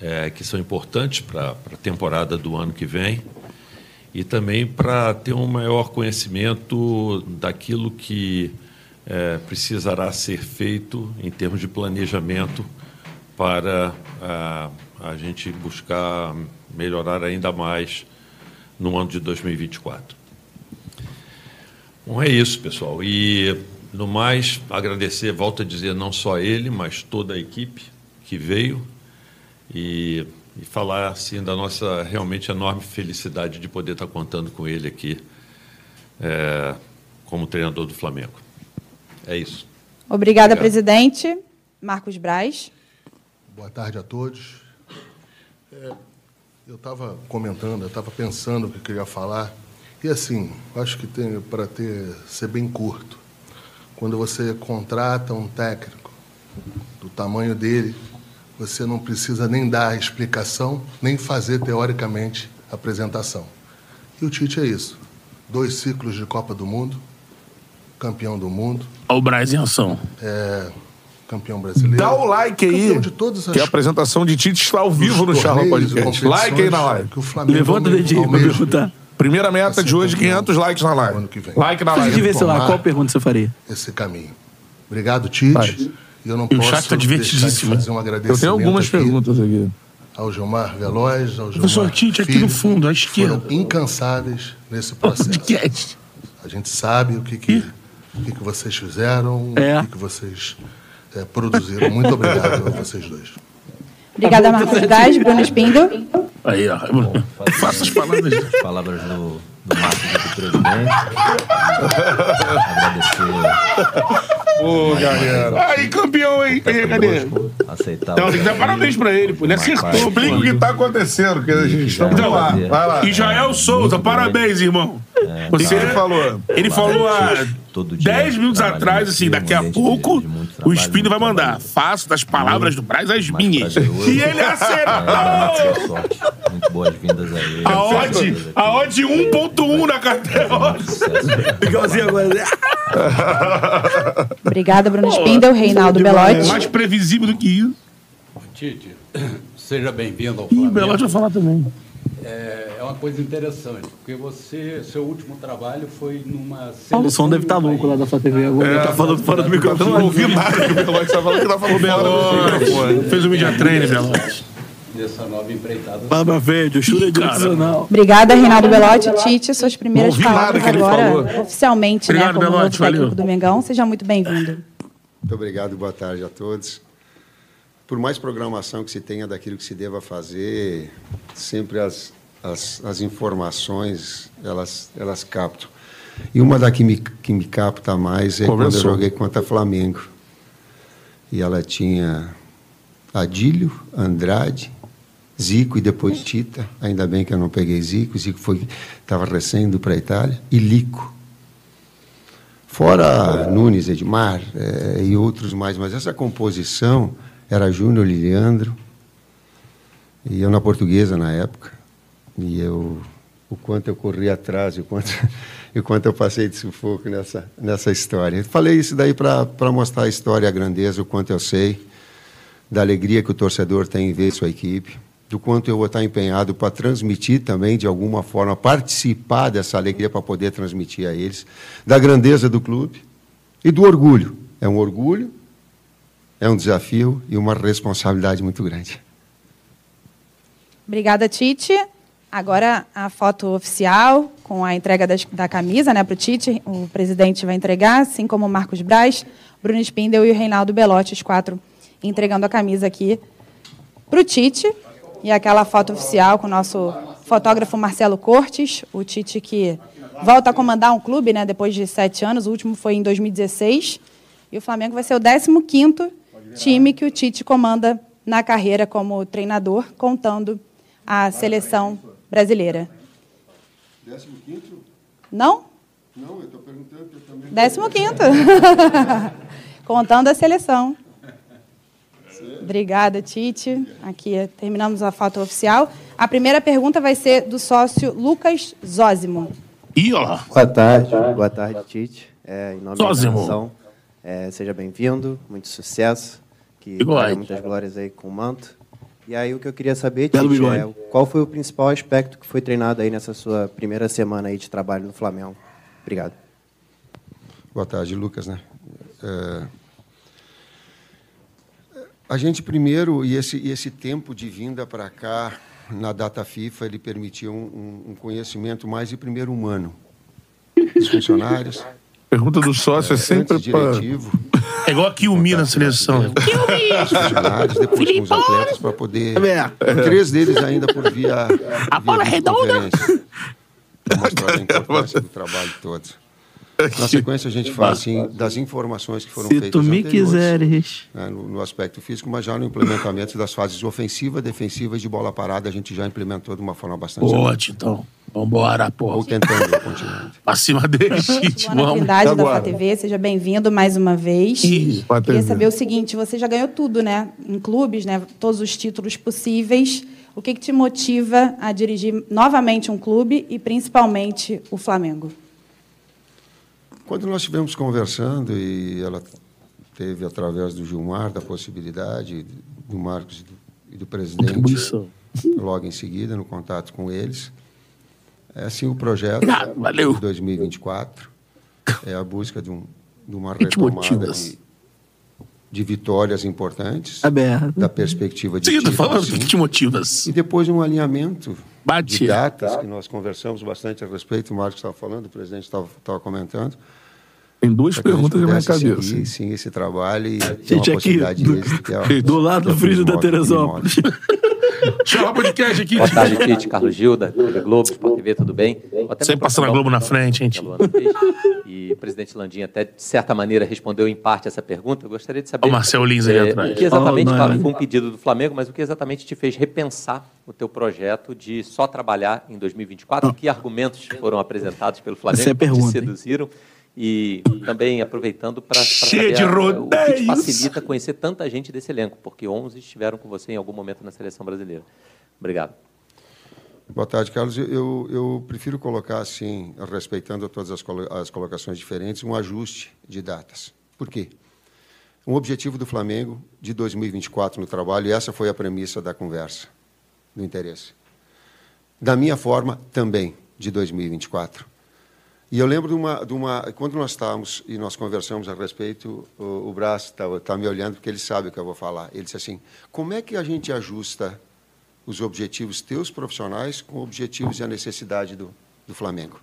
S6: eh, que são importantes para a temporada do ano que vem e também para ter um maior conhecimento daquilo que eh, precisará ser feito em termos de planejamento para ah, a gente buscar melhorar ainda mais no ano de 2024. Bom, é isso, pessoal. E, no mais, agradecer, volto a dizer, não só ele, mas toda a equipe que veio e, e falar, assim, da nossa realmente enorme felicidade de poder estar contando com ele aqui eh, como treinador do Flamengo. É isso.
S7: Obrigada,
S6: Obrigado.
S7: presidente. Marcos Braz.
S8: Boa tarde a todos. É, eu estava comentando, eu estava pensando o que eu queria falar. E assim, acho que tem para ter ser bem curto. Quando você contrata um técnico do tamanho dele, você não precisa nem dar a explicação, nem fazer teoricamente a apresentação. E o Tite é isso. Dois ciclos de Copa do Mundo, campeão do mundo,
S1: Olha o Braz em ação.
S8: é, campeão brasileiro.
S4: Dá o like aí.
S8: Campeão de todas as
S4: Que a apresentação de Tite está ao vivo no
S8: Os
S4: Charla
S8: torneios e
S4: Podcast. Like aí na live.
S8: que o Flamengo
S2: Levanta o dedinho pra
S8: almeja
S2: perguntar.
S4: Primeira meta de hoje,
S8: campeão
S4: 500 likes na
S8: ano
S4: live.
S8: que vem.
S4: Like na
S2: Se você
S4: live.
S2: tivesse lá, qual pergunta você faria?
S8: esse caminho. Obrigado, Tite. E eu não
S1: E o
S8: posso
S1: chat tá divertidíssimo,
S8: deixar de fazer um
S4: Eu
S8: agradecimento
S4: tenho algumas
S8: aqui
S4: perguntas aqui.
S8: ao Gilmar Veloz, ao Gilmar
S1: Professor Tite, aqui
S8: Filho,
S1: no fundo, à esquerda.
S8: Foram incansáveis nesse processo.
S1: Podcast.
S8: A gente sabe o que, que, o que, que vocês fizeram,
S2: É.
S8: o que, que vocês eh, produziram. Muito obrigado a vocês dois.
S7: Obrigada, Marcos Braz. Bruno Espindo.
S1: Aí, ó. Faça as palavras.
S9: palavras do, do Marcos do presidente. Agradecer
S4: Ô, galera. Aí, campeão, hein?
S9: Tá
S4: Aí, cadê?
S9: aceitar
S1: Então, tem que dar parabéns pra ele, pô. Ele é acertou.
S4: Explica o que tá acontecendo, que a gente está
S9: Então,
S4: lá.
S9: fazer.
S4: Vai lá.
S1: Israel é Souza, parabéns, irmão.
S4: O que ele falou?
S1: Ele falou há
S9: É. Todo dia,
S1: 10 minutos
S9: trabalho
S1: atrás,
S9: muito
S1: assim,
S9: firme,
S1: daqui a
S9: um ambiente
S1: pouco
S9: de muito
S1: o
S9: trabalho,
S1: Espírito vai
S9: muito
S1: mandar.
S9: trabalho.
S1: Faço das palavras do Braz as
S9: mais
S1: minhas.
S9: prazeroso. É.
S1: E ele acertou!
S9: Boa sorte. Muito boas-vindas a ele.
S1: A odd, a odd 1.1 na carteira.
S4: <laughs>
S2: Igualzinho agora. né?
S7: Obrigada, Bruno Spindel, Reinaldo Belotti.
S1: Mais previsível do que isso.
S6: Tite, <coughs> seja bem-vindo ao
S1: O Belotti vai falar também.
S6: É, uma coisa interessante, porque você, seu último trabalho foi numa
S2: O som deve estar louco lá da sua TV agora. Ele tá falando fora do
S4: É, Eu não
S2: microfone.
S4: ouvi nada que o Belote tá falando que tá falando fora do microfone.
S1: Fez o media trainer, Belotti.
S6: dessa nova empreitada.
S2: Barba verde, o Shura é
S1: Cara.
S2: direcional.
S7: Reinaldo Reinaldo Belotti, Tite, suas primeiras
S4: Não ouvi nada
S7: palavras
S4: que ele
S7: agora,
S4: falou.
S7: oficialmente,
S1: Obrigado,
S7: né, como
S1: Belotti,
S7: novo técnico
S1: valeu.
S7: do Mengão. Seja muito bem-vindo.
S9: Muito obrigado, boa tarde a todos. Por mais programação que se tenha daquilo que se deva fazer, sempre as, as, as informações elas, elas captam. E uma da que me, que me capta mais é quando eu
S4: Começou.
S9: joguei contra Flamengo. E ela tinha Adílio, Andrade, Zico e depois Tita. Ainda bem que eu não peguei Zico. Zico estava recém indo para a Itália. E Lico. Fora Nunes, Edmar eh, e outros mais, mas essa composição era Júnior Liliandro e eu na portuguesa na época. E eu o quanto eu corri atrás, o quanto, <laughs> o quanto eu passei de sufoco nessa, nessa história. Eu falei isso daí para mostrar a história, a grandeza, o quanto eu sei, da alegria que o torcedor tem em ver sua equipe, do quanto eu vou estar empenhado para transmitir também, de alguma forma, participar dessa alegria para poder transmitir a eles, da grandeza do clube e do orgulho. É um orgulho, é um desafio e uma responsabilidade muito grande.
S7: Obrigada, Tite. Agora a foto oficial com a entrega das- da camisa né, para o Tite. O presidente vai entregar, assim como o Marcos Braz, Bruno Spindel e o Reinaldo Belotti, os quatro entregando a camisa aqui para o Tite. E aquela foto oficial com o nosso fotógrafo Marcelo Cortes, o Tite que volta a comandar um clube né, depois de sete anos. O último foi em 2016. E o Flamengo vai ser o 15º time que o Tite comanda na carreira como treinador, contando a seleção brasileira.
S9: 15?
S7: Não?
S9: Não, eu estou perguntando, eu também.
S7: 15º. <laughs> contando a seleção. Obrigada, Tite. Aqui eh, terminamos a foto oficial. A primeira pergunta vai ser do sócio Lucas Zózimo.
S1: Ih, ó lá.
S10: Boa tarde, boa tarde, Tite. É, em nome
S1: Zózimo.
S10: da nação, é, seja bem-vindo, muito sucesso, que
S1: Bigode.
S10: tenha muitas glórias aí com o manto. E aí o que eu queria saber,
S1: Belo
S10: Tite,
S1: bigode.
S10: é, qual foi o principal aspecto que foi treinado aí nessa sua primeira semana aí de trabalho no Flamengo? Obrigado.
S9: Boa tarde, Lucas, né? É, A gente primeiro, e esse, e esse tempo de vinda para cá, na data FIFA, ele permitiu um, um- um conhecimento mais de primeiro humano. Os funcionários,
S4: Pergunta do sócio é sempre
S9: antes
S4: pra...
S9: diretivo,
S1: É igual a Kiumi na seleção.
S9: os funcionários, depois com os atletas, para poder... Três deles ainda por via... A bola é redonda! Para mostrar a importância do trabalho de todos. Na sequência, a gente fala assim, das informações que foram
S2: Se
S9: feitas
S2: tu me
S9: anteriores
S2: quiseres.
S9: né, no, no aspecto físico, mas já no implementamento das fases ofensiva, defensiva e de bola parada, a gente já implementou de uma forma bastante.
S1: Boa, Titão. Vambora,
S9: Vou
S1: porra.
S9: tentando continuar.
S1: Pra cima deles, Tite.
S7: Boa
S1: Vamos.
S7: Trindade da
S4: Agora.
S7: FATV, seja bem-vindo mais uma vez.
S1: Ih,
S7: Queria saber o seguinte, você já ganhou tudo, né? Em clubes, né? Todos os títulos possíveis. O que, que te motiva a dirigir novamente um clube e principalmente o Flamengo?
S9: Quando nós estivemos conversando e ela teve, através do Gilmar, da possibilidade, do Marcos e do, e do presidente,
S2: Contribuição.
S9: logo em seguida, no contato com eles, é assim o projeto
S2: Ah,
S1: Obrigado, valeu.
S9: de 2024 é a busca de, um, de uma
S2: Que te
S9: retomada
S2: motivas?
S9: de, de vitórias importantes.
S2: Aberto.
S9: da perspectiva de
S1: Seguindo,
S9: título,
S1: falando
S9: sim.
S1: que te motivas.
S9: E depois um alinhamento
S1: Bate.
S9: de datas, que nós conversamos bastante a respeito, o Marcos estava falando, o presidente estava- estava comentando.
S4: Tem duas
S9: para que a gente
S4: perguntas na minha
S9: pudesse
S4: cabeça.
S9: seguir, sim, esse trabalho e ter uma
S2: Gente, aqui,
S9: possibilidade
S2: do,
S9: de êxito, que é-
S2: <laughs> do lado
S9: que é
S2: do frio da
S9: primórdio,
S2: Teresópolis.
S1: Chama o podcast aqui.
S11: Boa tarde, Tite. Carlos Gil, da Rede Globo, Sport TV, tudo bem? Vou até
S1: Sempre passando a Globo na frente, gente.
S11: perguntar o que a Luana fez. E o presidente Landim até, de certa maneira, respondeu em parte essa pergunta. Eu gostaria de saber... é,
S1: Ó o Marcel Lins ali atrás.
S11: O que exatamente,
S2: Ó,
S11: claro,
S2: mano.
S11: foi um pedido do Flamengo, mas o que exatamente te fez repensar o teu projeto de só trabalhar em 2024? Que argumentos foram apresentados pelo Flamengo
S2: Essa é a
S11: que
S2: pergunta,
S11: te seduziram? E também aproveitando para o
S1: Cheio de
S11: que te
S1: rodeios.
S11: facilita conhecer tanta gente desse elenco, porque 11 estiveram com você em algum momento na seleção brasileira. Obrigado.
S9: Boa tarde, Carlos. Eu- Eu, eu prefiro colocar, assim, respeitando todas as, colo- as colocações diferentes, um ajuste de datas. Por quê? Um objetivo do Flamengo de 2024 no trabalho, e essa foi a premissa da conversa, do interesse. Da minha forma, também, de 2024. E eu lembro de uma, de uma quando nós estávamos e nós conversamos a respeito, o, o Brás está tá me olhando porque ele sabe o que eu vou falar. Ele disse assim: como é que a gente ajusta os objetivos teus profissionais com objetivos e a necessidade do, do Flamengo?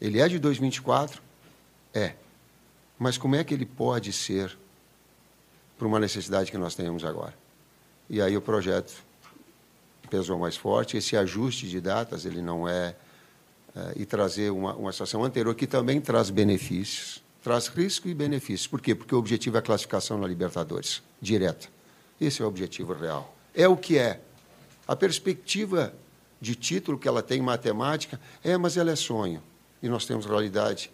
S9: Ele é de 2024? É. Mas como é que ele pode ser para uma necessidade que nós temos agora? E aí o projeto pesou mais forte. Esse ajuste de datas ele não é eh, e trazer uma, uma situação anterior que também traz benefícios, traz risco e benefícios. Por quê? Porque o objetivo é a classificação na Libertadores, direta. Esse é o objetivo real. É o que é. A perspectiva de título que ela tem em matemática é, mas ela é sonho. E nós temos realidade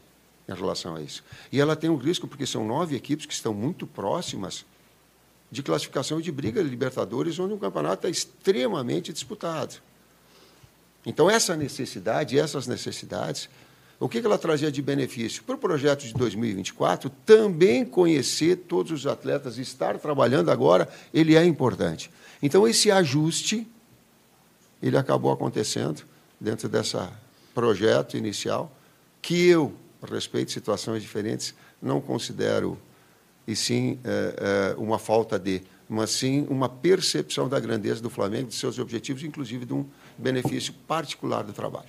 S9: em relação a isso. E ela tem um risco, porque são nove equipes que estão muito próximas de classificação e de briga de Libertadores, onde o campeonato é extremamente disputado. Então, essa necessidade, essas necessidades, o que que ela trazia de benefício? Para o projeto de 2024, também conhecer todos os atletas, estar trabalhando agora, ele é importante. Então, esse ajuste, ele acabou acontecendo dentro desse projeto inicial, que eu, a respeito de situações diferentes, não considero, e sim, eh, eh, uma falta de, mas sim uma percepção da grandeza do Flamengo, de seus objetivos, inclusive de um benefício particular do trabalho.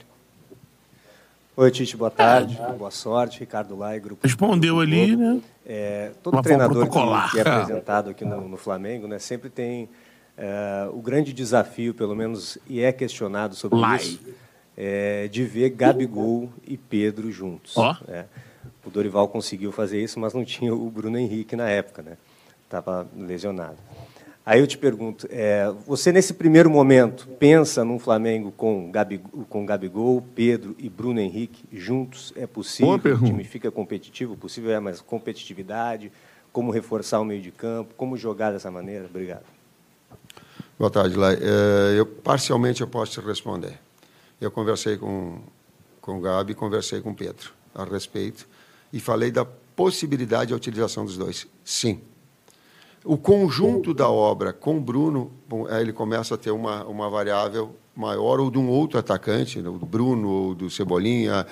S12: Oi, Tite, boa tarde, boa sorte. Ricardo Lai, Grupo
S1: Respondeu
S12: Grupo
S1: ali,
S12: Globo.
S1: né?
S12: É, todo
S1: Uma forma
S12: treinador
S1: protocolar.
S12: que, que é apresentado aqui no, no Flamengo né, sempre tem é, o grande desafio, pelo menos, e é questionado sobre
S1: Lai.
S12: isso, é, de ver Gabigol e Pedro juntos.
S1: Ó.
S12: né? O Dorival conseguiu fazer isso, mas não tinha o Bruno Henrique na época, né? Estava lesionado. Aí eu te pergunto, é, você nesse primeiro momento pensa num Flamengo com Gabigol, com Gabigol, Pedro e Bruno Henrique juntos? É possível?
S4: Boa pergunta.
S12: O time fica competitivo? Possível é, mas competitividade, como reforçar o meio de campo, como jogar dessa maneira? Obrigado.
S9: Boa tarde, Lai. Eh, Eu, parcialmente eu posso te responder. Eu conversei com, com o Gabi, conversei com o Pedro a respeito e falei da possibilidade de utilização dos dois. Sim. O conjunto da obra com o Bruno, bom, aí ele começa a ter uma, uma variável maior ou de um outro atacante, né, ou do Bruno, ou do Cebolinha,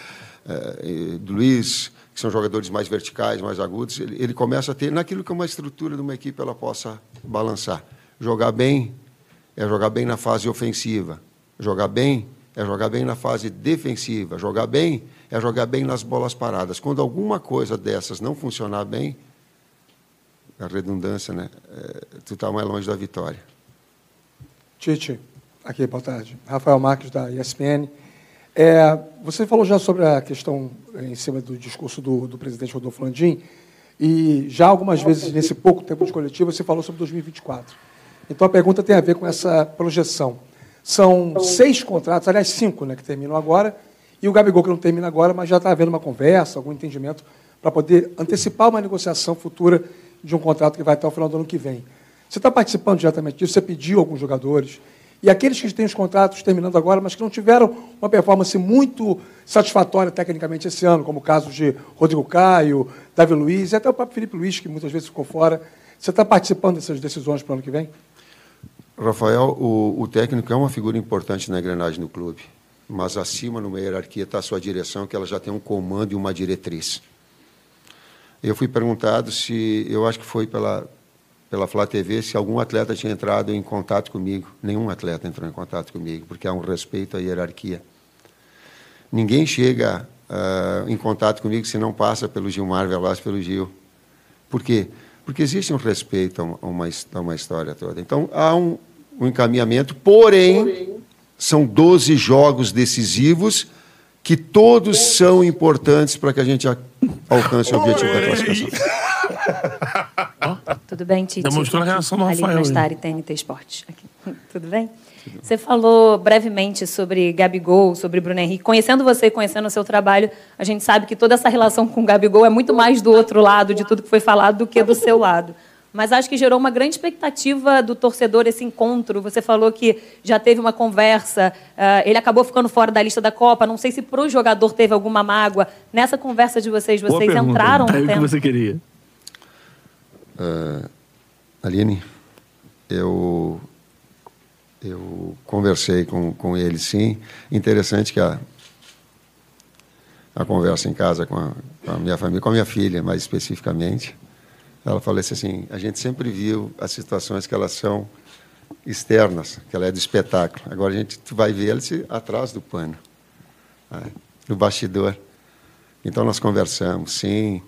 S9: eh, eh, do Luiz, que são jogadores mais verticais, mais agudos. Ele, ele começa a ter, naquilo que é uma estrutura de uma equipe ela possa balançar. Jogar bem é jogar bem na fase ofensiva. Jogar bem é jogar bem na fase defensiva. Jogar bem é jogar bem nas bolas paradas. Quando alguma coisa dessas não funcionar bem, a redundância, né? eh, tu está mais longe da vitória.
S5: Tite, aqui, boa tarde. Rafael Marques, da ESPN. É, você falou já sobre a questão eh, em cima do discurso do, do presidente Rodolfo Landim, e já algumas vezes nesse pouco tempo de coletiva você falou sobre 2024. Então a pergunta tem a ver com essa projeção. São seis contratos, aliás, cinco né, que terminam agora, e o Gabigol que não termina agora, mas já está havendo uma conversa, algum entendimento, para poder antecipar uma negociação futura de um contrato que vai até o final do ano que vem. Você está participando diretamente disso, você pediu alguns jogadores. E aqueles que têm os contratos terminando agora, mas que não tiveram uma performance muito satisfatória tecnicamente esse ano, como o caso de Rodrigo Caio, Davi Luiz e até o próprio Felipe Luiz, que muitas vezes ficou fora. Você está participando dessas decisões para o ano que vem?
S9: Rafael, o, o técnico é uma figura importante na engrenagem do clube, mas acima numa hierarquia está a sua direção, que ela já tem um comando e uma diretriz. Eu fui perguntado se, eu acho que foi pela, pela Flá TV, se algum atleta tinha entrado em contato comigo. Nenhum atleta entrou em contato comigo, porque há um respeito à hierarquia. Ninguém chega ah, em contato comigo se não passa pelo Gilmar Velas, pelo Gil. Por quê? Porque existe um respeito a uma- a uma, his- a uma história toda. Então, há um, um encaminhamento, porém, são 12 jogos decisivos que todos são importantes para que a gente a- alcance o objetivo da classificação.
S13: Tudo bem, Titi?
S9: Demonstrou a reação do Rafael,
S13: Ali Mastari, TNT Esportes. Aqui. <laughs> Tudo bem? Você falou brevemente sobre Gabigol, sobre Bruno Henrique. Conhecendo você e conhecendo o seu trabalho, a gente sabe que toda essa relação com o Gabigol é muito mais do outro lado de tudo que foi falado do que do seu lado. Mas acho que gerou uma grande expectativa do torcedor esse encontro. Você falou que já teve uma conversa, ah, ele acabou ficando fora da lista da Copa. Não sei se pro jogador teve alguma mágoa. Nessa conversa de vocês,
S9: Boa
S13: vocês
S9: pergunta.
S13: entraram um no
S9: Aí o que
S13: tema.
S9: você queria? Ah, Aline, eu, eu conversei com, com ele, sim. Interessante que a, a conversa em casa com a, com a minha família, com a minha filha, mais especificamente, ela falou assim, assim, a gente sempre viu as situações que elas são externas, que ela é do espetáculo. Agora a gente tu vai ver elas atrás do pano, né, no bastidor. Então nós conversamos, sim.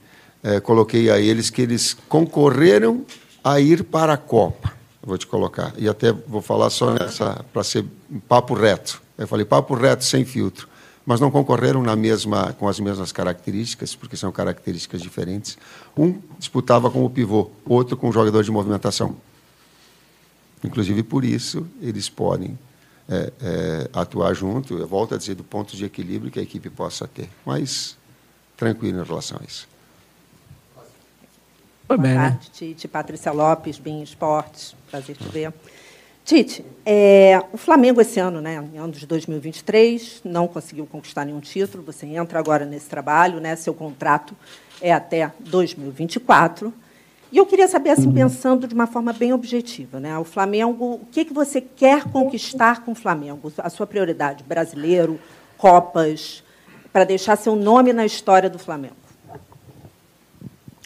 S9: Eh, coloquei a eles que eles concorreram a ir para a Copa. Eu Vou te colocar. E até vou falar só nessa, para ser papo reto. Eu falei papo reto, sem filtro. Mas não concorreram na mesma, com as mesmas características, porque são características diferentes. Um disputava com o pivô, outro com o jogador de movimentação. Inclusive por isso eles podem eh, eh, atuar junto. Eu volto a dizer do ponto de equilíbrio que a equipe possa ter. Mas tranquilo em relação a isso.
S14: Boa
S9: bem, né?
S14: tarde, Tite. Patrícia Lopes, Bem Esportes. Prazer te ver. Tite, é, o Flamengo esse ano, né, em ano de 2023, não conseguiu conquistar nenhum título. Você entra agora nesse trabalho, né? Seu contrato é até 2024. E eu queria saber, assim, pensando de uma forma bem objetiva, né? O Flamengo, o que, que você quer conquistar com o Flamengo? A sua prioridade, brasileiro, Copas, para deixar seu nome na história do Flamengo.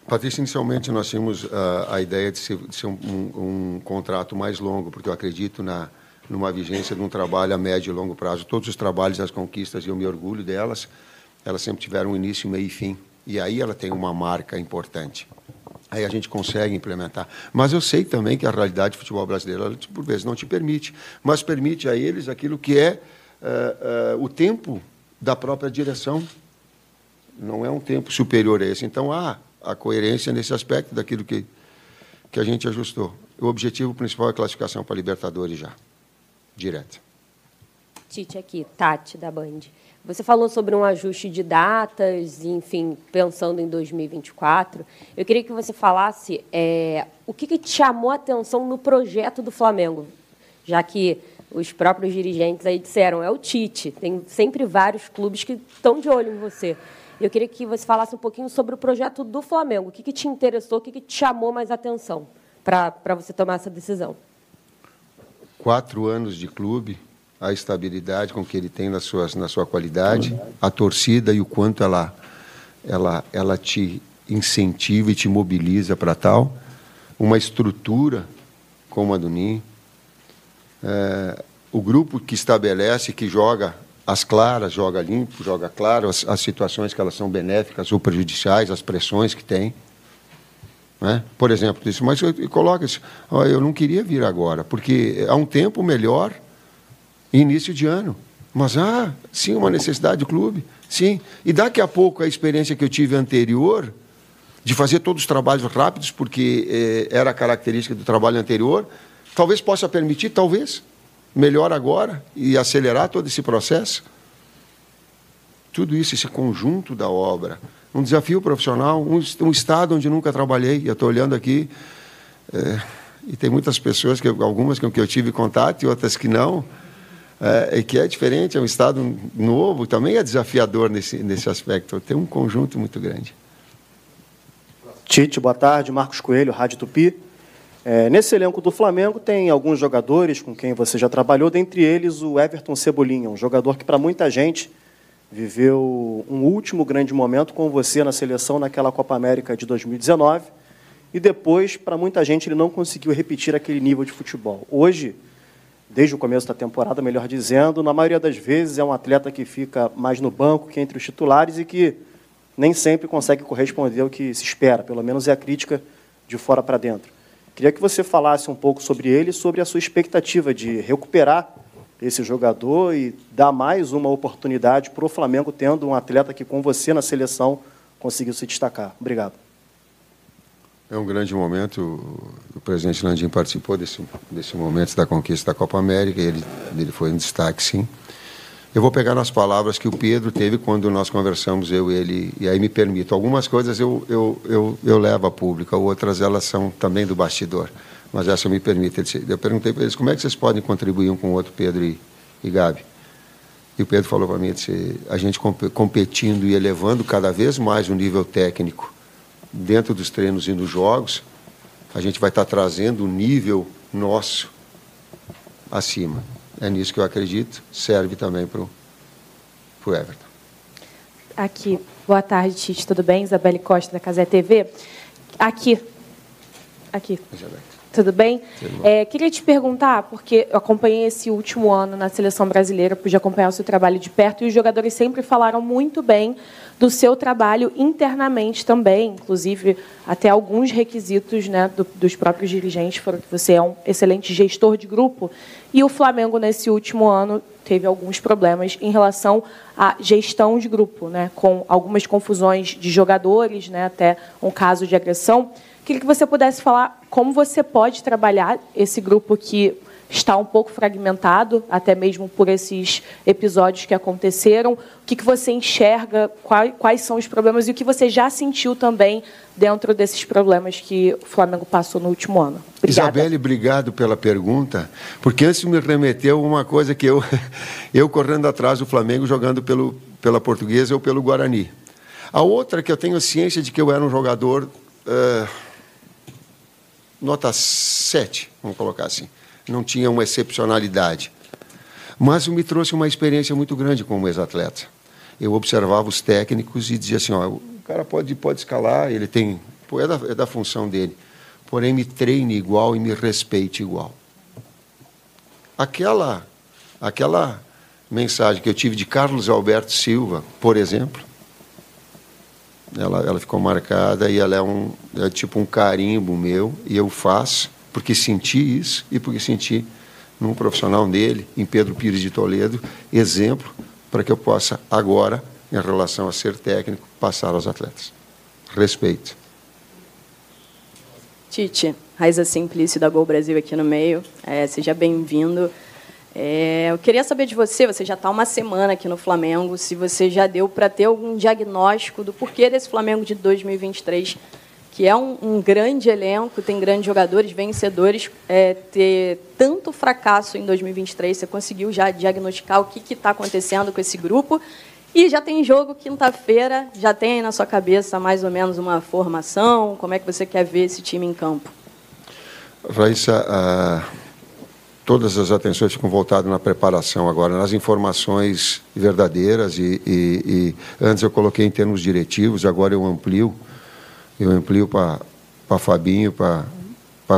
S9: Patrícia, inicialmente nós tínhamos ah, a ideia de ser, de ser um, um- um contrato mais longo, porque eu acredito na numa vigência de um trabalho a médio e longo prazo. Todos os trabalhos, as conquistas, eu me orgulho delas, elas sempre tiveram um início, meio e fim. E aí ela tem uma marca importante. Aí a gente consegue implementar. Mas eu sei também que a realidade do futebol brasileiro, ela, por vezes, não te permite. Mas permite a eles aquilo que é ah, ah, o tempo da própria direção não é um tempo superior a esse. Então há a coerência nesse aspecto daquilo que, que a gente ajustou. O objetivo principal é a classificação para a Libertadores já, direto.
S15: Tite aqui, Tati da Band. Você falou sobre um ajuste de datas, enfim, pensando em 2024. Eu queria que você falasse é, o que, que te chamou a atenção no projeto do Flamengo, já que os próprios dirigentes aí disseram é o Tite. Tem sempre vários clubes que estão de olho em você. Eu queria que você falasse um pouquinho sobre o projeto do Flamengo. O que, que te interessou, o que, que te chamou mais atenção para você tomar essa decisão?
S9: Quatro anos de clube, a estabilidade com que ele tem nas suas, na sua qualidade, a torcida e o quanto ela, ela, ela te incentiva e te mobiliza para tal, uma estrutura como a do Ninho, É, o grupo que estabelece, que joga as claras, joga limpo, joga claro, as, as situações que elas são benéficas ou prejudiciais, as pressões que tem. né? Por exemplo, isso, mas eu- eu coloca isso. ó, eu não queria vir agora, porque há um tempo melhor, início de ano. Mas, ah, sim, uma necessidade do clube, sim. E daqui a pouco a experiência que eu tive anterior, de fazer todos os trabalhos rápidos, porque eh, era a característica do trabalho anterior, talvez possa permitir, talvez, melhor agora e acelerar todo esse processo. Tudo isso, esse conjunto da obra, um desafio profissional, um, es- um estado onde nunca trabalhei, e eu estou olhando aqui, eh, e tem muitas pessoas, que eu- algumas com que eu tive contato e outras que não, é, e que é diferente, é um estado novo, também é desafiador nesse, nesse aspecto. Tem um conjunto muito grande.
S16: Tite, boa tarde. Marcos Coelho, Rádio Tupi. É, nesse elenco do Flamengo tem alguns jogadores com quem você já trabalhou, dentre eles o Everton Cebolinha, um jogador que para muita gente viveu um último grande momento com você na seleção naquela Copa América de 2019 e depois para muita gente ele não conseguiu repetir aquele nível de futebol. Hoje, desde o começo da temporada, melhor dizendo, na maioria das vezes é um atleta que fica mais no banco que entre os titulares e que nem sempre consegue corresponder ao que se espera, pelo menos é a crítica de fora para dentro. Queria que você falasse um pouco sobre ele, e sobre a sua expectativa de recuperar esse jogador e dar mais uma oportunidade para o Flamengo, tendo um atleta que com você na seleção conseguiu se destacar. Obrigado.
S9: É um grande momento. O presidente Landim participou desse, desse momento da conquista da Copa América e ele, ele foi um destaque, sim. Eu vou pegar nas palavras que o Pedro teve quando nós conversamos, eu e ele, e aí me permito. Algumas coisas eu, eu, eu, eu levo a pública, outras elas são também do bastidor, mas essa me permite. Ele disse- Eu perguntei para eles como é que vocês podem contribuir um com o outro, Pedro e, e Gabi. E o Pedro falou para mim, disse, a gente comp- competindo e elevando cada vez mais o nível técnico dentro dos treinos e nos jogos, a gente vai estar trazendo o nível nosso acima. É nisso que eu acredito, serve também para o Everton.
S17: Aqui. Boa tarde, Tite. Tudo bem? Isabelle Costa, da Casé TV. Aqui. Aqui. Tudo bem?
S18: Tudo bom.
S17: É, queria te perguntar, porque eu acompanhei esse último ano na seleção brasileira, pude acompanhar o seu trabalho de perto, e os jogadores sempre falaram muito bem do seu trabalho internamente também, inclusive até alguns requisitos né, do- dos próprios dirigentes foram que você é um excelente gestor de grupo, e o Flamengo, nesse último ano, teve alguns problemas em relação à gestão de grupo, né, com algumas confusões de jogadores, né, até um caso de agressão. Queria que você pudesse falar como você pode trabalhar esse grupo que está um pouco fragmentado, até mesmo por esses episódios que aconteceram. O que, que você enxerga, quai- quais são os problemas e o que você já sentiu também dentro desses problemas que o Flamengo passou no último ano?
S9: Isabelle, obrigado pela pergunta, porque antes me remeteu uma coisa que eu, <laughs> eu correndo atrás do Flamengo, jogando pelo, pela Portuguesa ou pelo Guarani. A outra que eu tenho ciência de que eu era um jogador eh, nota 7, vamos colocar assim. Não tinha uma excepcionalidade. Mas me trouxe uma experiência muito grande como ex-atleta. Eu observava os técnicos e dizia assim, ó, o cara pode, pode escalar, ele tem... pô, é da- é da função dele porém me treine igual e me respeite igual. Aquela, aquela mensagem que eu tive de Carlos Alberto Silva, por exemplo, ela, ela ficou marcada e ela é, um, é tipo um carimbo meu, e eu faço porque senti isso e porque senti num profissional dele, em Pedro Pires de Toledo, exemplo para que eu possa agora, em relação a ser técnico, passar aos atletas. Respeito.
S19: Tite, Raiza Simplício da Gol Brasil aqui no meio. É, seja bem-vindo. É, eu queria saber de você, você já está uma semana aqui no Flamengo, se você já deu para ter algum diagnóstico do porquê desse Flamengo de 2023, que é um, um grande elenco, tem grandes jogadores, vencedores, é, ter tanto fracasso em 2023, você conseguiu já diagnosticar o que está acontecendo com esse grupo e já tem jogo quinta-feira, já tem aí na sua cabeça mais ou menos uma formação, como é que você quer ver esse time em campo?
S9: Raíssa, ah, todas as atenções ficam voltadas na preparação agora, nas informações verdadeiras e, e- e antes eu coloquei em termos diretivos, agora eu amplio, eu amplio para Fabinho, para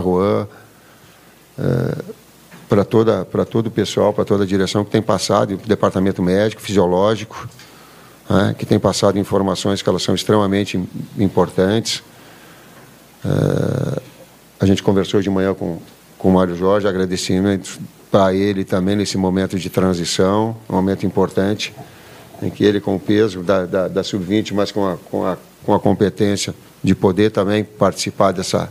S9: Juan, para toda para todo o pessoal, para toda a direção que tem passado, e o departamento médico, fisiológico, né, que tem passado informações que elas são extremamente im- importantes. Eh, a gente conversou de manhã com, com o Mário Jorge, agradecimento para ele também nesse momento de transição, um momento importante, em que ele, com o peso da, da, da sub-20, mas com a, com, a, com a competência de poder também participar dessa,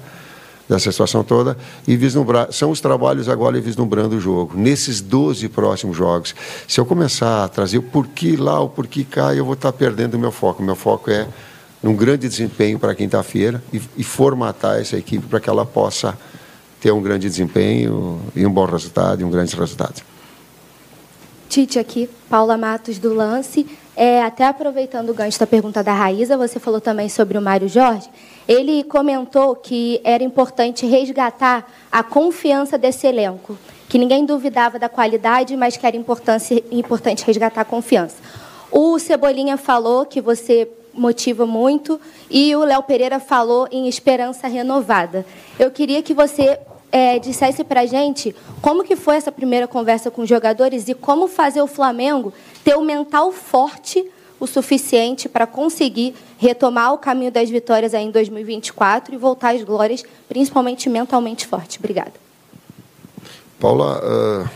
S9: dessa situação toda, e vislumbrar. São os trabalhos agora e vislumbrando o jogo, nesses 12 próximos jogos. Se eu começar a trazer o porquê lá, o porquê cá, eu vou estar perdendo o meu foco. O meu foco é num grande desempenho para quinta-feira e, e formatar essa equipe para que ela possa ter um grande desempenho e um bom resultado e um grande resultado.
S18: Tite aqui, Paula Matos do Lance. É, até aproveitando o gancho da pergunta da Raíza, você falou também sobre o Mário Jorge. Ele comentou que era importante resgatar a confiança desse elenco, que ninguém duvidava da qualidade, mas que era importância- importante resgatar a confiança. O Cebolinha falou que você motiva muito e o Léo Pereira falou em esperança renovada. Eu queria que você é, dissesse para gente como que foi essa primeira conversa com os jogadores e como fazer o Flamengo ter o mental forte o suficiente para conseguir retomar o caminho das vitórias aí em 2024 e voltar às glórias, principalmente mentalmente forte. Obrigada.
S9: Paula, ah,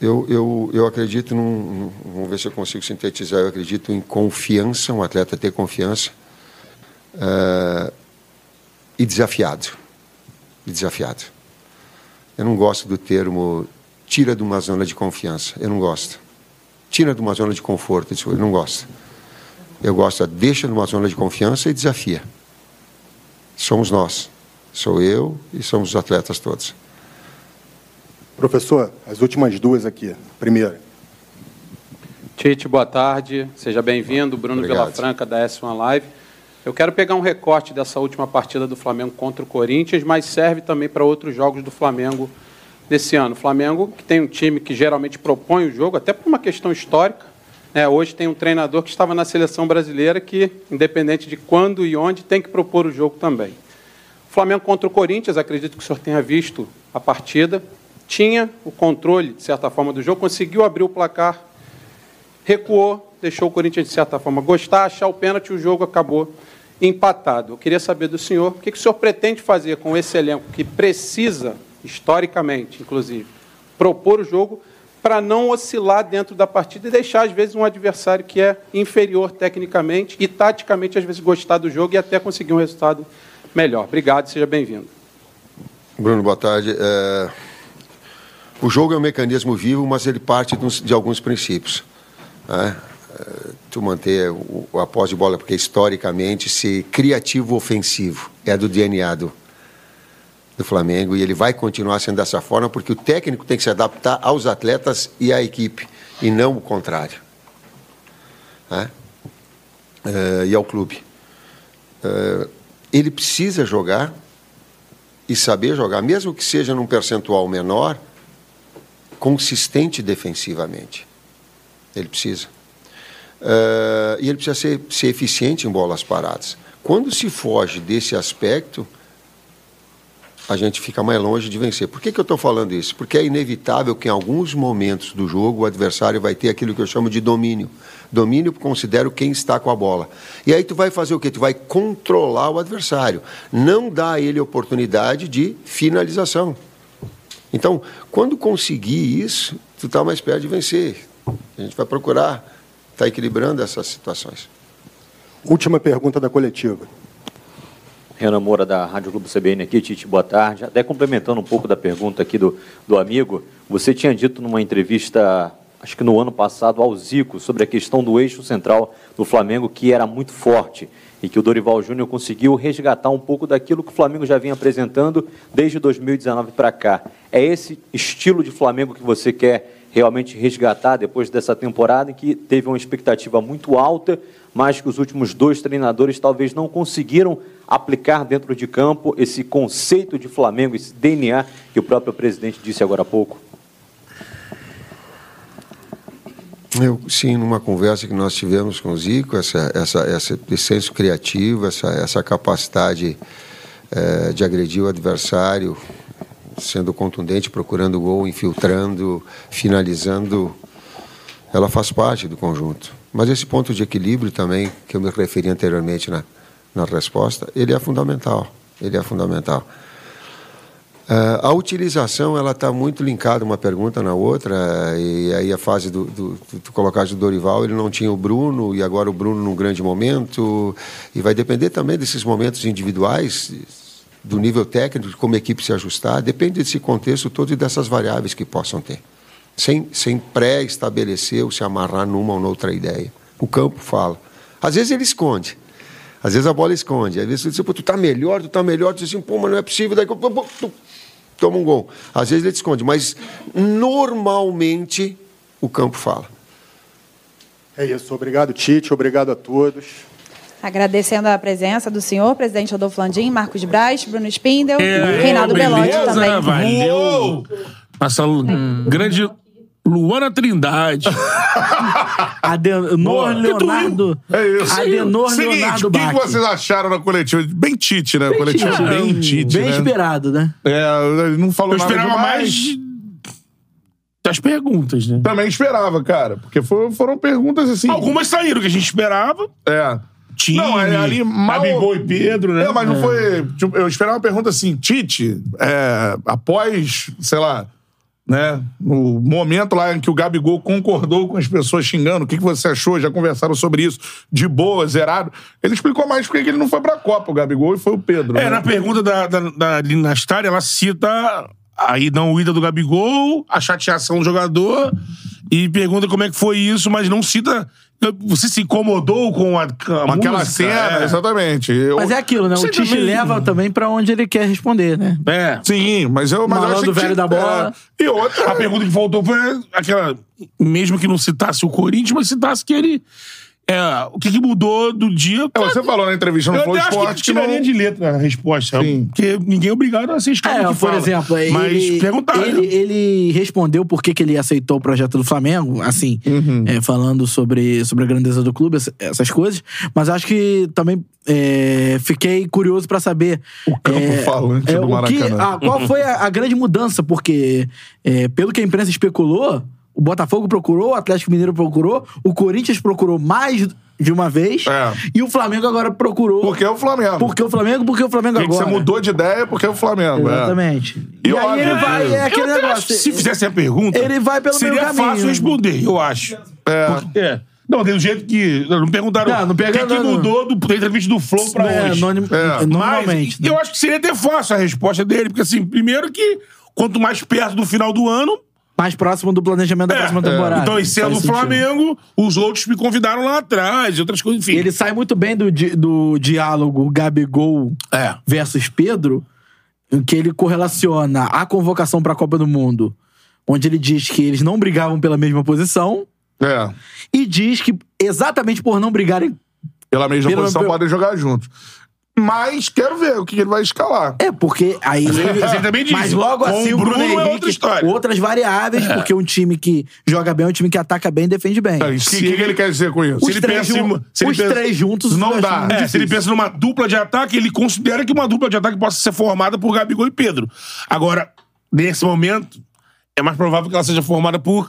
S9: eu, eu, eu acredito num. num- Vamos ver se eu consigo sintetizar. Eu acredito em confiança, um atleta ter confiança ah, e desafiado. E desafiado. Eu não gosto do termo tira de uma zona de confiança. Eu não gosto. Tira de uma zona de conforto. isso Eu não gosto. Eu gosto, de deixa numa zona de confiança e desafia. Somos nós. Sou eu e somos os atletas todos.
S20: Professor, as últimas duas aqui. Primeira.
S3: Tite, boa tarde. Seja bem-vindo. Bruno
S9: Obrigado.
S3: Vilafranca, da S1 Live. Eu quero pegar um recorte dessa última partida do Flamengo contra o Corinthians, mas serve também para outros jogos do Flamengo desse ano. O Flamengo, que tem um time que geralmente propõe o jogo, até por uma questão histórica. né? Hoje tem um treinador que estava na seleção brasileira que, independente de quando e onde, tem que propor o jogo também. Flamengo contra o Corinthians, acredito que o senhor tenha visto a partida. Tinha o controle, de certa forma, do jogo, conseguiu abrir o placar recuou, deixou o Corinthians, de certa forma, gostar, achar o pênalti, o jogo acabou empatado. Eu queria saber do senhor o que, que o senhor pretende fazer com esse elenco que precisa, historicamente, inclusive, propor o jogo, para não oscilar dentro da partida e deixar, às vezes, um adversário que é inferior tecnicamente e taticamente, às vezes, gostar do jogo e até conseguir um resultado melhor. Obrigado, seja bem-vindo.
S9: Bruno, boa tarde. É, O jogo é um mecanismo vivo, mas ele parte de uns- de alguns princípios. né? É, Tu manter o, a posse de bola, porque historicamente, se criativo ofensivo é do DNA do, do Flamengo e ele vai continuar sendo dessa forma, porque o técnico tem que se adaptar aos atletas e à equipe, e não o contrário. né? É, e ao clube. É, ele precisa jogar e saber jogar, mesmo que seja num percentual menor, consistente defensivamente. Ele precisa. Eh, e ele precisa ser, ser eficiente em bolas paradas. Quando se foge desse aspecto, a gente fica mais longe de vencer. Por que, que eu estou falando isso? Porque é inevitável que em alguns momentos do jogo o adversário vai ter aquilo que eu chamo de domínio. Domínio considero quem está com a bola. E aí tu vai fazer o quê? Tu vai controlar o adversário. Não dá a ele oportunidade de finalização. Então, quando conseguir isso, tu está mais perto de vencer. A gente vai procurar estar equilibrando essas situações.
S20: Última pergunta da coletiva.
S21: Renan Moura, da Rádio Globo CBN aqui. Tite, boa tarde. Até complementando um pouco da pergunta aqui do, do amigo, você tinha dito numa entrevista, acho que no ano passado, ao Zico, sobre a questão do eixo central do Flamengo, que era muito forte e que o Dorival Júnior conseguiu resgatar um pouco daquilo que o Flamengo já vinha apresentando desde 2019 para cá. É esse estilo de Flamengo que você quer realmente resgatar depois dessa temporada em que teve uma expectativa muito alta, mas que os últimos dois treinadores talvez não conseguiram aplicar dentro de campo esse conceito de Flamengo, esse DNA que o próprio presidente disse agora há pouco?
S9: Eu, sim, numa conversa que nós tivemos com o Zico, essa, essa, essa, esse senso criativo, essa, essa capacidade eh, de agredir o adversário, sendo contundente, procurando gol, infiltrando, finalizando, ela faz parte do conjunto. Mas esse ponto de equilíbrio também, que eu me referi anteriormente na, na resposta, ele é fundamental. Ele é fundamental. Ah, a utilização ela está muito linkada uma pergunta na outra e aí a fase do, do, do, do colocaste do Dorival ele não tinha o Bruno e agora o Bruno num grande momento e vai depender também desses momentos individuais do nível técnico de como a equipe se ajustar depende desse contexto todo e dessas variáveis que possam ter sem sem pré estabelecer ou se amarrar numa ou noutra ideia o campo fala às vezes ele esconde às vezes a bola esconde. Às vezes você diz, pô, tu tá melhor, tu tá melhor. Tu diz assim, pô, mas não é possível. Daí, pô, pô, tu toma um gol. Às vezes ele te esconde, mas normalmente o campo fala.
S20: É isso. Obrigado, Tite. Obrigado a todos.
S7: Agradecendo a presença do senhor, presidente Rodolfo Landim, Marcos Braz, Bruno Spindel,
S1: É,
S7: Reinaldo Belotti
S1: beleza,
S7: também. Hum.
S1: Valeu. Nossa l- grande Luana Trindade.
S2: Adenor
S1: Boa.
S2: Leonardo.
S4: É isso.
S2: Adenor
S4: Seguinte,
S2: Leonardo
S4: O que que,
S2: Bach.
S4: vocês acharam na coletiva? Bem Tite, né?
S2: Bem
S4: coletiva
S2: Tite.
S4: bem
S2: Hum,
S4: Tite. né?
S2: bem esperado, né?
S4: É, ele não falou
S1: Eu
S4: nada
S1: esperava
S4: demais.
S1: mais das perguntas, né?
S4: Também esperava, cara. Porque foram, foram perguntas assim.
S1: Algumas saíram que a gente esperava.
S4: É.
S1: Time,
S4: não, é ali mal...
S1: Gabigol e Pedro, né?
S4: É, mas não
S1: É.
S4: foi. tipo, eu esperava uma pergunta assim, Tite, é, após, sei lá, né, o momento lá em que o Gabigol concordou com as pessoas xingando, o que, que você achou? Já conversaram sobre isso, de boa, zerado. Ele explicou mais porque ele não foi pra Copa, o Gabigol, e foi o Pedro. né?
S1: É, na pergunta da, da, da Lina Star, ela cita a ida não ida do Gabigol, a chateação do jogador, e pergunta como é que foi isso, mas não cita. Você se incomodou com a, com a
S4: Aquela
S1: música?
S4: cena,
S1: É.
S4: exatamente. Eu-
S2: Mas é aquilo, né? O
S4: Você
S2: Tite
S4: também-
S2: leva também pra onde ele quer responder, né?
S1: É.
S4: Sim, mas eu. Mas eu
S2: Malandro
S4: achei que
S2: velho
S4: tinha-
S2: da bola.
S4: É. E outra.
S1: A pergunta que faltou foi aquela. Mesmo que não citasse o Corinthians, mas citasse que ele. É, o que, que mudou do dia.
S4: É, você falou na entrevista no
S1: Eu
S4: Flow
S1: até acho
S4: Esporte que
S1: que tiraria
S4: não-
S1: de letra a resposta. Porque ninguém é obrigado a ser escravo.
S2: É,
S1: que
S2: por
S1: fala.
S2: exemplo, aí
S1: Mas
S2: ele,
S1: perguntaram.
S2: ele, ele respondeu por que, que ele aceitou o projeto do Flamengo, assim,
S1: Uhum.
S2: é, falando sobre, sobre a grandeza do clube, essa- essas coisas. Mas acho que também é, fiquei curioso pra saber. O
S4: campo falante do
S2: o que-
S4: Maracanã.
S2: ah, Qual foi a, a grande mudança? Porque, é, pelo que a imprensa especulou, o Botafogo procurou, o Atlético Mineiro procurou, o Corinthians procurou mais de uma vez. E o Flamengo agora procurou. Porque
S1: é o Flamengo.
S2: Porque o Flamengo, porque o Flamengo
S1: Tem que
S2: agora.
S1: você mudou de ideia porque é o Flamengo. é.
S2: Exatamente.
S1: E,
S2: E aí
S1: óbvio,
S2: ele vai- é aquele
S1: eu até
S2: negócio,
S1: acho que se fizesse a pergunta,
S2: ele vai pelo
S1: seria
S2: meio caminho.
S1: fácil responder, eu acho. Porque- É. Não, tem um jeito que. Não perguntaram
S2: Não, não
S1: o que, que
S2: pegaram, não, não.
S1: mudou do, da entrevista do Flow pra
S2: É, né?
S1: hoje.
S2: anonim-
S1: Mas,
S2: normalmente,
S1: Eu acho que seria até fácil a resposta dele, porque assim, primeiro que quanto mais perto do final do ano.
S2: Mais próximo do planejamento da próxima temporada.
S1: Então, e sendo
S2: Faz
S1: o
S2: sentido.
S1: Flamengo, os outros me convidaram lá atrás, outras coisas, enfim.
S2: Ele sai muito bem do, di- do diálogo Gabigol
S1: É.
S2: versus Pedro, em que ele correlaciona a convocação para a Copa do Mundo, onde ele diz que eles não brigavam pela mesma posição.
S1: É.
S2: E diz que exatamente por não brigarem
S1: Pela mesma
S2: Pela-
S1: posição
S2: pela-
S1: podem jogar juntos. Mas quero ver o que ele vai escalar.
S2: É, porque aí.
S1: Você também disse.
S2: Mas logo
S1: com
S2: assim,
S1: o Bruno, é
S2: Henrique,
S1: outra história.
S2: Outras variáveis,
S1: É.
S2: porque um time que joga bem é um time que ataca bem e defende bem.
S1: O que, que, que ele quer dizer com isso?
S2: Os três
S1: em uma-
S2: jun- os três juntos,
S1: Não
S2: eu acho
S1: dá.
S2: muito
S1: É, se ele
S2: difícil.
S1: pensa numa dupla de ataque, ele considera que uma dupla de ataque possa ser formada por Gabigol e Pedro. Agora, nesse momento, é mais provável que ela seja formada por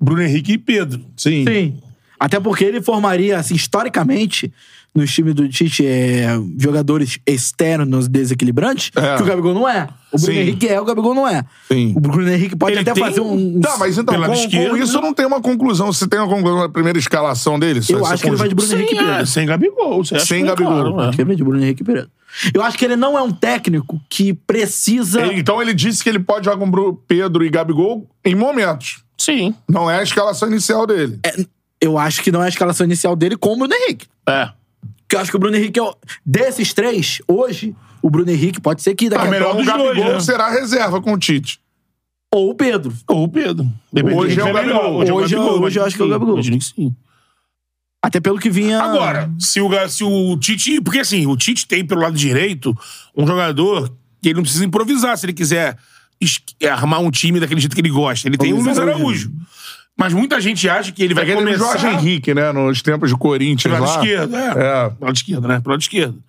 S1: Bruno Henrique e Pedro. Sim.
S2: Sim. Até porque ele formaria, assim, historicamente, nos times do Tite, é, jogadores externos desequilibrantes, que o Gabigol não é. O Bruno
S1: Sim.
S2: Henrique é, o Gabigol não é.
S1: Sim.
S2: O Bruno Henrique pode até fazer um. né? um-
S1: Tá, mas então, com, com isso eu não tenho uma conclusão. Você tem uma conclusão da primeira escalação dele?
S2: Eu acho que ele vai de Bruno
S1: Sim,
S2: Henrique e Pedro.
S1: é, sem Gabigol. você acha
S2: Sem
S1: que é
S2: Gabigol.
S1: claro, é.
S2: Acho que ele vai de Bruno Henrique e Pedro. Eu acho que ele não é um técnico que precisa.
S1: Ele- então ele disse que ele pode jogar com Bru- Pedro e Gabigol em momentos.
S2: Sim.
S1: Não é a escalação inicial dele.
S2: É, eu acho que não é a escalação inicial dele com o Bruno Henrique.
S1: É.
S2: Que eu acho que o Bruno Henrique é o... Desses três, hoje, o Bruno Henrique pode ser que
S1: Tá,
S2: daqui a
S1: melhor
S2: pouco...
S1: o Gabigol será reserva com o Tite.
S2: Ou o Pedro.
S1: Ou o Pedro.
S2: Hoje é o Gabigol. Hoje, hoje, eu
S1: né?
S2: acho que é o Gabigol. Até pelo
S1: É
S2: que vinha...
S1: Agora, se o, Ga- se o Tite. Porque assim, o Tite tem pelo lado direito um jogador que ele não precisa improvisar se ele quiser es- armar um time daquele jeito que ele gosta. Ele tem o Luiz Araújo. Mas muita gente acha que ele vai
S4: Aquele
S1: começar...
S4: Jorge
S1: Henrique, né? Nos tempos do Corinthians Pro lado
S4: lá.
S1: esquerdo, é.
S4: É.
S1: Pro lado esquerdo, né? Pro lado esquerdo.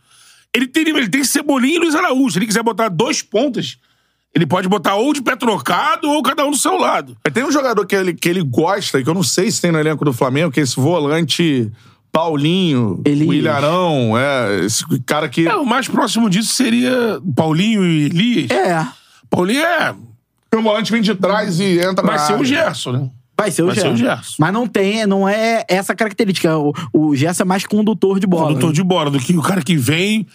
S1: Ele tem, ele tem Cebolinha e Luiz Araújo. Se ele quiser botar dois pontas, ele pode botar ou de pé trocado ou cada um do seu lado. Tem um jogador que ele, que ele gosta, que eu não sei se tem no elenco do Flamengo, que é esse volante Paulinho, o Ilharão, é, esse cara que... É, o mais próximo disso seria Paulinho e Elias.
S2: É.
S1: Paulinho é... O volante vem de trás e entra
S2: na
S1: Vai ser o
S2: área.
S1: Gerson, né?
S2: Vai ser o
S1: Vai ser
S2: Gerson.
S1: o Gerson.
S2: Mas não tem, não é essa característica. O, o Gerson é mais condutor de bola.
S1: Condutor de bola, do que o cara que vem.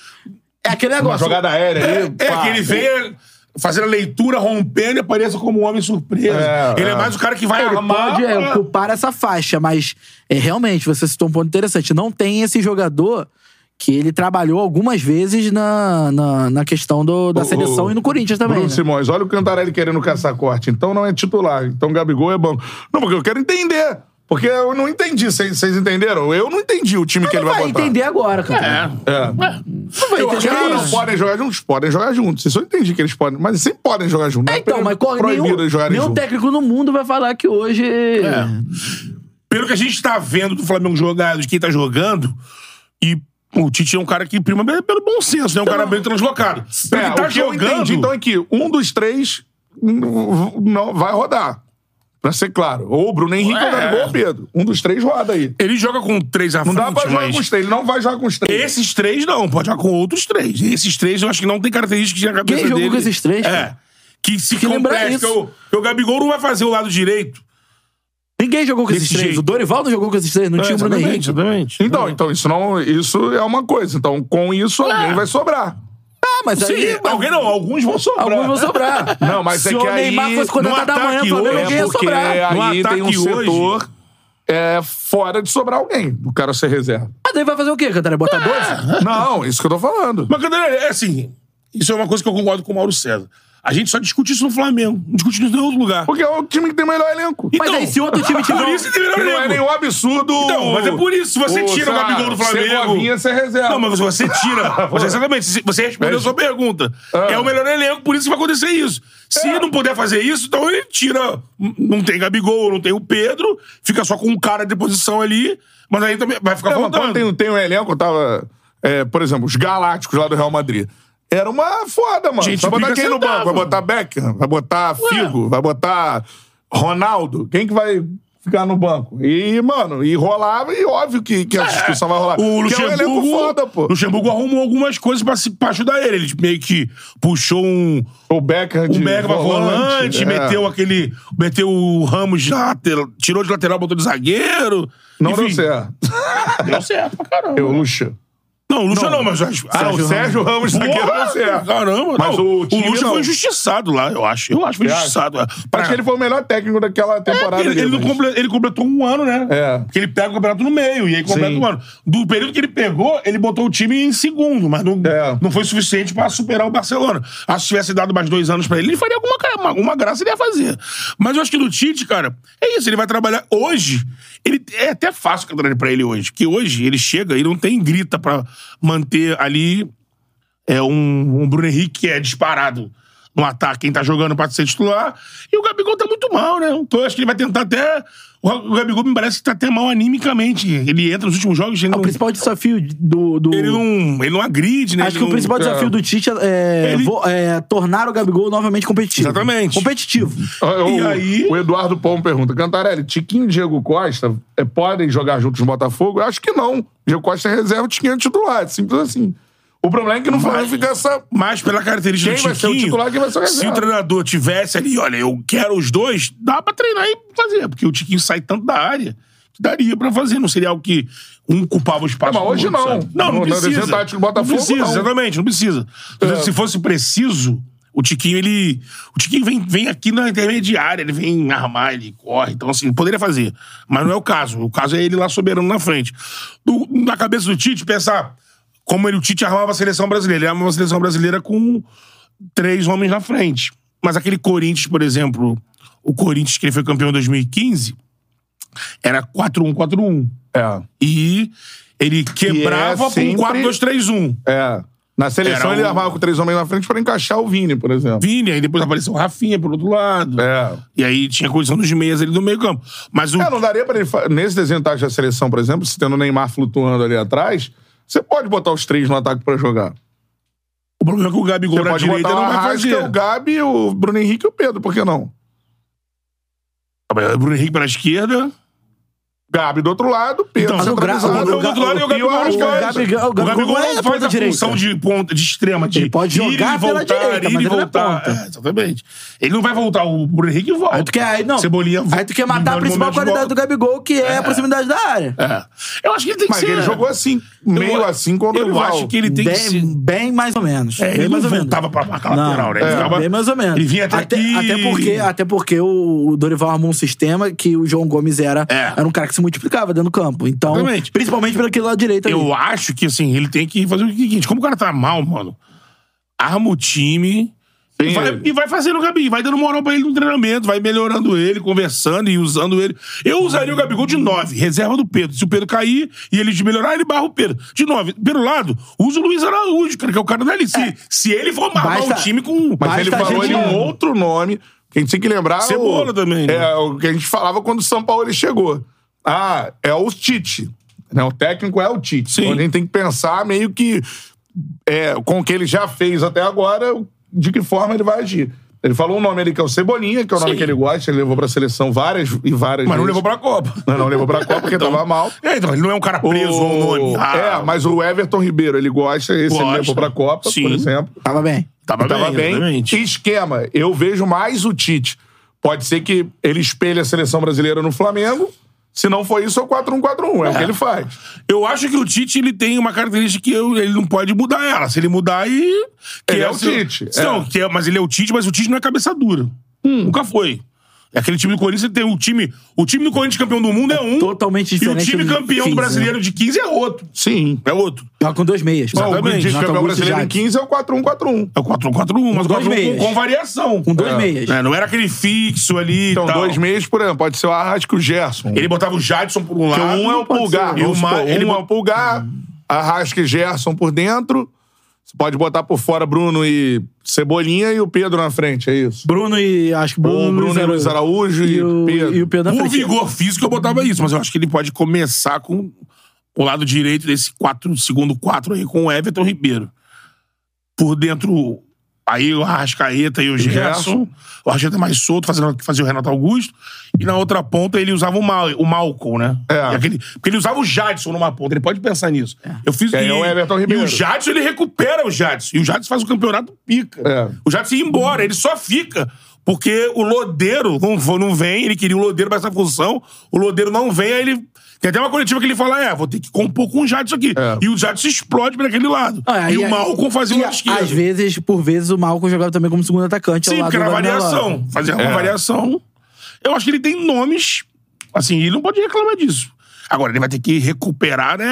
S2: É aquele negócio.
S1: É, é que ele vem fazendo a leitura, rompendo e aparece como um homem surpresa.
S2: É,
S1: ele é.
S2: é.
S1: mais o cara que vai
S2: Ele
S1: armar.
S2: pode é,
S1: pra-
S2: ocupar essa faixa, mas é, realmente, você citou um ponto interessante. Não tem esse jogador que ele trabalhou algumas vezes na, na, na questão do- da seleção e no Corinthians também.
S1: Bruno
S2: né?
S1: Simões, olha o Cantarelli querendo caçar corte. Então não é titular. Então Gabigol é banco. Não, porque eu quero entender. Porque eu não entendi. Vocês vocês entenderam? Eu não entendi o time que ele vai,
S2: Vai
S1: botar.
S2: entender agora,
S1: É.
S2: cara.
S1: é. Eu acho que eles
S2: entender agora.
S1: não podem jogar juntos? Podem jogar juntos. Isso eu entendi que eles podem. Mas sempre podem jogar juntos.
S2: É, então, mas qual-
S1: proibido
S2: nenhum,
S1: eles jogarem
S2: nenhum
S1: juntos.
S2: técnico no mundo vai falar que hoje.
S1: É. Pelo que a gente tá vendo do Flamengo jogar, de quem tá jogando, e o Tite é um cara que prima bem pelo bom senso, né? Um cara bem translocado. Pelo É,
S4: que tá
S1: o que eu
S4: jogando-
S1: entendi, então, é que um dos três não não vai rodar. Pra ser claro. Ou o Bruno Henrique
S4: É.
S1: ou o Gabigol ou o Pedro. Um dos três roda aí.
S4: Ele joga com três à
S1: Não dá
S4: frente,
S1: pra jogar
S4: mas-
S1: com os três. Ele não vai jogar com os três.
S4: Esses três não, pode jogar com outros três. Esses três eu acho que não tem características na cabeça
S1: Quem jogou
S4: dele.
S1: com esses três,
S4: É.
S1: cara?
S4: Que se
S1: Tem que lembrar
S4: compete, que é
S1: isso.
S4: o, que o Gabigol não vai fazer o lado direito.
S2: Ninguém jogou com esses
S4: Desse
S2: três.
S4: jeito.
S2: O Dorival não jogou com esses três, não
S1: É,
S2: tinha o Bruno
S1: exatamente,
S2: Henrique.
S1: exatamente. Então, então isso, não, isso é uma coisa. Então, com isso, alguém vai sobrar.
S2: Ah, mas
S1: Sim,
S2: aí-
S1: alguém não, alguns vão sobrar.
S2: Alguns vão sobrar.
S1: <laughs> Não, mas
S2: Se
S1: é que
S2: o Neymar
S1: aí,
S2: fosse contratado
S1: no
S2: amanhã,
S1: ataque
S2: o Flamengo,
S1: hoje-
S2: alguém ia
S1: é porque
S2: sobrar. No
S1: Aí tem um
S2: ataque hoje-
S1: setor é, fora de sobrar alguém. O cara ser reserva.
S2: Mas Ah, daí vai fazer o quê, Cantaré? Botar dois?
S1: Ah. Não, isso que eu tô falando.
S4: Mas, Cantarelli, é assim, isso é uma coisa que eu concordo com o Mauro César. A gente só discute isso no Flamengo, não discute isso em nenhum outro lugar.
S1: Porque é o time que tem melhor elenco.
S4: Então,
S1: Mas aí, se outro time tiver
S4: Por
S1: um-
S4: isso que tem melhor
S1: Não
S4: elenco.
S1: é nenhum absurdo
S4: Então, mas é por isso. Se você
S1: o,
S4: tira o
S1: sei lá,
S4: Gabigol do Flamengo.
S1: Segovinha ser reserva.
S4: Não, mas você
S1: <laughs>
S4: tira. Você, exatamente. se- Você respondeu a sua pergunta. É
S1: Ah.
S4: o melhor elenco, por isso que vai acontecer isso. Se
S1: É.
S4: não puder fazer isso, então ele tira. Não tem Gabigol, não tem o Pedro, fica só com um cara de posição ali, mas aí também vai ficar
S1: É, mas
S4: faltando.
S1: quando tem, tem um elenco, eu tava. é, por exemplo, os Galácticos lá do Real Madrid. Era uma foda, mano.
S4: Gente,
S1: vai botar
S4: fica
S1: quem no
S4: centavo.
S1: banco? Vai botar Beckham, vai botar Figo, vai botar Ronaldo. Quem que vai
S4: ficar no banco. E, mano, e rolava, e óbvio que, que a discussão vai rolar.
S1: O
S4: Que é um elenco
S1: Luxemburgo,
S4: foda, pô.
S1: Luxemburgo arrumou algumas coisas pra, se- pra ajudar ele. Ele meio que puxou um.
S4: O Beckham
S1: O Beckham pra
S4: volante,
S1: volante,
S4: é.
S1: meteu aquele. Meteu o Ramos de lateral. Tirou de lateral, botou de zagueiro.
S4: Não
S1: Enfim,
S4: deu certo.
S1: <laughs> Deu certo pra caramba.
S4: Eu, Luxa.
S1: Não, o Lucha não, mas. acho-
S4: Ah, o Sérgio Ramos
S1: Porra,
S4: zagueiro deu certo.
S1: Caramba,
S4: Mas
S1: não.
S4: o
S1: o,
S4: time
S1: Lucha
S4: não.
S1: foi injustiçado lá, eu acho. Eu acho que foi
S4: Você acha?
S1: injustiçado. é.
S4: Acho que ele foi o melhor técnico daquela temporada. né?
S1: É, ele,
S4: ali,
S1: ele não
S4: mas-
S1: comple- ele completou um ano, né? É. Porque ele pega o campeonato no meio, e aí completa
S4: Sim.
S1: um ano. Do período que ele pegou, ele botou o time em segundo, mas não, não foi suficiente pra superar o Barcelona. Acho que se tivesse dado mais dois anos pra ele, ele faria alguma, ca- uma, uma graça, ele ia fazer. Mas eu acho que do Tite, cara, é isso, ele vai trabalhar hoje. Ele, é até fácil trabalhar pra ele hoje, porque hoje ele chega e não tem grita pra manter ali é um, um Bruno Henrique que é disparado no ataque, quem tá jogando pode ser titular. E o Gabigol tá muito mal, né? Então eu acho que ele vai tentar até. O o Gabigol me parece que tá até mal animicamente. Ele entra nos últimos jogos. Ele não... O principal
S2: É desafio do.
S1: Ele, não, ele não agride, né?
S2: Acho
S1: Ele
S2: que o
S1: não-
S2: principal desafio do Tite é,
S1: Ele-
S2: vo- é tornar o Gabigol novamente competitivo. Exatamente. Competitivo.
S4: O, o Eduardo Pombo pergunta: Cantarelli, Tiquinho e Diego Costa eh, podem jogar juntos no Botafogo? Eu acho que não. Diego Costa é reserva, Tiquinho é titular. é Simples assim. O problema é que não vai ficar essa.
S1: Mas pela característica
S4: quem
S1: do
S4: vai ser o
S1: Tiquinho,
S4: titular quem vai ser o
S1: Se o
S4: reserva.
S1: treinador tivesse ali, olha, eu quero os dois, dá pra treinar e fazer, porque o Tiquinho sai tanto da área que daria pra fazer, não seria algo que um culpava o espaço.
S4: É, mas
S1: do
S4: hoje
S1: outro,
S4: não.
S1: sabe? Não,
S4: No-
S1: não
S4: no
S1: precisa.
S4: desenho tático do Botafogo,
S1: não precisa, tá
S4: não.
S1: exatamente, não precisa. Então,
S4: É.
S1: Se fosse preciso, o Tiquinho, ele. O Tiquinho vem, vem aqui na intermediária, ele vem armar, ele corre. Então, assim, poderia fazer. Mas não é o caso. O caso é ele lá soberano na frente. Do- na cabeça do Tite, pensar como ele, o Tite armava a seleção brasileira. Ele armava a seleção brasileira com três homens na frente. Mas aquele Corinthians, por exemplo, o Corinthians que ele foi campeão em 2015, era 4-1-4-1.
S4: É.
S1: E ele quebrava
S4: sempre-
S1: com 4-2-3-1.
S4: É. Na seleção
S1: Era
S4: ele
S1: um-
S4: armava com três homens na frente pra encaixar o Vini, por exemplo.
S1: Vini, aí depois apareceu o Rafinha por outro lado.
S4: É.
S1: E aí tinha a condição dos meias ali do meio campo. Mas o...
S4: É, não daria pra ele. fa- Nesse desenho tático da seleção, por exemplo, se tendo o Neymar flutuando ali atrás, você pode botar os três no ataque pra jogar.
S1: O problema é que o Gabigol
S4: Você
S1: na
S4: pode
S1: direita
S4: botar
S1: não
S4: o
S1: vai
S4: Arrasca,
S1: fazer.
S4: o Gabi, o Bruno Henrique e o Pedro, por que não?
S1: Ah, O Bruno Henrique pela esquerda.
S4: Gabi do outro lado, Pedro
S1: Então,
S4: centralizado.
S1: o Gabi do outro lado e o Gabigol
S4: Arrascaeta.
S1: nas costas.
S4: Gabi-
S1: O Gabigol não é faz a função de ponta, de extrema, de
S2: Ele pode
S1: ir e
S2: jogar pela
S1: voltar,
S2: direita,
S1: ir
S2: mas
S1: e
S2: ele não é
S1: voltar.
S2: ponta.
S1: É, exatamente. Ele não vai voltar, o Bruno Henrique volta. Aí tu quer,
S2: aí não.
S1: Cebolinha
S2: Aí tu quer matar a principal qualidade do Gabigol, que é a proximidade da área.
S1: É. Eu acho que ele tem que
S2: Mas
S1: ser.
S2: ele jogou assim, meio assim contra o
S1: Então, Eu
S2: rival.
S1: acho que ele tem
S2: Bem-
S1: que ser.
S2: Bem mais ou menos.
S1: É, ele
S2: bem
S1: não
S2: mais ou menos.
S1: voltava pra marcar lateral, né? Ele
S2: É,
S1: ficava-
S2: bem mais ou menos.
S1: ele vinha até aqui.
S2: até porque, até porque o o Dorival armou um sistema que o João Gomes era, era um cara que se multiplicava dentro do campo. Então,
S1: Exatamente.
S2: principalmente pelo aquele lado direito ali.
S1: Eu acho que, assim, ele tem que fazer o seguinte: como o cara tá mal, mano, arma o time. E
S4: Sim,
S1: vai,
S4: ele.
S1: e vai fazendo o Gabi, vai dando moral pra ele no treinamento, vai melhorando ele, conversando e usando ele. Eu usaria o Gabigol de 9, reserva do Pedro. Se o Pedro cair e ele de melhorar, ele barra o Pedro. De 9, pelo lado, usa o Luiz Araújo, cara, que é o cara dali. Se, se ele for marcar
S4: Basta-
S1: o time com.
S4: Mas ele falou de um outro nome que a gente tem que lembrar.
S1: Cebola também, né?
S4: É, o que a gente falava quando o São Paulo ele chegou. Ah, é o Tite. Né? O técnico é o Tite. Então a gente tem que pensar meio que é, com o que ele já fez até agora, de que forma ele vai agir. Ele falou um nome ali que é o Cebolinha, que é o nome
S1: Sim.
S4: que ele gosta, ele levou pra seleção várias e várias
S1: Mas não
S4: vezes.
S1: levou pra Copa.
S4: Não, não levou pra Copa porque tava mal.
S1: É, <laughs> então, ele não é um cara preso
S4: O-
S1: ao nome. Ah.
S4: É, mas o Everton Ribeiro, ele gosta, esse ele
S1: Gosta.
S4: levou pra Copa,
S1: Sim.
S4: por exemplo.
S2: Tava bem.
S1: Tava bem, exatamente.
S4: Esquema, eu vejo mais o Tite. Pode ser que ele espelhe a seleção brasileira no Flamengo. Se não for isso, é o 4-1-4-1. É, o que ele faz.
S1: Eu acho que o Tite ele tem uma característica que eu- ele não pode mudar ela. Se ele mudar, aí. que
S4: Ele é o
S1: seu-
S4: Tite,
S1: Não,
S4: é. Hum.
S1: que é- mas ele é o Tite, mas o Tite não é cabeça dura. Nunca foi. É Aquele time do Corinthians ele tem o time. O time do Corinthians campeão do mundo é um.
S2: totalmente diferente
S1: E o time
S2: do
S1: campeão
S2: 15,
S1: do brasileiro
S2: né?
S1: de 15 é outro.
S4: Sim.
S1: É outro.
S2: Joga com dois meias.
S4: Não, o
S2: Exatamente.
S4: Tite
S2: Renato
S4: campeão
S2: Augusto e
S4: brasileiro em
S2: Jadson.
S4: 15 é o 4-1-4-1.
S1: É o 4-1-4-1, mas o
S2: Com dois
S1: 4-1
S2: meias.
S1: com variação.
S2: Com dois
S1: É.
S2: meias.
S1: É, não era aquele fixo ali.
S4: Então,
S1: e tal.
S4: dois meios por ano. Pode ser o Arrasca e o Gerson.
S1: Ele botava o Jadson por um
S4: Porque
S1: lado.
S4: um é o
S1: Pode ser.
S4: pulgar.
S1: E o
S4: vamos
S1: Ma-
S4: supor,
S1: ele
S4: um é o pulgar, Arrasca e Gerson por dentro. Você pode botar por fora Bruno e Cebolinha e o Pedro na frente, é isso?
S2: Bruno e. Acho que
S4: Bruno. O Bruno e Luiz Araújo e,
S2: o-
S4: Pedro.
S2: e o Pedro na
S1: Por
S2: frente.
S1: vigor físico, eu botava isso, mas eu acho que ele pode começar com o lado direito desse quatro, segundo 4 aí, com o Everton Ribeiro. Por dentro, Aí o Arrascaeta e o Gerson. O Arrascaeta é mais solto, fazendo o que fazia o Renato Augusto. E na outra ponta ele usava o, Mal, o Malcolm, né? E aquele- porque ele usava o Jadson numa ponta, ele pode pensar nisso. Eu fiz
S4: É. É,
S1: e,
S4: é o Everton
S1: E
S4: Ribeiro.
S1: o Jadson, ele recupera o Jadson. E o Jadson faz o campeonato pica.
S4: É.
S1: O Jadson ia embora, ele só fica. Porque o Lodeiro não, vo- não vem, ele queria o Lodeiro pra essa função, o Lodeiro não vem, aí ele. Tem até uma coletiva que ele fala: é, vou ter que compor com o Jadson aqui.
S4: É.
S1: E o Jadson explode pra aquele lado. e o Malcom fazia um o
S2: Ah, e
S1: lado esquerdo.
S2: Às vezes, por vezes, o Malcom jogava também como segundo atacante. ao
S1: Sim,
S2: lado
S1: porque
S2: do
S1: era
S2: Wagner
S1: variação.
S2: Love.
S1: Fazia uma
S2: É.
S1: variação. Eu acho que ele tem nomes. Assim, ele não pode reclamar disso. Agora, ele vai ter que recuperar, né,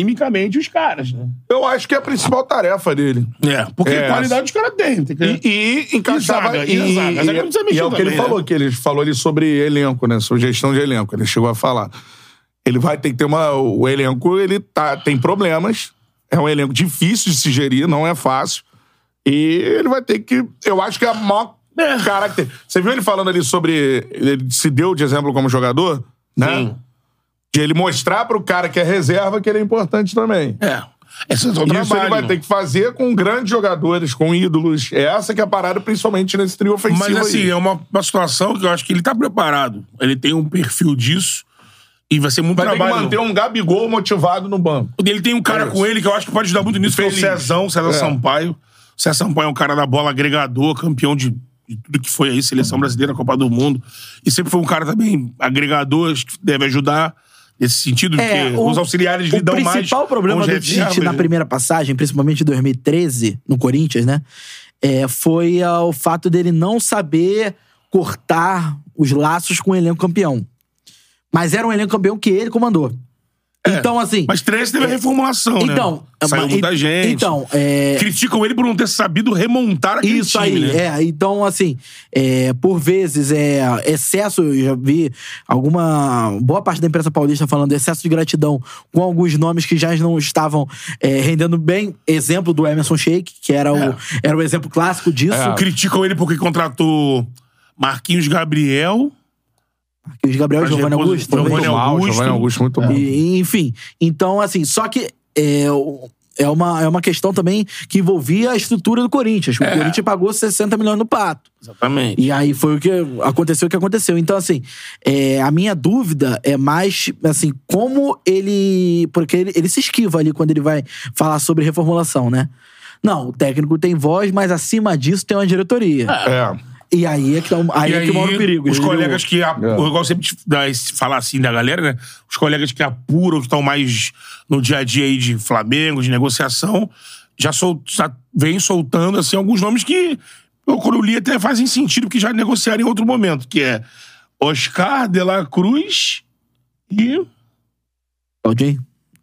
S1: animicamente os caras, né?
S4: Eu acho que é a principal tarefa dele.
S1: É, porque
S4: É.
S1: qualidade os caras têm. tem que-
S4: E, e encaixava...
S1: E zaga, e zaga. Zaga não precisa
S4: e
S1: mexer
S4: é o que
S1: também,
S4: ele
S1: né?
S4: falou, que ele falou ali sobre elenco, né? Sobre gestão de elenco. Ele chegou a falar. Ele vai ter que ter uma... O elenco, ele tá, tem problemas. É um elenco difícil de se gerir, não é fácil. E ele vai ter que... Eu acho que é a maior caracter... Você viu ele falando ali sobre... Ele se deu de exemplo como jogador, né? De ele mostrar pro cara que é reserva que ele é importante também.
S1: É. Esse é o
S4: Isso ele
S1: trabalho.
S4: vai ter que fazer com grandes jogadores, com ídolos. É essa que é a parada, principalmente nesse trio ofensivo
S1: Mas assim,
S4: aí.
S1: é uma, uma situação que eu acho que ele tá preparado. Ele tem um perfil disso. E vai ser muito
S4: Vai ter que
S1: trabalho.
S4: manter um Gabigol motivado no banco.
S1: Ele tem um cara com ele que eu acho que pode ajudar muito nisso, que é o
S4: Feliz.
S1: Cezão, César
S4: É.
S1: Sampaio. O César Sampaio é um cara da bola agregador, campeão de, de tudo que foi aí, seleção brasileira, Copa do Mundo. E sempre foi um cara também agregador, acho que deve ajudar nesse sentido,
S2: É,
S1: porque os auxiliares lhe dão mais.
S2: O principal problema
S1: com os
S2: do Tite
S1: reservas,
S2: na
S1: né?
S2: primeira passagem, principalmente em 2013, no Corinthians, né? é, foi ah, o fato dele não saber cortar os laços com o elenco campeão. Mas era um elenco campeão que ele comandou. então, assim.
S1: Mas 13 teve a
S2: é,
S1: reformulação, né?
S2: então,
S1: Saiu
S2: mas-
S1: muita gente.
S2: Então, é,
S1: Criticam ele por não ter sabido remontar aquele
S2: isso
S1: time,
S2: aí,
S1: né?
S2: é. Então, assim, é, por vezes, é, excesso, eu já vi alguma. Boa parte da imprensa paulista falando de excesso de gratidão com alguns nomes que já não estavam é, rendendo bem. Exemplo do Emerson Sheik, que era o, era o exemplo clássico disso.
S1: É. Criticam ele porque contratou Marquinhos Gabriel.
S2: Marquinhos Gabriel e Giovanni Augusto. também.
S1: Giovanni Augusto.
S2: E, enfim, então, assim, só que é, o- é uma, é uma questão também que envolvia a estrutura do Corinthians.
S1: É.
S2: O Corinthians pagou 60 milhões no pato.
S1: Exatamente.
S2: E aí foi o que aconteceu o que aconteceu. Então, assim, é, a minha dúvida é mais, assim, como ele. Porque ele, ele se esquiva ali quando ele vai falar sobre reformulação, né? Não, o técnico tem voz, mas acima disso tem uma diretoria.
S4: É.
S2: E aí é que, tá, o- aí
S1: E
S2: é que mora o perigo.
S1: Os
S2: entendeu?
S1: colegas que.
S2: É.
S1: ap-
S4: É.
S1: Eu gosto sempre de dar esse- falar assim da galera, né? Os colegas que apuram, que estão mais no dia a dia aí de Flamengo, de negociação, já, sol, já vem soltando assim, alguns nomes que, eu, quando eu li, até fazem sentido, porque já negociaram em outro momento, que é Oscar de la Cruz e.
S2: Claudinho?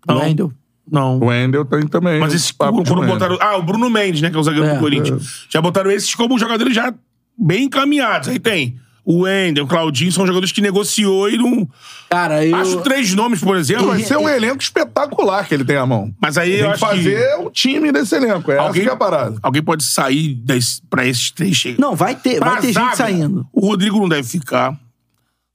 S2: Wendel?
S1: Não.
S4: O Wendel tem também.
S1: Mas esse, quando botaram. Ah, o Bruno Mendes, né? Que é o zagueiro
S4: É,
S1: do Corinthians. Já botaram esses como jogadores já bem encaminhados. Aí tem o Wendel, o Claudinho, são jogadores que negociou e não.
S2: Cara, eu.
S1: Acho três nomes, por exemplo.
S4: Vai ser um elenco espetacular que ele tem à mão.
S1: Mas aí
S4: tem
S1: eu
S4: que
S1: acho que-
S4: fazer o time desse elenco. É
S1: Alguém-
S4: essa que é a parada.
S1: Alguém pode sair das, pra esses três chegarem.
S2: Não, vai ter, vai
S1: Pra
S2: ter
S1: zaga,
S2: gente saindo.
S1: O Rodrigo não deve ficar.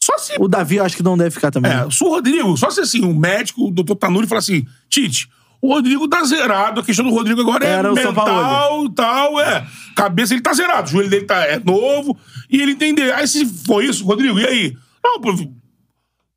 S1: Só se.
S2: O Davi eu acho que não deve ficar também.
S1: É, se o Rodrigo, só se assim, o médico, o doutor Tanuri, fala assim: Tite, o Rodrigo tá zerado, a questão do Rodrigo agora é
S2: Era o São
S1: mental e tal, é. Cabeça ele tá zerado, o joelho dele tá, é novo, e ele entender. Aí se foi isso, Rodrigo, e aí? Não, pô,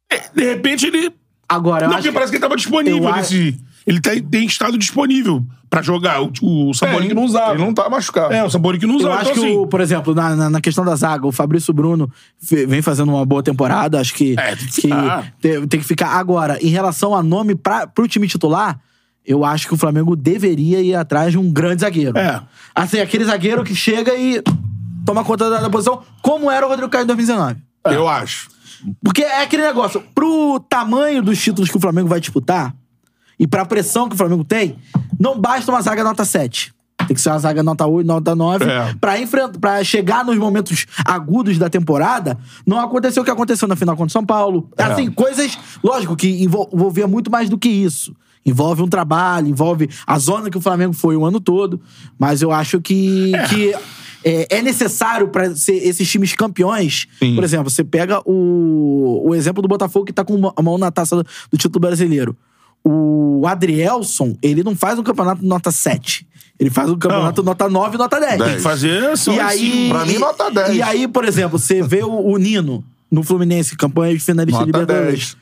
S1: é, de repente ele.
S2: Agora, eu
S1: Não,
S2: acho
S1: porque
S2: que-
S1: parece que ele tava disponível
S2: eu acho-
S1: nesse. Ele tá- tem estado disponível pra jogar. O, o Saborinho que não usava. É, Ele
S4: não tá machucado.
S1: É, o Saborinho que não
S2: Eu
S1: usava.
S2: acho
S1: então,
S2: que,
S1: assim,
S2: o, por exemplo, na, na, na questão da zaga, o Fabrício Bruno fe- vem fazendo uma boa temporada. Acho que,
S1: tem
S2: que,
S1: tá.
S2: te- tem que ficar. Agora, em relação a nome pra, pro time titular, eu acho que o Flamengo deveria ir atrás de um grande zagueiro. É. Assim, aquele zagueiro que chega e toma conta da, da posição, como era o Rodrigo Caio em 2019.
S4: Eu acho.
S2: Porque é aquele negócio, pro tamanho dos títulos que o Flamengo vai disputar e pra pressão que o Flamengo tem, não basta uma zaga nota 7. Tem que ser uma zaga nota 8, nota 9.
S4: É.
S2: Pra, enfrentar, pra chegar nos momentos agudos da temporada, não aconteceu o que aconteceu na final contra o São Paulo.
S1: É.
S2: Assim, coisas. Lógico que envol- envolvia muito mais do que isso. Envolve um trabalho, envolve a zona que o Flamengo foi o ano todo. Mas eu acho que. que é, é necessário pra ser esses times campeões. Por exemplo, você pega o, o exemplo do Botafogo que tá com a mão na taça do título brasileiro. o Adrielson, ele não faz um campeonato nota 7. Ele faz um campeonato nota 9 nota 10.
S1: Tem que fazer só
S2: e
S1: assim,
S2: aí,
S1: pra mim,
S2: e-
S1: nota 10.
S2: E aí, por exemplo, você vê o, o Nino no Fluminense, campanha de finalista
S1: Nota
S2: de Libertadores.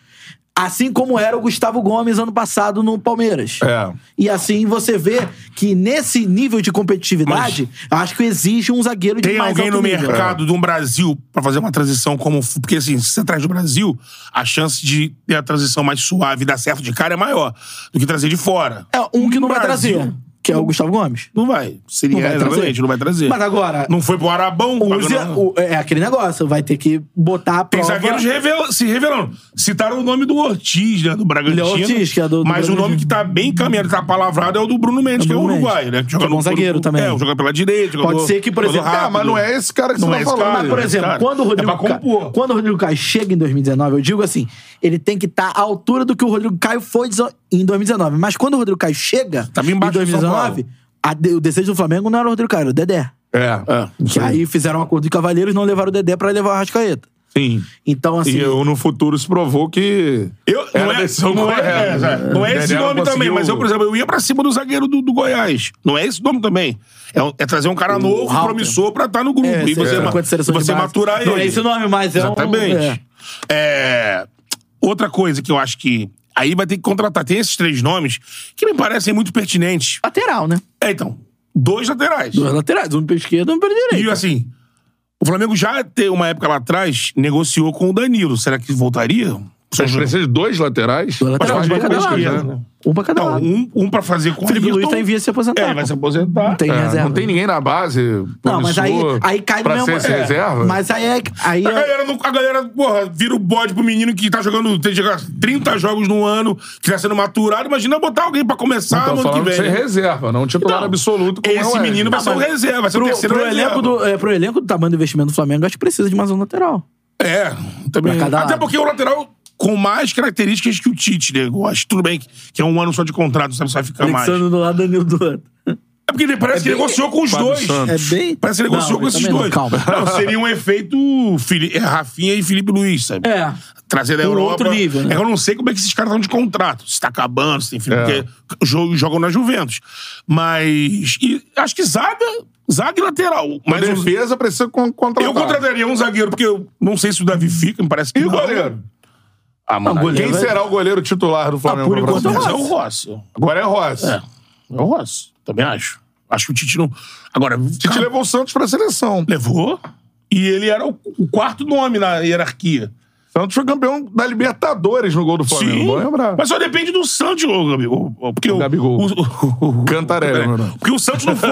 S2: Assim como era o Gustavo Gomes ano passado no Palmeiras.
S1: É.
S2: E assim você vê que nesse nível de competitividade, acho que exige um zagueiro de
S1: Tem
S2: mais
S1: alguém
S2: alto
S1: no
S2: nível.
S1: mercado de um Brasil pra fazer uma transição como. Porque, assim, se você traz do Brasil, a chance de ter a transição mais suave e dar certo de cara é maior do que trazer de fora.
S2: É, um que não vai
S1: Brasil.
S2: trazer, que é o Gustavo Gomes.
S1: Não vai. Seria,
S2: Não vai trazer.
S1: exatamente, não vai trazer.
S2: Mas agora-
S1: Não foi pro Arabão,
S2: O
S1: pagou
S2: Zé-
S1: na-
S2: o- é aquele negócio, vai ter que botar a
S1: Tem
S2: prova.
S1: zagueiros revel- se revelando. Citaram o nome do Ortiz, né? Do Bragantino.
S2: Léo Ortiz, que é do- do
S1: Mas o
S2: Bragantino.
S1: nome que tá bem caminhado, tá palavrado, é o do Bruno Mendes,
S2: É o
S1: que é o
S2: Bruno
S1: Uruguai,
S2: Mendes.
S1: né?
S2: Que é bom zagueiro também.
S1: É, joga pela direita.
S2: Pode
S1: jogador-
S2: ser que, por
S1: jogador
S2: exemplo. Ah,
S1: rápido. Não é esse cara,
S2: tá Mas, por
S1: né,
S2: exemplo,
S1: cara?
S2: quando o Rodrigo.
S1: É pra
S2: Ca-
S1: compor.
S2: Quando o Rodrigo Caio chega em 2019, eu digo assim: ele tem que estar à altura do que o Rodrigo Caio foi deso- em 2019. Mas quando o Rodrigo Caio chega em
S1: Tá embaixo do São
S2: 2019, a de- o desejo do Flamengo não era o Rodrigo Caio, era o Dedé.
S1: É.
S2: Que aí fizeram um acordo de cavaleiros não levaram o Dedé pra levar o Rascaeta.
S1: Sim.
S2: Então, assim.
S4: E eu, no futuro se provou que.
S1: Eu,
S4: era
S1: não,
S4: a
S1: é,
S4: decisão
S1: não, é,
S4: correta.
S1: é, é, não é esse
S4: Dedé não
S1: nome também,
S4: conseguiu-
S1: mas eu, por exemplo, eu ia pra cima do zagueiro do, do Goiás. Não é esse nome também. É, um- é trazer um cara novo,
S2: Halter.
S1: promissor, pra estar no grupo.
S2: É,
S1: e você,
S2: é.
S1: ma-
S2: enquanto seleção de
S1: você
S2: base.
S1: maturar ele.
S2: Não é esse o nome, mas é um-
S1: Exatamente.
S2: é.
S1: É, Outra coisa que eu acho que. Aí vai ter que contratar. Tem esses três nomes que me parecem muito pertinentes.
S2: Lateral, né?
S1: É, então. Dois laterais.
S2: Dois laterais, um pra esquerda e um pra direita.
S1: E assim, o Flamengo já teve uma época lá atrás, negociou com o Danilo. Será que voltaria?
S4: Mas precisa de dois laterais?
S2: tá
S1: Mas
S4: Mas pode
S1: pode pra
S4: pra
S1: cada
S4: esquerda,
S1: lado.
S4: né?
S2: Um pra cada
S1: lado. Um, um pra fazer com o
S2: Felipe
S1: Ayrton.
S2: Luiz tá em via de se aposentar,
S1: É, ele vai
S2: pô.
S1: se aposentar.
S2: Não tem
S1: É.
S2: reserva.
S4: Não tem ninguém na base.
S2: Não, mas aí,
S4: promissor
S2: aí cai no
S4: pra
S2: mesmo.
S4: ser esse
S2: é.
S4: reserva?
S2: Mas aí é. Aí
S1: A
S2: é-
S1: galera, não- a galera, porra, vira o bode pro menino que tá jogando tem que jogar 30 jogos no ano, que tá sendo maturado. Imagina botar alguém pra começar
S4: Então,
S1: no ano que
S4: falando de
S1: vem.
S4: ser reserva, não titular absoluto. Como
S1: esse
S4: é o Wesley.
S1: menino vai ser o reserva, vai ser o
S2: Tá pro,
S1: terceiro
S2: pro
S1: reserva.
S2: elenco do, é, pro elenco do tamanho do investimento do Flamengo, acho que precisa de mais um lateral.
S1: É, também.
S2: Pra cada
S1: Até
S2: lado.
S1: porque é o lateral com mais características que o Tite, né? Eu acho tudo bem que, que é um ano só de contrato, sabe? Só vai ficar mais.
S2: Alexandre do lado, Danilo do outro.
S1: É porque ele parece
S2: É
S1: que
S2: bem-
S1: negociou com os
S2: Fábio
S1: dois.
S2: Santos. É bem-
S1: Parece que negociou
S2: Não,
S1: com
S2: eu
S1: esses
S2: também não,
S1: dois.
S2: calma.
S1: Não, seria um efeito Fili- é, Rafinha e Felipe Luiz, sabe?
S2: É.
S1: Trazer da
S2: Um
S1: Europa.
S2: outro nível, né?
S1: É, Eu não sei como é que esses caras estão de contrato. Se tá acabando, se tem Felipe,
S4: É.
S1: porque jo- jogam na Juventus. Mas. e acho que zaga. Zaga e lateral.
S4: Mas
S1: Mas um-
S4: defesa precisa con- contratar.
S1: eu contrataria um zagueiro, porque eu não sei se o Davi fica, me parece que.
S4: E o
S1: não.
S4: goleiro?
S1: Ah,
S4: Não,
S1: mano, aí-
S4: Quem será o goleiro titular
S2: Ah,
S4: do Flamengo?
S1: por
S4: no
S1: enquanto
S4: próximo
S1: é o
S4: ano?
S1: Rossi.
S4: Agora é Rossi.
S1: É. É o Rossi. Também acho. Acho que o Tite não. Agora.
S4: Tite
S1: cara,
S4: levou o Santos pra seleção.
S1: Levou. E ele era o o quarto nome na hierarquia.
S4: Santos foi campeão da Libertadores no gol do Flamengo. Bom lembrar.
S1: Mas só depende do Santos, ô, Gabigol. Porque o,
S4: Gabigol. Cantarelli,
S1: Cantarelli.
S4: mano.
S1: Porque o Santos
S4: <laughs>
S1: não foi.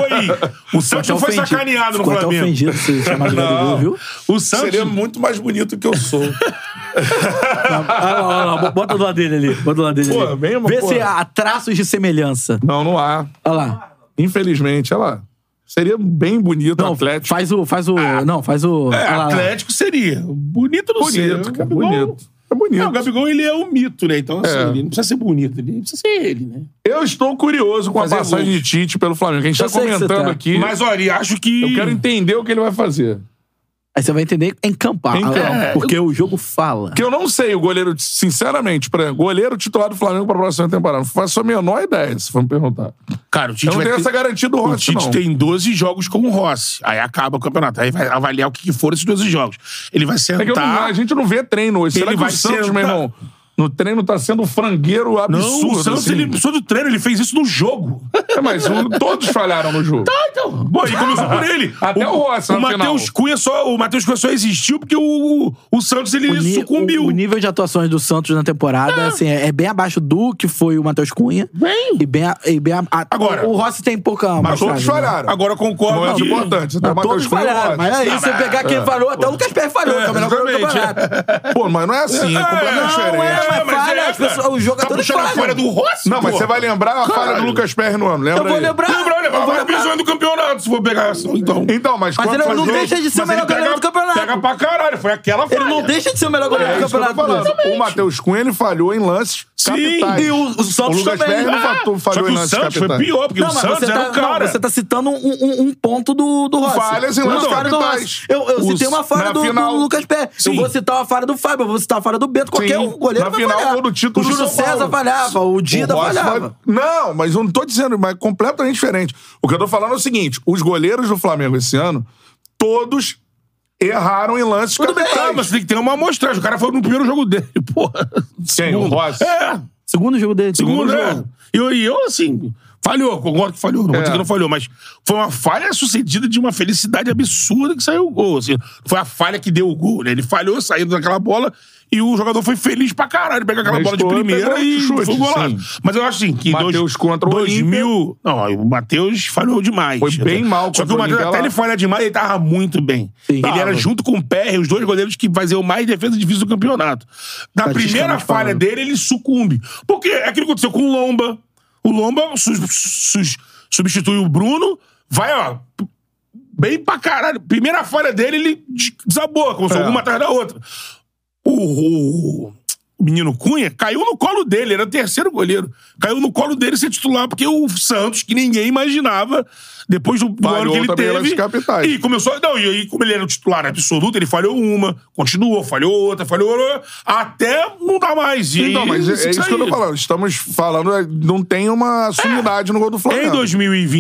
S1: O Santos não foi
S2: ofendido.
S1: sacaneado no
S2: Ficou até
S1: Flamengo.
S2: ofendido se chamar de Gabigol,
S1: Não.
S2: viu?
S1: O Santos.
S4: Seria muito mais bonito que eu
S2: <laughs>
S4: sou.
S2: Olha lá, olha lá, bota do lado dele ali. Bota do lado dele
S4: Pô,
S2: ali.
S4: mesmo,
S2: Vê
S4: pô.
S2: se há traços de semelhança.
S4: não, não há.
S2: Olha lá.
S4: Infelizmente, olha lá. Seria bem bonito o
S2: Não,
S4: Atlético.
S2: faz o. Faz o. Não, faz o.
S1: É,
S2: olha lá,
S1: Atlético seria. Bonito não um seria.
S4: Bonito,
S1: O
S4: cara.
S1: Gabigol-
S4: Bonito. É
S1: Não, o
S4: bonito.
S1: Gabigol ele é um mito, né? Então, assim,
S4: É.
S1: ele não precisa ser bonito, ele precisa ser ele, né?
S4: Eu estou curioso com
S1: Fazer
S4: a passagem
S1: gols.
S4: de Tite pelo Flamengo. que A gente
S2: Eu
S4: está
S2: sei que você
S4: comentando
S2: tá.
S4: aqui.
S1: Mas olha, acho que.
S4: Eu quero entender o que ele vai fazer.
S2: Aí você vai entender em campo.
S4: Em campo.
S2: ah, Porque o jogo fala.
S4: Então, Que eu não sei o goleiro, sinceramente, por exemplo, goleiro titular do Flamengo para a próxima temporada. Não faço a menor ideia, se for me perguntar.
S1: Cara, o Tite
S4: Eu não
S1: vai
S4: tenho
S1: ter-
S4: essa garantia do
S1: O
S4: Rossi,
S1: Tite
S4: não.
S1: tem 12 jogos com o Rossi. Aí acaba o campeonato. Aí vai avaliar o que que foram esses 12 jogos. Ele vai
S4: É que eu não-
S1: sentar.
S4: a gente não vê treino hoje. Será
S1: Ele
S4: que
S1: vai
S4: o Santos,
S1: sentar.
S4: meu irmão, no treino tá sendo um frangueiro absurdo?
S1: Não, o Santos,
S4: assim.
S1: ele precisou do treino, ele fez isso no jogo.
S4: É, mas o- todos falharam no
S1: <laughs>
S4: jogo.
S1: Tá, então. Bom, ele começou por ele.
S4: Até o Rossi
S1: O
S4: na final.
S1: Matheus Cunha só, o Matheus Cunha só existiu porque o, o Santos ele
S2: O ni-
S1: sucumbiu.
S2: O, o nível de atuações do Santos na temporada assim, é, é bem abaixo do que foi o Matheus Cunha.
S1: Ah. Bem.
S2: E bem, a- e bem a- a-
S1: Agora.
S2: O Rossi tem pouca.
S4: Mas
S2: amostragem,
S4: todos
S2: né?
S4: falharam.
S1: Agora eu concordo.
S4: Não é
S1: que-
S4: o importante. Tá?
S2: Não,
S4: Matheus
S2: todos
S4: Cunha e Rossi.
S2: falharam.
S4: Tá É.
S2: Mas aí, você pegar quem falhou, até o Lucas Pérez falhou,
S1: É,
S2: que é o melhor jogador do
S1: exatamente.
S2: campeonato.
S4: Pô, mas não é assim. É completamente
S1: não,
S4: diferente.
S1: é,
S2: mas falha, as
S1: cara.
S2: pessoas- os
S1: Tá
S2: jogadores
S1: puxando a
S2: falham.
S1: falha do Rossi?
S4: Não, mas
S1: pô.
S4: você vai lembrar a falha do Lucas Perry no ano. Lembra
S2: Eu vou
S4: aí?
S2: lembrar.
S1: Lembra, lembra,
S2: eu vou
S1: vai
S2: lembrar.
S1: visão do campeonato, se for pegar. Então.
S4: Então, mas
S2: Mas
S4: quando
S2: ele
S4: faz
S2: não
S4: gol-
S2: deixa de ser o
S1: Mas ele
S2: melhor
S1: pega-
S2: goleiro do campeonato.
S1: Pega pra caralho, foi aquela
S4: Ele não deixa de ser o melhor goleiro do campeonato.
S1: Exatamente.
S4: O Matheus Cunha ele falhou em lances
S1: Sim,
S4: capitais.
S1: e o- o Santos
S4: Lucas
S1: também.
S4: Perry não
S1: Ah,
S4: fatou-
S1: só
S4: falhou
S1: que
S4: em
S1: o
S4: lances
S1: Santos foi
S4: capitais.
S1: pior, porque o
S4: mas
S1: Santos
S4: você
S1: era
S4: tá-
S1: o cara.
S2: Não, você tá citando um, um- um ponto do, do Rossi.
S4: Falhas em
S2: uma
S4: lances
S2: falha do
S4: é assim, capitais.
S2: Rossi. Eu, eu
S4: O-
S2: citei uma falha
S4: na
S2: do, do
S4: final-
S2: Lucas Pé. Eu
S4: Sim.
S2: vou citar uma falha do Fábio, eu vou citar uma falha do Bento. Qualquer um goleiro
S4: Na
S2: vai
S4: final,
S2: falhar.
S4: gol do título
S2: O
S4: do
S2: Júlio
S4: São Paulo.
S2: César falhava, o Dida
S4: Rossi
S2: falhava.
S4: vai- Não, mas eu não tô dizendo, mas é completamente diferente. O que eu tô falando é o seguinte: os goleiros do Flamengo esse ano, todos erraram em lances capitais.
S1: mas tem que ter uma amostragem. O cara foi no primeiro jogo dele, <laughs> porra.
S4: Quem? O Rossi?
S1: É.
S2: Segundo jogo dele.
S1: Segundo, jogo. E eu, e eu, assim, falhou. Concordo que falhou. Não
S4: É.
S1: vou dizer que não falhou, mas foi uma falha sucedida de uma felicidade absurda que saiu o gol. Assim, foi a falha que deu o gol, né? Ele falhou saindo daquela bola e o jogador foi feliz pra caralho. Pegou aquela
S4: Mas
S1: bola de
S4: foi,
S1: primeira
S4: pegou
S1: e
S4: chute,
S1: foi um golaço. Mas eu acho assim que...
S4: Mateus
S1: dois,
S4: contra o
S1: dois
S4: Olímpia.
S1: mil... Não, o Matheus falhou demais.
S4: Foi bem mal
S1: Só
S4: contra
S1: que
S4: o
S1: o Matheus,
S4: Olímpia
S1: até
S4: lá.
S1: ele falha demais, ele tava muito bem. Ele era
S4: Tava.
S1: junto com o Perry, os dois goleiros que faziam mais defesa difícil do campeonato. Na primeira
S4: Estatisticamente
S1: falha
S4: falando.
S1: dele, ele sucumbe. Porque é aquilo que aconteceu com o Lomba. O Lomba su- su- substitui o Bruno, vai, ó, p- bem pra caralho. Primeira falha dele, ele des- desabou, começou
S4: É.
S1: uma atrás da outra. O, o- o menino Cunha caiu no colo dele, era terceiro goleiro. Caiu no colo dele ser titular, porque o Santos, que ninguém imaginava, depois do, do
S4: Falhou
S1: ano que ele
S4: também nas
S1: teve.
S4: capitais.
S1: E começou. Não, e aí, como ele era o titular absoluto, ele falhou uma, continuou, falhou outra, falhou outra, até não dá mais. E aí,
S4: Não, mas é, é isso que eu tô
S1: aí.
S4: falando. Estamos falando, é, não tem uma sumidade no gol do Flamengo.
S1: Em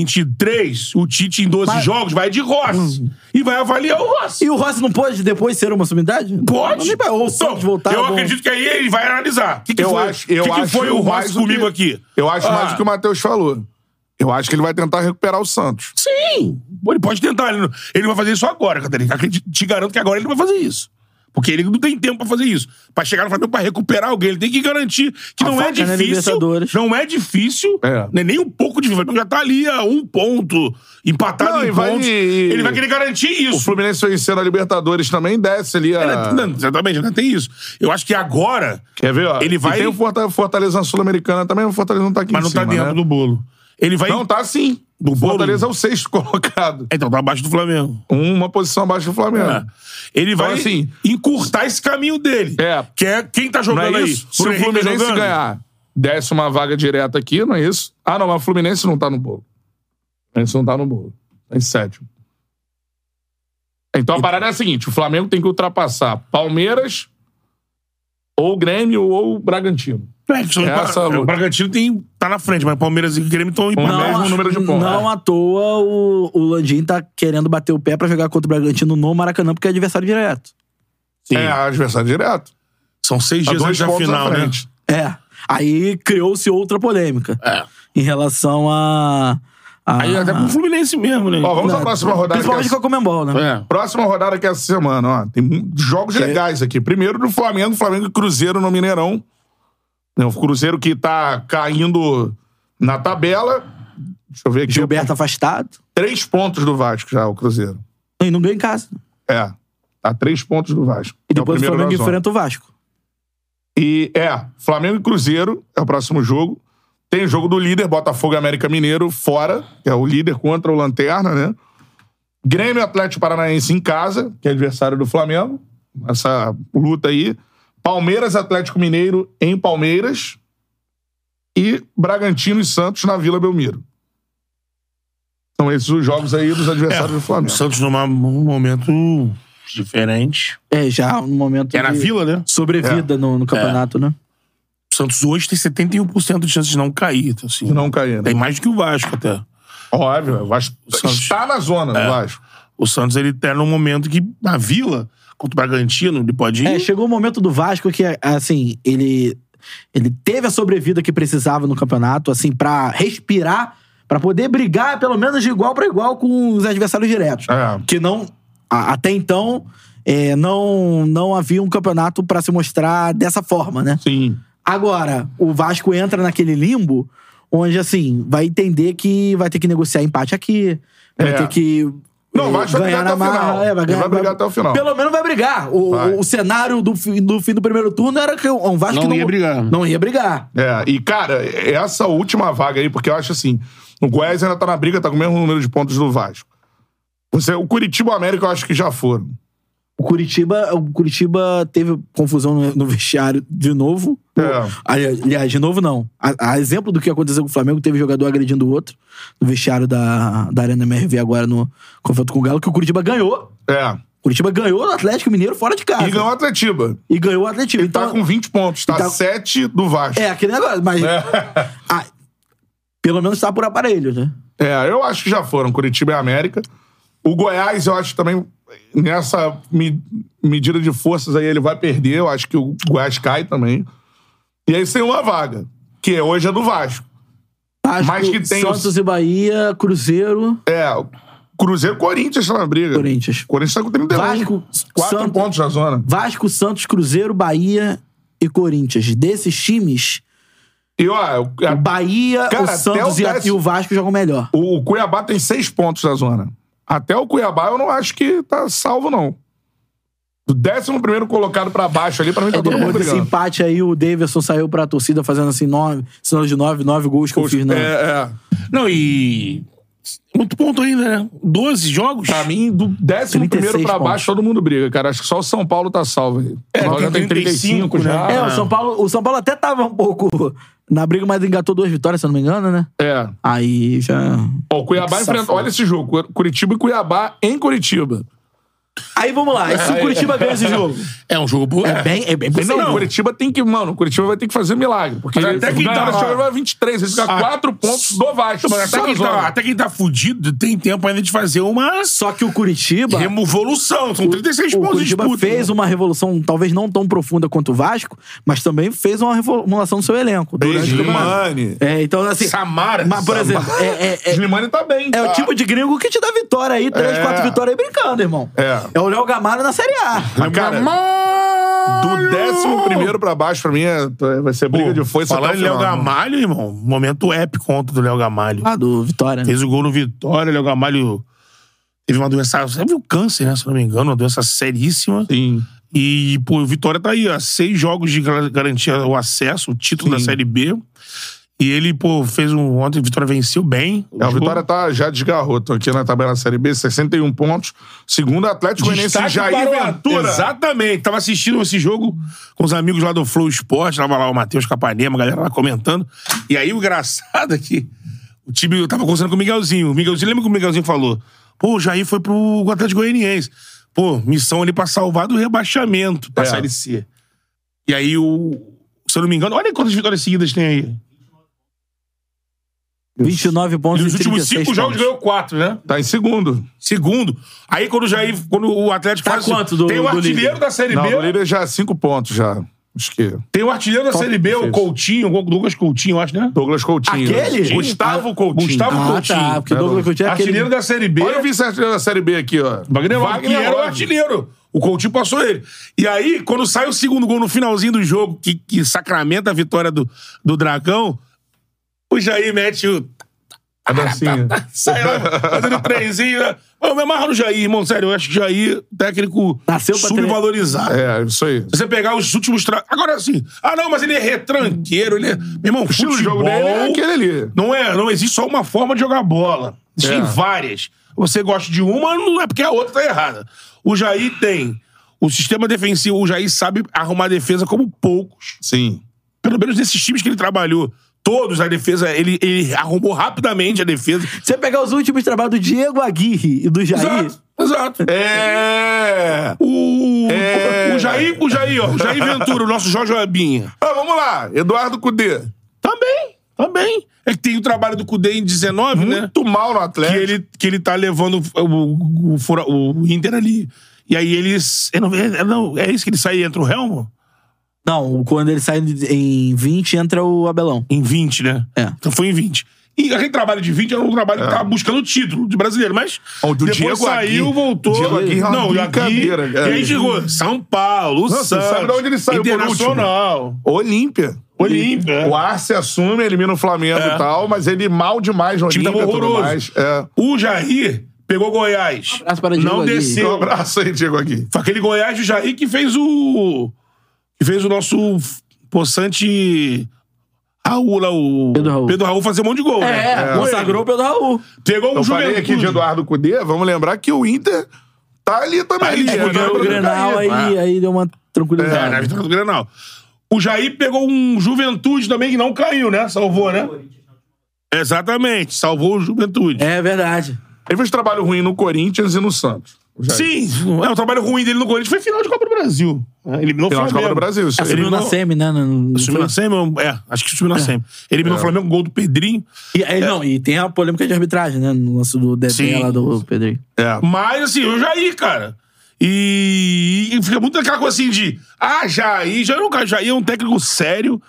S1: 2023, o Tite, em 12 jogos, vai de Rossi. E vai avaliar o Rossi.
S2: E o Rossi não pode depois ser uma sumidade?
S1: Pode.
S2: Não, Ou o Santos voltar.
S1: eu
S2: bom.
S1: acredito que aí ele vai analisar. O que, que
S4: tá eu
S1: foi,
S4: acho, eu
S1: que que
S4: acho
S1: foi o
S4: mais do
S1: Rossi
S4: que-
S1: comigo aqui?
S4: Eu acho mais
S1: Ah.
S4: do que o Matheus falou. Eu acho que ele vai tentar recuperar o Santos.
S1: Sim! Ele pode tentar. Ele não, ele não vai fazer isso agora, Catarina. Acredito- te garanto que agora ele não vai fazer isso. Porque ele não tem tempo pra fazer isso. Pra chegar no Flamengo, pra recuperar alguém, ele tem que garantir que
S2: A
S1: não é,
S2: vaga na
S1: difícil, não é difícil. né, Nem um pouco difícil. O Flamengo já tá ali a um ponto, empatado
S4: Não,
S1: em
S4: e vai-
S1: pontos.
S4: e-
S1: Ele vai querer garantir isso.
S4: O Fluminense vencendo a Libertadores também desce ali a...
S1: Ele- não, exatamente, ainda tem isso. Eu acho que agora.
S4: Quer ver, ó?
S1: Ele vai-
S4: E tem o Forta- Fortaleza na Sul-Americana também, o Fortaleza não tá aqui
S1: Mas
S4: em
S1: não tá
S4: cima,
S1: dentro
S4: né?
S1: do bolo. Ele vai.
S4: Não, tá sim.
S1: Do
S4: O
S1: bolo.
S4: Fortaleza é o sexto <laughs> colocado.
S1: Então tá abaixo do Flamengo.
S4: Uma posição abaixo do Flamengo.
S1: É. Ele
S4: Então,
S1: vai
S4: assim,
S1: encurtar esse caminho dele.
S4: É.
S1: Que é quem tá
S4: Não
S1: jogando
S4: é
S1: aí?
S4: isso? Se o
S1: Bruno Henrique
S4: Fluminense
S1: jogando?
S4: ganhar, desce uma vaga direta aqui, não é isso? Ah, não, mas o Fluminense não tá no bolo. O Fluminense não tá no bolo. Tá em sétimo. Então a parada é a seguinte: o Flamengo tem que ultrapassar Palmeiras, ou Grêmio, ou Bragantino.
S1: É, que são-
S4: Essa
S1: o
S4: luta.
S1: Bragantino tem, tá na frente, mas Palmeiras e Grêmio estão
S4: Um
S1: empatados.
S2: a- Não à toa o, o Landim tá querendo bater o pé pra jogar contra o Bragantino no Maracanã, porque é adversário direto.
S4: É adversário direto.
S1: São seis
S4: Tá
S1: dias
S4: dois
S1: antes da
S4: pontos à
S1: final, né?
S4: frente.
S2: É. Aí criou-se outra polêmica.
S1: É.
S2: Em relação a. a-
S1: Aí até pro Fluminense mesmo, né?
S4: Ó, vamos
S2: Não,
S4: à próxima rodada. é
S2: Principalmente com a Comembol, né?
S4: Próxima rodada que é essa semana, ó. Tem mu- jogos legais aqui. Primeiro do Flamengo, Flamengo e Cruzeiro no Mineirão. Né, O Cruzeiro que tá caindo na tabela. Deixa eu ver aqui.
S2: Gilberto afastado.
S4: Três pontos do Vasco já, o Cruzeiro.
S2: E não ganha em casa.
S4: É. Tá três pontos do Vasco. É
S2: E depois o Flamengo enfrenta o Vasco.
S4: E é, Flamengo e Cruzeiro é o próximo jogo. Tem o jogo do líder, Botafogo e América Mineiro fora, que é o líder contra o Lanterna, né? Grêmio e Atlético Paranaense em casa, que é adversário do Flamengo. Essa luta aí. Palmeiras e Atlético Mineiro em Palmeiras. E Bragantino e Santos na Vila Belmiro. São esses os jogos aí dos adversários do
S1: O
S4: Flamengo.
S1: É. Santos num momento diferente.
S2: É, já no momento.
S1: É na
S2: de
S1: Vila, né?
S2: Sobrevida
S1: É.
S2: no, no campeonato, né?
S1: O Santos hoje tem 71% de chance de não cair. então, Assim.
S4: não cair, né?
S1: Tem mais do que o Vasco até.
S4: Óbvio, o Vasco está na zona,
S1: É.
S4: o Vasco.
S1: O Santos, ele tá num momento que, na Vila, contra o Bragantino, ele pode ir.
S2: É, chegou o momento do Vasco que, assim, ele, ele teve a sobrevida que precisava no campeonato, assim, pra respirar, pra poder brigar pelo menos de igual pra igual com os adversários diretos.
S4: É.
S2: Que não, a- até então, é, não, não havia um campeonato pra se mostrar dessa forma, né?
S4: Sim.
S2: Agora, o Vasco entra naquele limbo onde, assim, vai entender que vai ter que negociar empate aqui, vai
S4: É.
S2: ter que.
S4: Não,
S2: eh,
S4: o Vasco vai brigar
S2: ganhar
S4: até o
S2: na marra,
S4: final.
S2: é,
S4: Ele vai brigar até o final.
S2: Pelo menos vai brigar. O,
S4: Vai.
S2: o cenário do, fi- do fim do primeiro turno era que o um Vasco
S4: Não ia brigar.
S2: Não ia brigar.
S4: É, e cara, essa última vaga aí, porque eu acho assim, o Goiás ainda tá na briga, tá com o mesmo número de pontos do Vasco. Você, o Curitiba e o América eu acho que já foram.
S2: O Curitiba, o Curitiba teve confusão no, no vestiário de novo.
S4: É,
S2: Ali- Aliás, de novo não. A, a exemplo do que aconteceu com o Flamengo, teve jogador agredindo o outro no vestiário da, da Arena MRV agora no confronto com o Galo, que o Curitiba ganhou.
S4: É.
S2: Curitiba ganhou o Atlético Mineiro fora de casa.
S4: E ganhou o Atletiba.
S2: E ganhou o Atletiba.
S4: Ele tá com 20 pontos, tá,
S2: Então-
S4: 7 do Vasco.
S2: É, aquele negócio, mas. <laughs> Ah, pelo menos tá por aparelhos, né?
S4: É, eu acho que já foram Curitiba e América. O Goiás, eu acho também, nessa me- medida de forças aí, ele vai perder. Eu acho que o Goiás cai também. E aí tem uma vaga, que é- hoje é do Vasco.
S2: Vasco, Santos e Bahia, Cruzeiro.
S4: É, Cruzeiro Corinthians tá na briga.
S2: Corinthians.
S4: Corinthians tá com 31.
S2: Vasco,
S4: Quatro pontos na zona.
S2: Vasco, Santos, Cruzeiro, Bahia e Corinthians. Desses times,
S4: E ó, o
S2: o Bahia,
S4: Cara,
S2: o
S4: até
S2: Santos
S4: o
S2: e a-
S4: décimo-
S2: e o Vasco jogam melhor.
S4: O, o Cuiabá tem seis pontos na zona. Até o Cuiabá eu não acho que tá salvo, não. Do décimo primeiro colocado pra baixo ali, pra mim tá todo mundo
S2: Depois desse
S4: brigando.
S2: empate aí, o Davidson saiu pra torcida fazendo assim nove, sinal de nove, nove gols que eu fiz na.
S4: É, é.
S1: Não, e. Muito ponto ainda, né? 12 jogos?
S4: Pra mim, do décimo primeiro pra baixo, todo mundo briga, cara. Acho que só o São Paulo tá salvo aí.
S1: É,
S4: São Paulo
S1: tem 35,
S4: já.
S2: É, o São Paulo, o São Paulo até tava um pouco na briga, mas engatou duas vitórias, se eu não me engano, né?
S4: É.
S2: Aí já.
S4: Ó, o Cuiabá enfrenta. Olha esse jogo. Cur- Curitiba e Cuiabá em Curitiba.
S2: Aí vamos lá. E se o Curitiba ganha esse
S1: <laughs>
S2: jogo?
S1: É um jogo
S2: É bem- é bem possível.
S4: Não, o Curitiba tem que. Mano, o Curitiba vai ter que fazer um milagre. Porque
S1: Mas até quem tá-
S4: tá chegando vai 23, ele fica
S1: Ah,
S4: 4 pontos do Vasco. né?
S1: Mas até,
S4: Só
S1: quem
S4: na zona.
S1: tá, até quem tá fudido tem tempo ainda de fazer uma.
S2: Só que o Curitiba.
S1: Revolução. São 36
S2: o
S1: pontos de
S2: Curitiba
S1: disputa.
S2: fez uma revolução, talvez não tão profunda quanto o Vasco, mas também fez uma reformulação do seu elenco. durante o campeonato.
S4: Slimane.
S2: É, então assim.
S4: Samara.
S2: Mas, por exemplo,
S4: Samara.
S2: é, é, é-
S4: Slimane tá bem.
S2: é o tipo de gringo que te dá vitória aí, três,
S4: É.
S2: quatro vitórias aí brincando, irmão.
S4: É.
S2: É o Léo Gamalho na Série A.
S4: Mas, cara, do décimo primeiro pra baixo, pra mim, é- vai ser briga de foice
S1: Falar
S4: até
S1: em
S4: o
S1: Léo
S4: final.
S1: Gamalho, irmão. Momento épico ontem do Léo Gamalho.
S2: Ah, do Vitória.
S1: Fez o gol no Vitória. Léo Gamalho teve uma doença. Você viu câncer, né? Se não me engano, uma doença seríssima.
S4: Sim.
S1: E, pô, o Vitória tá aí, ó. Seis jogos de gar- garantir o acesso, o título da Série B. E ele, pô, fez um. Ontem o Vitória venceu bem.
S4: É, o Vitória tá, já desgarrou. Tô aqui na tabela da Série B, 61 pontos. Segundo, Atlético Goianiense e
S1: Destaque
S4: Jair
S1: para o
S4: Ventura.
S1: Arthur. Exatamente. Tava assistindo esse jogo com os amigos lá do Flow Esporte. Tava lá o Matheus Capanema, a galera lá comentando. E aí o engraçado é que o time... Eu tava conversando com o Miguelzinho. O Miguelzinho, lembra que o Miguelzinho falou? Pô, o Jair foi pro Atlético Goianiense. Pô, missão ali pra salvar do rebaixamento pra
S4: É.
S1: Tá Série C. E aí o... Se eu não me engano, olha quantas vitórias seguidas tem aí.
S2: 29 pontos
S1: E
S2: e
S1: nos últimos
S2: 36
S1: cinco jogos
S2: pontos.
S1: ganhou quatro, né?
S4: Tá em segundo.
S1: Segundo. Aí quando o Jair, quando o Atlético
S2: Tá
S1: faz.
S2: quanto do-
S1: tem o
S2: do
S1: artilheiro
S2: líder?
S1: da Série
S4: Não,
S1: B.
S4: o líder já 5 pontos já. Acho que...
S1: Tem o artilheiro da
S4: Top
S1: Série B, o
S4: seis.
S1: Coutinho, o Douglas Coutinho, eu acho, né? tá,
S4: Douglas Coutinho.
S2: Aquele?
S4: Gustavo Coutinho. Né,
S1: Gustavo
S2: Ah,
S1: Coutinho.
S2: tá, porque o
S1: É,
S2: Douglas Coutinho é aquele-
S1: Artilheiro da Série B.
S4: Olha o vice-artilheiro da Série B aqui, ó.
S1: Wagner Love, que era o
S4: Love.
S1: artilheiro. O Coutinho passou ele. E aí, quando sai o segundo gol no finalzinho do jogo, que, que sacramenta a vitória do, do Dragão, o Jair mete o. Tá,
S4: A
S1: <laughs>
S4: dancinha.
S1: Sai lá, fazendo trenzinho. né? Pô, Eu me amarro no Jair, irmão. Sério, eu acho que o Jair, técnico
S2: Nasceu pra tre-
S1: subvalorizado.
S4: É, isso aí.
S1: Se você pegar os últimos. Tra... Agora sim. Ah, não, mas ele é retranqueiro. Ele é... Meu irmão, o
S4: estilo
S1: futebol,
S4: de jogo dele é aquele ali.
S1: Não, é, não existe só uma forma de jogar bola. Existem
S4: É.
S1: várias. Você gosta de uma, não é porque a outra tá errada. O Jair tem. O sistema defensivo, o Jair sabe arrumar defesa como poucos.
S4: Sim.
S1: Pelo menos desses times que ele trabalhou. Todos a defesa, ele, ele arrumou rapidamente a defesa.
S2: Você pegar os últimos trabalhos do Diego Aguirre e do Jair.
S1: Exato, exato.
S4: É...
S1: O,
S4: É.
S1: o Jair, o Jair, ó, o Jair Ventura, o nosso Jorge Abinha.
S4: Ah, vamos lá. Eduardo Cudê.
S1: Também, também. É que tem o trabalho do Cudê em 19, né?
S4: Muito mal no
S1: Que
S4: Atlético.
S1: ele, que ele tá levando o, o, o fura- o Inter ali. E aí eles. eu não- é, não, é isso que ele sai e entra o Helmo?
S2: Não, quando ele sai em 20, entra o Abelão.
S1: Em 20, né?
S2: É.
S1: Então foi em 20. E aquele trabalho de 20 era um trabalho que tava buscando o título de brasileiro, mas
S4: É. O do
S1: depois
S4: Diego
S1: saiu,
S4: Aguirre.
S1: voltou.
S4: Diego Aguirre é uma
S1: não, e aqui,
S4: brincadeira, cara.
S1: e aí chegou São Paulo,
S4: Não, você
S1: Santos,
S4: sabe de onde ele saiu por último.
S1: Internacional.
S4: Olímpia.
S1: Olímpia.
S4: O Arce assume, elimina o Flamengo
S1: É.
S4: e tal, mas ele mal demais no
S1: O time
S4: Olímpia
S1: tava
S4: e tudo
S1: horroroso.
S4: mais. É.
S1: O Jair pegou Goiás.
S2: Um abraço para Diego
S1: não
S2: Aguirre.
S1: desceu.
S4: Um abraço aí, Diego aqui.
S1: Foi aquele Goiás do Jair que fez o. que fez o nosso possante. Raul lá, o.
S2: Pedro Raul.
S1: fazer um monte de gol. né?
S2: É, consagrou o Pedro Raul.
S1: Pegou um o
S4: Eu falei
S1: Juventude.
S4: aqui de Eduardo Cudê, vamos lembrar que o Inter Tá ali também.
S1: Aí
S4: né?
S1: disputou
S4: Não
S1: o
S4: é pra
S1: Grenal,
S4: cair.
S1: aí-
S4: Ah.
S2: E aí deu uma
S1: É,
S2: tranquilidade.
S1: na vitória do Grenal. O Jair pegou um Juventude também que não caiu, né? Salvou, né? Exatamente, salvou o Juventude.
S2: É verdade.
S4: Ele fez trabalho ruim no Corinthians e no Santos.
S1: Sim, é, o trabalho ruim dele no Corinthians foi final de Copa do Brasil. né? Eliminou
S4: Final
S1: o
S4: de
S1: Flamengo.
S4: Copa do Brasil, isso.
S2: Subiu na
S1: Eliminou-
S2: semi, né? No- no-
S1: Subiu na SEMI, é, acho que subiu na
S2: É.
S1: SEMI. Eliminou
S2: É.
S1: o Flamengo, gol do Pedrinho. É.
S2: E, aí, Não, e tem a polêmica de arbitragem, né? No lance do DT
S1: Sim.
S2: lá do Pedrinho.
S1: É. Mas, assim, eu já Jair, cara. E, e fica muito aquela coisa assim de. Ah, Jair, Jair não cai. Jair é um técnico sério.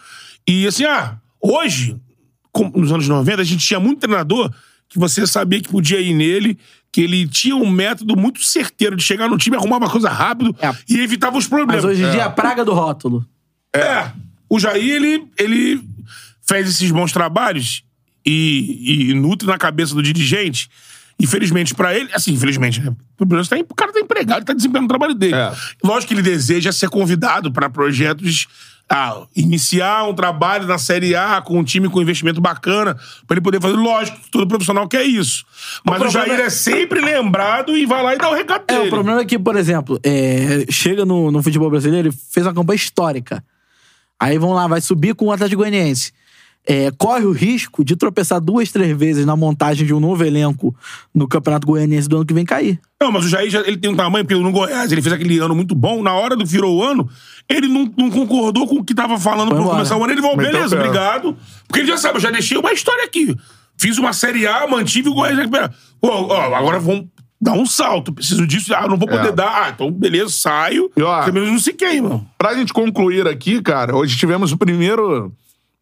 S1: E assim, ah, hoje, com- nos anos 90, a gente tinha muito treinador que você sabia que podia ir nele, que ele tinha um método muito certeiro de chegar no time, arrumar uma coisa rápido e evitava os problemas.
S2: É. Mas hoje em
S1: É.
S2: dia é a praga do rótulo.
S1: É. O Jair, ele, ele fez esses bons trabalhos e, e nutre na cabeça do dirigente. Infelizmente pra ele, assim, infelizmente, né? O Bruno tá em- o cara tá empregado, tá desempenhando o trabalho dele. Lógico que ele deseja ser convidado pra projetos. Ah, iniciar um trabalho na Série A com um time com investimento bacana, pra ele poder fazer. Lógico, todo profissional quer isso. Mas o,
S2: problema
S1: Jair
S2: é-
S1: é sempre lembrado e vai lá e dá o recado
S2: É,
S1: dele.
S2: o problema é que, por exemplo, é, chega no, no futebol brasileiro, ele fez uma campanha histórica. Aí vão lá, vai subir com o Atlético Goianiense. É, corre o risco de tropeçar duas, três vezes na montagem de um novo elenco no Campeonato Goianiense do ano que vem cair.
S1: Não, mas o Jair já- ele tem um tamanho, porque no Goiás ele fez aquele ano muito bom. Na hora do que virou o ano, ele não, não concordou com o que tava falando pra
S2: embora.
S1: começar o ano. Ele falou,
S2: Meteu
S1: beleza,
S2: o pé.
S1: obrigado. Porque ele já sabe, eu já deixei uma história aqui. Fiz uma Série A, mantive o Goiás. recuperado. Pô, ó, agora vamos dar um salto. Preciso disso. Ah, não vou poder
S4: É.
S1: dar. Ah, então beleza, saio.
S4: E, ó,
S1: Pelo menos não se queima.
S4: Pra gente concluir aqui, cara, hoje tivemos o primeiro.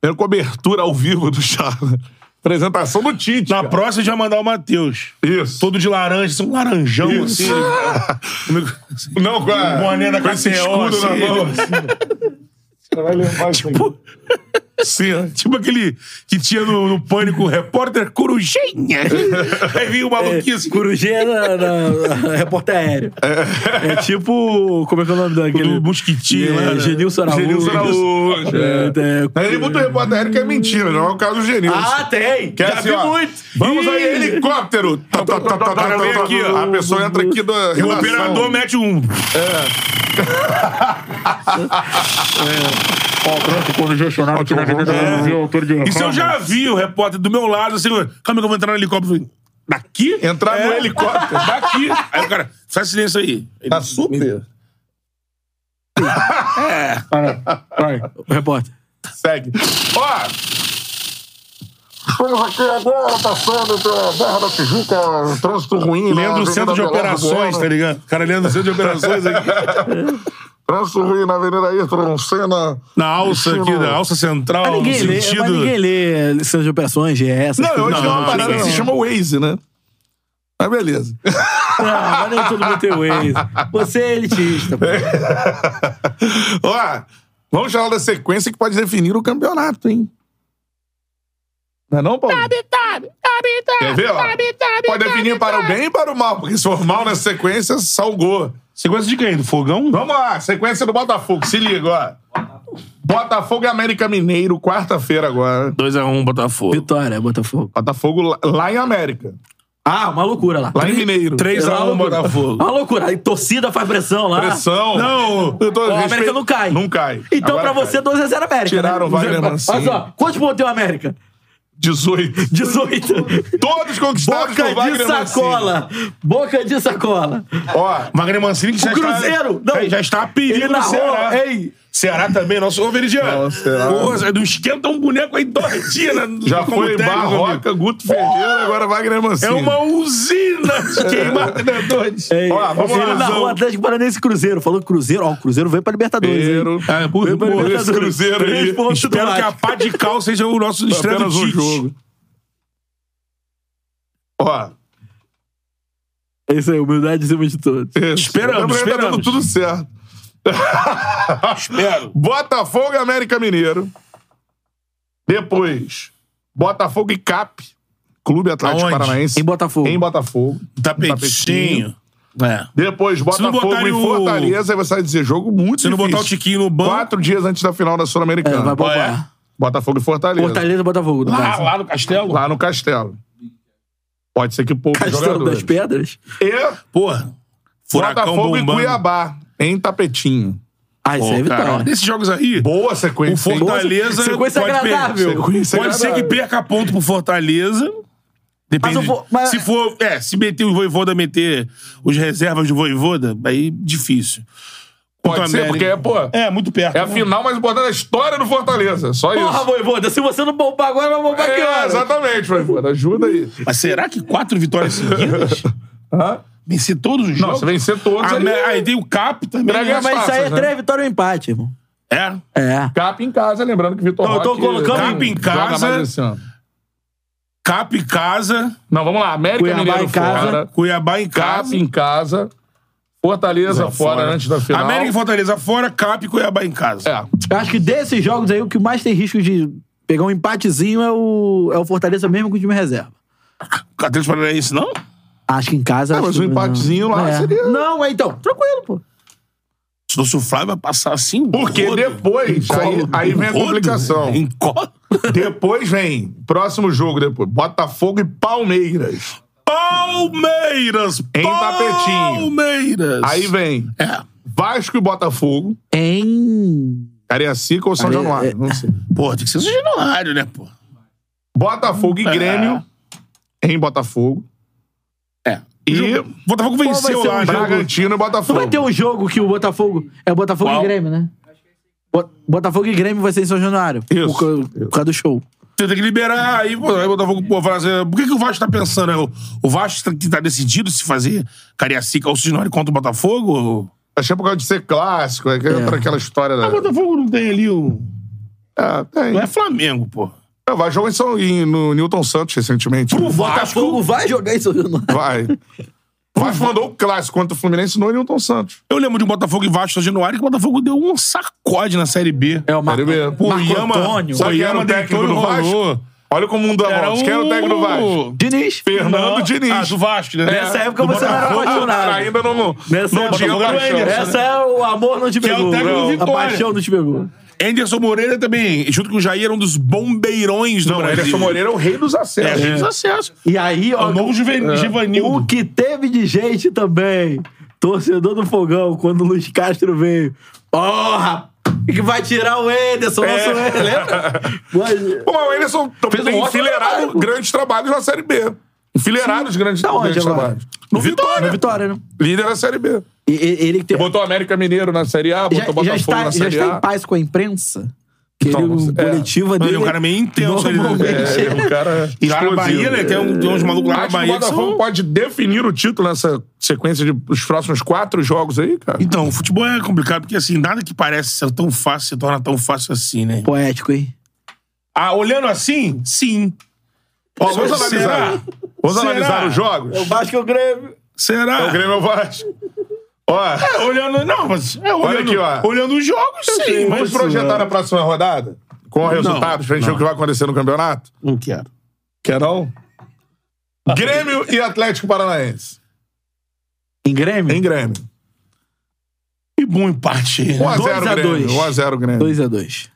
S4: Primeira cobertura ao vivo do Charla. Apresentação do Tite. Na
S1: próxima já mandar o Matheus.
S4: Isso.
S1: Todo de laranja, assim, um laranjão assim.
S4: <laughs> Não, com a-
S1: Um boné da
S4: com esse
S1: KTO,
S4: escudo na
S1: assim. Tipo,
S4: mão. Você vai levar isso aí.
S1: Sim, ó. tipo aquele que tinha no, no pânico o repórter Corujinha. Aí vinha o maluquinho assim.
S2: Corujinha na, repórter aéreo. É. tipo. Como é que é o nome daquele?
S1: mosquitinho,
S2: é,
S4: né?
S2: Genilson Araújo.
S4: Genilson Araújo, é. Mas ele muito repórter aéreo que é mentira, não é o caso do Genilson.
S2: Ah, tem.
S4: Que é
S2: Já
S4: assim,
S2: vi
S4: ó,
S2: muito.
S4: Vamos aí,
S2: Ih.
S4: helicóptero. Tá, tá, tá, tá, tá,
S1: Cara, vem
S4: tá,
S1: aqui, ó.
S4: A pessoa entra aqui da
S1: O operador mete um.
S4: Ó, congestionado aqui na Avenida
S1: né?
S4: Brasil, autor de
S1: É. Isso eu já vi o repórter do meu lado, assim, calma que eu vou entrar no helicóptero. Eu falei, Daqui? É.
S4: Entrar no helicóptero.
S1: <laughs> Daqui. Aí o cara, faz silêncio aí.
S4: Tá super. <laughs>
S1: É.
S4: Vai.
S2: Repórter.
S4: Segue. Ó! Estamos aqui agora passando pela Barra da Tijuca, um trânsito ruim. na
S1: Leandro
S4: Avenida
S1: Centro de
S4: Belardo
S1: Operações,
S4: Bueno.
S1: tá ligado? O cara Leandro Centro de Operações aqui.
S4: <laughs> Trânsito ruim na Avenida Ayrton Senna.
S1: Na alça aqui,
S4: Destino-
S1: na alça central,
S2: Mas
S1: no
S2: Ah, ninguém, lê, mas
S1: sentido.
S2: ninguém lê licença de operações, GE, essas
S4: Não,
S2: coisas.
S4: hoje tem uma parada que se chama Waze, né? Mas beleza.
S2: <laughs> Não, mas nem todo mundo tem Waze. Você é elitista, pô.
S4: <laughs> Ó, vamos falar da sequência que pode definir o campeonato, hein? Não é não, Paulo?
S1: Tá
S4: Quer ver, ó? Pode definir para o bem e para o mal, porque se for mal nessa sequência, salgou.
S1: Sequência de quem? Do Fogão?
S4: Vamos lá, sequência do Botafogo, se liga, ó. Botafogo e América Mineiro, quarta-feira agora.
S1: 2x1, Botafogo.
S2: Vitória, Botafogo.
S4: Botafogo lá- lá em América.
S2: Ah, uma loucura lá. um,
S4: Lá em Mineiro.
S1: 3
S2: Lá
S1: a 1
S2: loucura.
S1: Botafogo.
S2: É Uma loucura. Aí torcida faz pressão lá.
S4: Pressão.
S1: Não,
S4: eu tô-
S2: o América
S4: respeito-
S2: não cai.
S4: Não cai.
S2: Então,
S4: Agora
S2: pra você,
S4: cai.
S2: 12x0 América.
S4: Tiraram o
S2: né?
S4: Wagner
S2: Olha
S4: Mancini.
S2: só, quantos pontos tem o América?
S4: 18.
S2: 18.
S4: Todos conquistados
S2: Boca
S4: por Wagner
S2: de sacola. Boca de sacola.
S4: Ó,
S1: Magno Mancini que
S2: O
S1: já
S2: Cruzeiro,
S1: está... É,
S2: não.
S1: Já está a perigo
S2: Ele
S1: do
S2: narrou,
S1: Ceará.
S2: ei.
S1: Ceará também, nosso ô Veridiano.
S4: Ceará.
S1: Pô, Não esquenta um boneco aí dois dias. na-
S4: Já
S1: como
S4: foi
S1: técnico, amigo.
S4: Barroca, Guto Ferreira, agora Wagner
S1: É
S4: Mancini.
S1: uma usina de né, queimar treinadores.
S2: Ei,
S4: Ó, vamos lá,
S2: ele narrou o
S4: Zão.
S2: Atlético Paranaense e Cruzeiro. Falou que Cruzeiro, ó, o Cruzeiro veio pra Libertadores. hein?
S4: Cruzeiro.
S1: Ah, por
S2: Veio pra
S1: por
S2: Libertadores.
S1: esse Cruzeiro
S2: Três
S1: aí.
S2: pontos do
S1: Espero que a
S2: Vasco.
S1: pá de cal seja o nosso estreia do
S4: Apenas um
S1: Tite.
S4: jogo. Ó,
S2: É isso aí, humildade em cima de todos.
S1: Esperamos,
S4: Tá dando
S1: esperamos.
S4: tudo certo. <laughs>
S1: Espero.
S4: Botafogo e América Mineiro. Depois, Botafogo e CAP. Clube Atlético
S1: Aonde?
S4: Paranaense.
S2: Em Botafogo.
S4: Em Botafogo.
S1: Tapetinho. É.
S4: Depois,
S1: Se não
S4: Botafogo
S1: botarem
S4: e
S1: o-
S4: Fortaleza. Aí você vai dizer, jogo muito
S1: Se não
S4: difícil.
S1: botar o Tiquinho no banco-
S4: Quatro dias antes da final da
S2: É,
S4: Sul-Americana.
S2: vai bombar.
S4: Botafogo e Fortaleza.
S2: Fortaleza e Botafogo. no
S1: Lá,
S2: caso.
S1: lá no Castelo.
S4: Lá no Castelo. Pode ser que pouco
S2: Castelo das
S4: jogadores.
S2: Pedras.
S4: E
S1: Porra. Furacão
S4: Botafogo e
S1: bombando.
S4: Cuiabá, em tapetinho.
S2: Ah,
S1: isso aí é vitória. Desses jogos aí.
S4: Boa sequência.
S1: O
S4: hein?
S1: Fortaleza. pode perder. pode ser que perca ponto pro Fortaleza. Depende. Se for. É, se meter o Voivoda meter os reservas do Voivoda, aí difícil.
S4: Pode
S1: Contra o
S4: ser,
S1: América.
S4: porque é, pô.
S1: É, muito perto.
S4: É a final mais importante da história do Fortaleza. Só isso. É,
S1: Porra,
S2: voivoda, se você não bombar agora, vai bombar
S4: que hora? Exatamente, voivoda. Ajuda aí.
S1: Mas será que quatro vitórias seguidas? Vencer todos os
S4: Não,
S1: jogos?
S4: se vencer todos,
S1: Ah,
S4: ele-
S1: né, Aí tem o Cap também.
S4: Entrega as
S2: mas isso aí é
S4: taças, né?
S2: três vitórias e um empate, irmão.
S1: É?
S2: É.
S4: Cap em casa, lembrando que Vitor
S1: Não, Então, eu tô
S4: Roque
S1: colocando
S4: não
S1: Cap em
S4: joga
S1: casa.
S4: mais esse ano.
S1: Cap em casa.
S4: Não, vamos lá. América
S1: Cuiabá
S4: Mineiro
S1: em casa.
S4: fora.
S1: Cuiabá em casa.
S4: Cap em casa. Fortaleza
S1: Lá
S4: fora, antes da final.
S1: América e Fortaleza fora, Cap e Cuiabá em casa.
S4: É.
S2: Eu acho que desses jogos aí, o que mais tem risco de pegar um empatezinho é o, é o Fortaleza mesmo com o time reserva.
S1: O Atlético Paranaense, não?
S2: Acho que em casa.
S1: É,
S2: acho
S1: mas
S2: que
S1: um
S2: não.
S1: empatezinho lá
S2: É.
S1: seria-
S2: Não, é então, tranquilo, pô.
S1: Se fosse o Flávio, vai passar assim.
S4: Porque
S1: rodo.
S4: depois,
S1: Em
S4: aí,
S1: colo.
S4: aí vem a
S1: Rodo. um
S4: complicação.
S1: Em colo. <laughs>
S4: Depois vem, próximo jogo depois, Botafogo e Palmeiras.
S1: Palmeiras!
S4: Em tapetinho.
S1: Palmeiras! É.
S4: Aí vem Vasco e Botafogo.
S2: Em...
S4: Cariacica ou São
S1: Care-
S4: Januário,
S5: é,
S4: não sei.
S1: Pô, tem que ser São Januário, né, É. pô?
S4: Botafogo e Grêmio em Botafogo.
S1: É.
S4: E
S1: Botafogo né?
S2: Qual vai ser um jogo?
S4: Bragantino e
S2: Não
S4: Botafogo.
S2: vai ter um jogo que o Botafogo. É o Botafogo
S4: Qual?
S2: e Grêmio, né? Bo- Botafogo e Grêmio vai ser em São Januário. Isso. Por, causa- por causa do show.
S1: Você tem que liberar, aí pô, aí o Botafogo pô, fala assim, por que, que o Vasco tá pensando? né? O, o Vasco tá- que tá decidido se fazer Cariacica ou Sinori contra o Botafogo?
S4: Achei por causa de ser clássico, é, que é. pra aquela história
S1: Ah,
S4: da...
S1: o Botafogo não tem ali o...
S4: É, tem.
S1: Não é Flamengo, pô.
S4: É, vai jogar em São, em- no Newton Santos recentemente.
S1: Pro Vasco?
S2: Fogo vai jogar em São Januário. <laughs>
S4: Vai. O Vasco mandou o clássico contra o Fluminense no Newton Santos.
S1: Eu lembro de um Botafogo e Vasco de Januário que o Botafogo deu um sacode na Série B.
S2: É o Marco,
S4: Série B.
S1: Pô,
S2: Marco
S1: Yama-
S2: Antônio.
S4: Sabe quem era o
S1: Goiama
S4: técnico do
S1: deitou e
S4: Vasco?
S1: rolou.
S4: Olha como o mundo dá
S1: Era
S4: voltas. Quem era o
S1: o-
S4: técnico do Vasco?
S2: Diniz.
S4: Fernando
S1: Não.
S4: Diniz.
S1: Ah, do Vasco, né?
S2: Nessa época você não era
S4: Botafogo
S2: apaixonado.
S4: Ainda não,
S2: Nessa
S4: não
S2: época
S4: tinha né?
S2: do
S4: paixão.
S2: Anderson. Essa é o amor não te
S1: Que é o
S2: pegou.
S1: técnico do
S2: a
S1: Vitória.
S2: paixão não te pegou.
S1: Anderson Moreira também, junto com o Jair, era um dos bombeirões do
S4: Não,
S1: Brasil.
S4: Anderson Moreira é o rei dos
S1: é,
S4: acessos.
S1: é. acesso.
S2: E aí, ó.
S1: o novo Juven-
S2: é.
S1: Givanildo.
S2: O que teve de gente também, torcedor do Fogão, quando o Luiz Castro veio. Porra! Que vai tirar o Ederson, nosso
S4: É.
S2: Ederson, lembra? Mas-
S4: Pô, mas o Anderson
S2: Fez um
S4: tem
S2: ótimo
S4: enfileirado
S2: trabalho, pô.
S4: grandes trabalhos na Série B. Enfileirado os grandes,
S2: Tá onde
S4: grandes
S2: agora?
S4: trabalhos.
S2: No Vitória. No Vitória, né?
S4: Líder da Série B.
S2: E- e- ele que tem-
S4: Botou o América Mineiro na Série A, botou
S2: já,
S4: o Botafogo
S2: já está,
S4: então na
S2: já
S4: Série
S2: está
S4: A.
S2: em paz com a imprensa. Que ele,
S4: Então,
S2: o
S4: é.
S2: coletiva
S1: Mano,
S2: dele.
S1: ele é um cara meio intenso. Ele,
S2: Normalmente.
S1: é.
S4: É, o cara
S1: E lá na
S4: explosivo.
S1: Bahia, né? Tem, um- tem uns malucos lá na
S4: Acho que o
S1: Bahia que
S4: Botafogo
S1: são...
S4: pode definir o título nessa sequência de os próximos quatro jogos aí, cara.
S1: Então, o futebol é complicado, porque assim, nada que parece ser tão fácil se torna tão fácil assim, né?
S2: Poético, hein?
S1: Ah, olhando assim, sim.
S4: Ó, vamos
S1: Será?
S4: analisar. Vamos
S1: Será?
S4: analisar os jogos.
S2: Eu acho que É o Grêmio.
S1: Será?
S4: É o Grêmio é o Vasco. Ó,
S1: É, olhando... Não, mas... É, olhando,
S4: Olha aqui, ó.
S1: Olhando os jogos, sim.
S4: vamos
S1: Mas
S4: projetar na próxima rodada? Com resultados, pra gente ver o que vai acontecer no campeonato?
S1: Não quero. Ah.
S4: Quer não? Grêmio e Atlético Paranaense.
S2: Em Grêmio?
S4: Em Grêmio.
S1: Que um bom empate. aí,
S4: 1x0
S1: né?
S2: Dois a
S4: Grêmio.
S2: dois.
S4: 1x0 Grêmio.
S2: 2x2.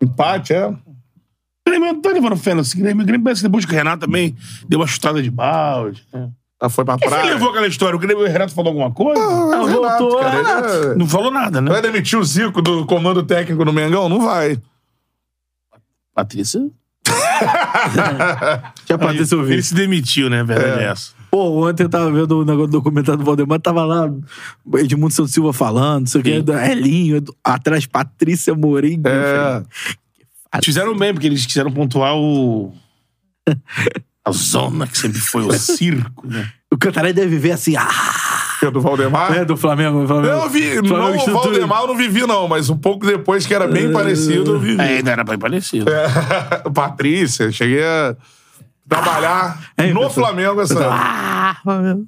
S4: Empate, é?
S1: O Grêmio não tá levando fé nesse Grêmio. O Grêmio parece que depois que o Renato também deu uma chutada de balde. né?
S4: Ah, foi pra
S1: Quem foi que
S4: praia.
S1: levou aquela história? O Grêmio o Renato falou alguma coisa?
S4: Ah, o Renato,
S2: voltou,
S4: cara, ele
S2: Renato.
S4: é-
S1: Não falou nada, né?
S4: Vai demitir o Zico do comando técnico no Mengão? Não vai. <laughs>
S1: Patrícia?
S2: Deixa a Patrícia ouvir.
S1: Ele se demitiu, né? A verdade é, essa.
S2: Pô, ontem eu tava vendo o negócio do documentário do Valdemar, tava lá Edmundo Santos Silva falando, não sei o que, Elinho, Edu- atrás Patrícia Morim.
S4: É.
S1: Eles Fizeram bem, porque eles quiseram pontuar o. A zona que sempre
S4: <laughs>
S1: foi o circo, né?
S2: <laughs> O Cantarelli deve viver assim, ah,
S4: Que é do Valdemar?
S2: né, do Flamengo. do Flamengo.
S4: Eu vi,
S2: Flamengo
S4: não, o
S2: estrutura.
S4: Valdemar eu não vivi, não, mas um pouco depois que era bem parecido, eu vivi. É.
S1: É, ainda era bem parecido.
S4: <laughs> Patrícia, cheguei a trabalhar
S2: É,
S4: no
S2: pessoal.
S4: Flamengo essa.
S2: Ah, Flamengo.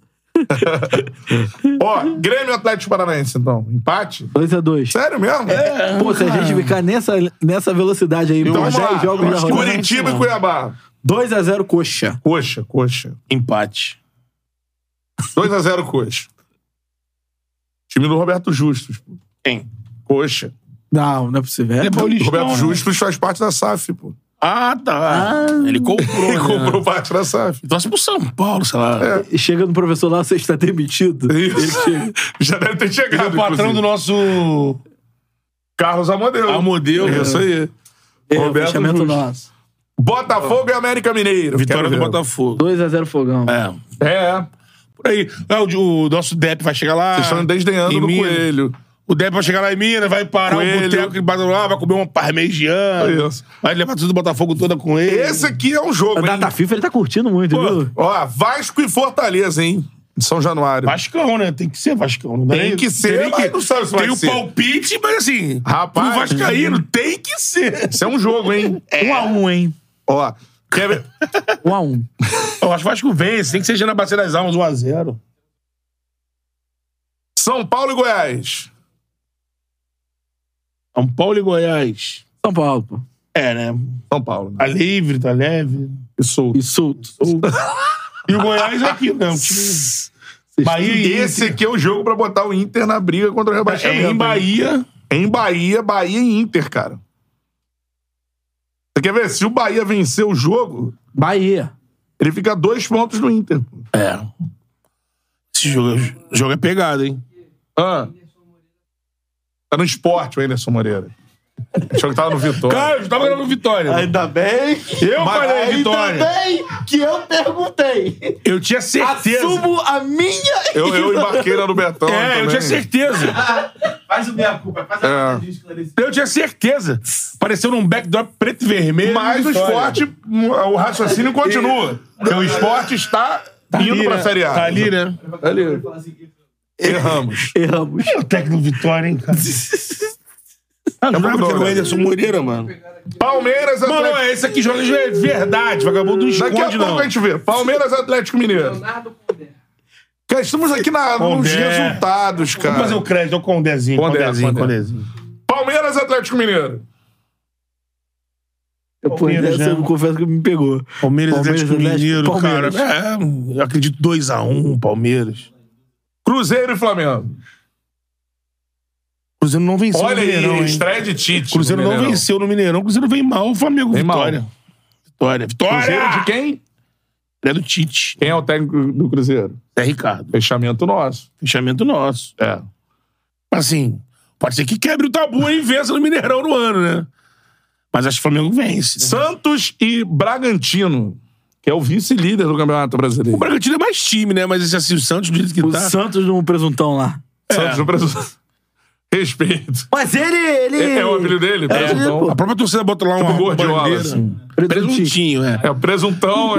S4: Ó, Grêmio e Atlético Paranaense, então. Empate?
S2: 2x2.
S4: Sério mesmo?
S1: É,
S2: Pô, se a gente ficar nessa, nessa velocidade aí,
S4: Então
S2: mais
S4: vamos
S2: 10
S4: lá.
S2: jogos da rodada.
S4: Curitiba e Cuiabá.
S2: 2x0 Coxa.
S4: Coxa, coxa.
S1: Empate.
S4: 2x0 Coxa. Time do Roberto Justus. pô.
S1: Quem?
S4: Coxa.
S2: Não, não é possível. É,
S1: Ele é paulistão.
S4: Roberto
S1: né?
S4: Justus faz parte da SAF, pô.
S1: Ah, tá.
S4: <laughs>
S1: Ele comprou. Ele comprou parte da SAF. Trouxe Então pro São Paulo, sei lá.
S4: É.
S2: E Chega no professor lá, você está demitido.
S1: Já deve ter
S4: chegado,
S1: Ele é o patrão
S4: inclusive.
S1: do nosso.
S4: Carlos Amodeu.
S1: Amodeu. né?
S4: É isso aí.
S1: É,
S2: fechamento
S4: Justo.
S2: nosso.
S4: Botafogo e América Mineiro.
S1: Vitória
S4: Quero
S1: do
S4: ver.
S1: Botafogo.
S2: 2x0 Fogão.
S1: É.
S4: É.
S1: Por aí. É, o, o nosso Depp vai chegar lá.
S4: Vocês estão desdenhando
S1: em
S4: do
S1: Minas.
S4: Coelho.
S1: O Depp vai chegar lá em Minas, vai parar
S4: Coelho.
S1: o boteco que bateu lá, vai comer uma parmegiana.
S4: Isso.
S1: Vai levar tudo do Botafogo toda com ele.
S4: Esse aqui é um jogo,
S2: A
S4: hein?
S2: data FIFA ele tá curtindo muito, viu?
S4: Ó, Vasco e Fortaleza, hein? De São Januário.
S1: Vascão, né? Tem que ser Vascão. Não dá
S4: Tem
S1: nem-
S4: que ser,
S1: tem
S4: mas não sabe se
S1: Tem
S4: vai
S1: o
S4: ser.
S1: palpite, mas assim...
S4: Rapaz. uhum.
S1: pro Vascaíno, tem que ser.
S4: Isso é um jogo, hein?
S1: Um a um, hein?
S4: Ó, quer ver?
S2: Um a um.
S1: <laughs> Eu acho que o Vasco vence. Tem que ser na Bacia das Almas, 1 a 0
S4: São Paulo e Goiás.
S1: São Paulo e Goiás.
S2: São Paulo, pô.
S1: É, né?
S4: São Paulo.
S1: Tá livre, tá leve.
S4: E solto.
S2: E solto.
S1: E o Goiás é aqui, né? O time- Bahia e
S4: Esse aqui é o jogo pra botar o Inter na briga contra o rebaixamento.
S1: É em
S4: hein?
S1: Bahia.
S4: Em Bahia, Bahia e Inter, cara. Você quer ver? Se o Bahia vencer o jogo,
S2: Bahia.
S4: ele fica a dois pontos do Inter.
S1: É. Esse jogo, jogo é pegado, hein?
S4: Ah. Tá no esporte o Anderson Moreira. Achou que tava no Vitória.
S1: Cara, eu tava ganhando vitória.
S20: Ainda bem.
S1: Eu
S4: Mas é
S1: falei
S20: Ainda
S1: vitória.
S20: bem que eu perguntei.
S1: Eu tinha certeza.
S20: Assumo a minha.
S4: É <laughs> Eu, eu embarquei lá no Betão.
S1: É, eu tinha certeza.
S20: Faz o meia culpa. Faz
S4: É.
S1: Eu tinha certeza. Apareceu num backdrop preto e vermelho.
S4: Mas o
S1: Vitória.
S4: esporte, o raciocínio continua. Porque o esporte está
S1: Tá
S4: indo
S1: ali,
S4: pra
S1: né?
S4: Série A.
S1: Tá ali, né?
S20: assim,
S4: Tá ali. Erramos.
S2: Erramos.
S1: É o técnico do Vitória, <laughs> hein, cara? Ah, não
S4: pouco
S1: que era
S4: não,
S1: o
S4: né?
S1: Anderson Moreira, mano.
S4: Palmeiras, Atlético.
S1: Mano, esse aqui joga de verdade, vagabundo não esconde,
S4: Daqui a
S1: não.
S4: pouco a gente vê. Palmeiras, Atlético Mineiro. Cara, estamos aqui na, nos
S1: Condé.
S4: resultados,
S1: Vamos fazer
S4: cara.
S1: o crédito, é o Condézinho.
S4: Condé,
S1: Condézinho,
S4: Condé.
S1: Condézinho.
S4: Palmeiras, Atlético Mineiro.
S2: Eu, pô,
S1: Palmeiras,
S2: essa
S1: né?
S2: eu confesso que me pegou.
S1: Palmeiras,
S2: Palmeiras,
S1: Atlético
S2: Atlético,
S1: Mineiro,
S2: Palmeiras.
S1: cara. É, eu acredito 2x1, Palmeiras.
S4: Cruzeiro e Flamengo.
S1: Cruzeiro não venceu né?
S4: Olha
S1: no Mineirão,
S4: aí,
S1: hein?
S4: estreia de Tite.
S1: Cruzeiro
S4: no
S1: não
S4: Mineirão.
S1: venceu no Mineirão. Cruzeiro vem mal, o Flamengo
S4: Vem mal.
S1: vitória. Vitória, vitória!
S4: Cruzeiro de quem?
S1: É do Tite.
S4: Quem é o técnico do Cruzeiro?
S1: É Ricardo.
S4: Fechamento nosso.
S1: Fechamento nosso.
S4: É.
S1: Assim, pode ser que quebre o tabu e vença no Mineirão no ano, né? Mas acho que o Flamengo vence. né?
S4: Santos e Bragantino, que é o vice-líder do Campeonato Brasileiro.
S1: O Bragantino é mais time, né? Mas esse assim, o Santos, do jeito que
S2: O
S1: tá.
S2: Santos no presuntão lá.
S1: É.
S4: É. Santos no Brasil. <laughs> Respeito.
S2: Mas ele. ele...
S4: É, é o apelido dele?
S2: É,
S4: Presuntão.
S1: A própria torcida bota lá uma
S4: Tipo Gordiola,
S1: bandeira.
S4: assim.
S1: Presuntinho. é.
S4: É o presuntão. é-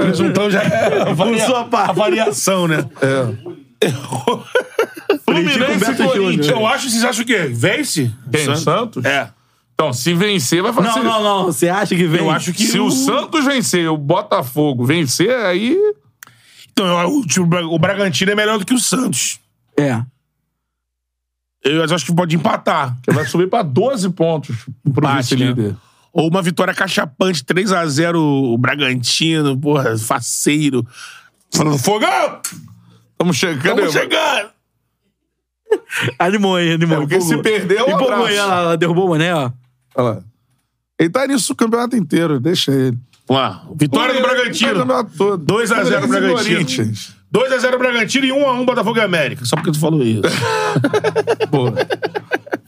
S4: <laughs>
S1: Presuntão já é a, varia-
S2: sua parte.
S1: a variação, né?
S4: É.
S1: <laughs>
S4: Fluminense e
S2: Humberto
S4: Corinthians.
S1: Eu acho, vocês acham o quê? Vence?
S4: Quem?
S1: Santos?
S4: Santos?
S1: É.
S4: Então, se vencer, vai fazer.
S2: Não, não, não. Você acha que vem?
S1: Eu acho que
S4: Se o Santos vencer, o Botafogo vencer, aí.
S1: Então, eu- o, time- o Bragantino é melhor do que o Santos.
S2: É.
S1: Eu acho que pode empatar.
S4: que Vai subir pra 12 pontos pro
S1: Bate,
S4: vice-líder.
S1: né? Ou uma vitória cachapante, 3x0 o Bragantino, porra, faceiro. Falando, fogão!
S4: Estamos chegando.
S1: Vamos chegar!
S2: <laughs> Animou aí, animou.
S4: É, porque
S2: Empolgou.
S4: se perder, é um
S2: Empolgou
S4: abraço.
S2: aí, ela, ela derrubou o mané, ó.
S4: Olha lá. Ele tá nisso o campeonato inteiro, deixa ele. tá
S1: Vamos lá, vitória do Bragantino. 2x0
S4: é
S1: Bragantino. 2x0 Bragantino e 1x1 Botafogo e América. Só porque tu
S4: <laughs>
S1: falou isso.
S4: Pô.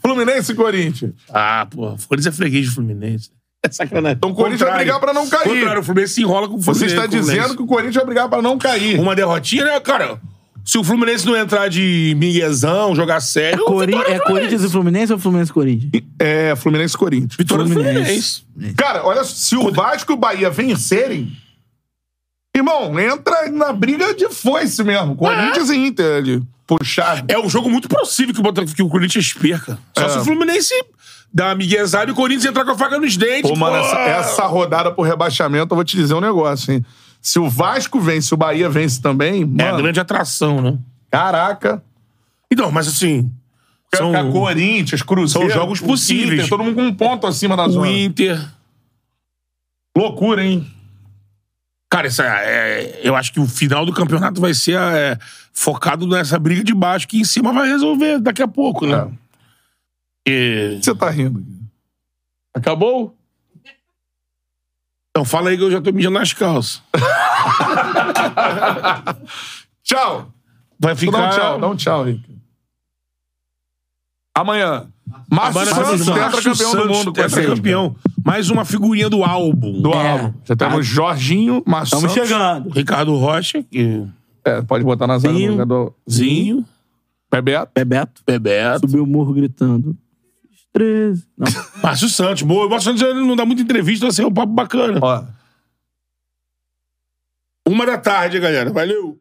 S4: Fluminense e Corinthians.
S1: ah, porra, o Corinthians é freguês do Fluminense. É sacanagem.
S4: Então o Corinthians vai brigar pra não cair.
S1: Contrário, o Fluminense se enrola com o
S4: Você
S1: Fluminense.
S4: está
S1: com o Fluminense.
S4: dizendo que o Corinthians vai brigar pra não cair.
S1: Uma derrotinha, né, cara? Se o Fluminense não entrar de miguezão, jogar sério. o
S2: Cori-
S1: Vitória
S2: é Corinthians e Fluminense ou Fluminense e Corinthians?
S4: É, Fluminense e Corinthians.
S1: Vitória do
S2: Fluminense.
S1: Fluminense.
S4: Cara, olha, se o Vasco e o Bahia vencerem, irmão, entra na briga de foice mesmo. Corinthians e Inter ali, puxado.
S1: É um jogo muito possível que o, Bota- que o Corinthians perca. Só
S4: É.
S1: se o Fluminense dar miguezada e o Corinthians entrar com a faca nos dentes.
S4: Pô, mano, essa, essa rodada pro rebaixamento, eu vou te dizer um negócio, hein? Se o Vasco vence, o Bahia vence também,
S1: É a
S4: mano,
S1: grande atração, né?
S4: caraca.
S1: Então, mas assim.
S4: São...
S1: São,
S4: Corinthians, Cruzeiro.
S1: São jogos
S4: o
S1: possíveis.
S4: Inter, todo mundo com um ponto acima da
S1: o
S4: zona.
S1: Inter.
S4: Loucura, hein?
S1: Cara, essa, é- eu acho que o final do campeonato vai ser é, focado nessa briga de baixo, que em cima vai resolver daqui a pouco, né? E-
S4: É. Você tá rindo. Acabou?
S1: Então fala aí que eu já tô mijando nas calças.
S4: <laughs> Tchau. Tu Dá
S1: Vai
S4: um
S1: ficar-
S4: tchau, dá um tchau, Rick. Amanhã. Márcio
S1: Agora
S4: Santos,
S1: Santos,
S4: tetracampeão
S1: Márcio
S4: do
S1: Santos,
S4: mundo. com a gente.
S1: tetracampeão. Mais uma figurinha do álbum.
S4: Do álbum. Já temos
S1: Tá?
S4: Jorginho, Márcio
S1: Estamos
S4: Santos,
S1: chegando. Ricardo Rocha. Que...
S4: É, pode botar na zaga do
S1: Zinho.
S4: lugar do...
S1: Zinho.
S4: Bebeto.
S2: Bebeto.
S1: Bebeto.
S2: Subiu o morro gritando. 13. Não.
S1: <laughs> Márcio Santos. Boa. O Márcio Santos ele não dá muita entrevista, vai ser um papo bacana.
S4: Ó.
S1: Uma da tarde, galera. Valeu.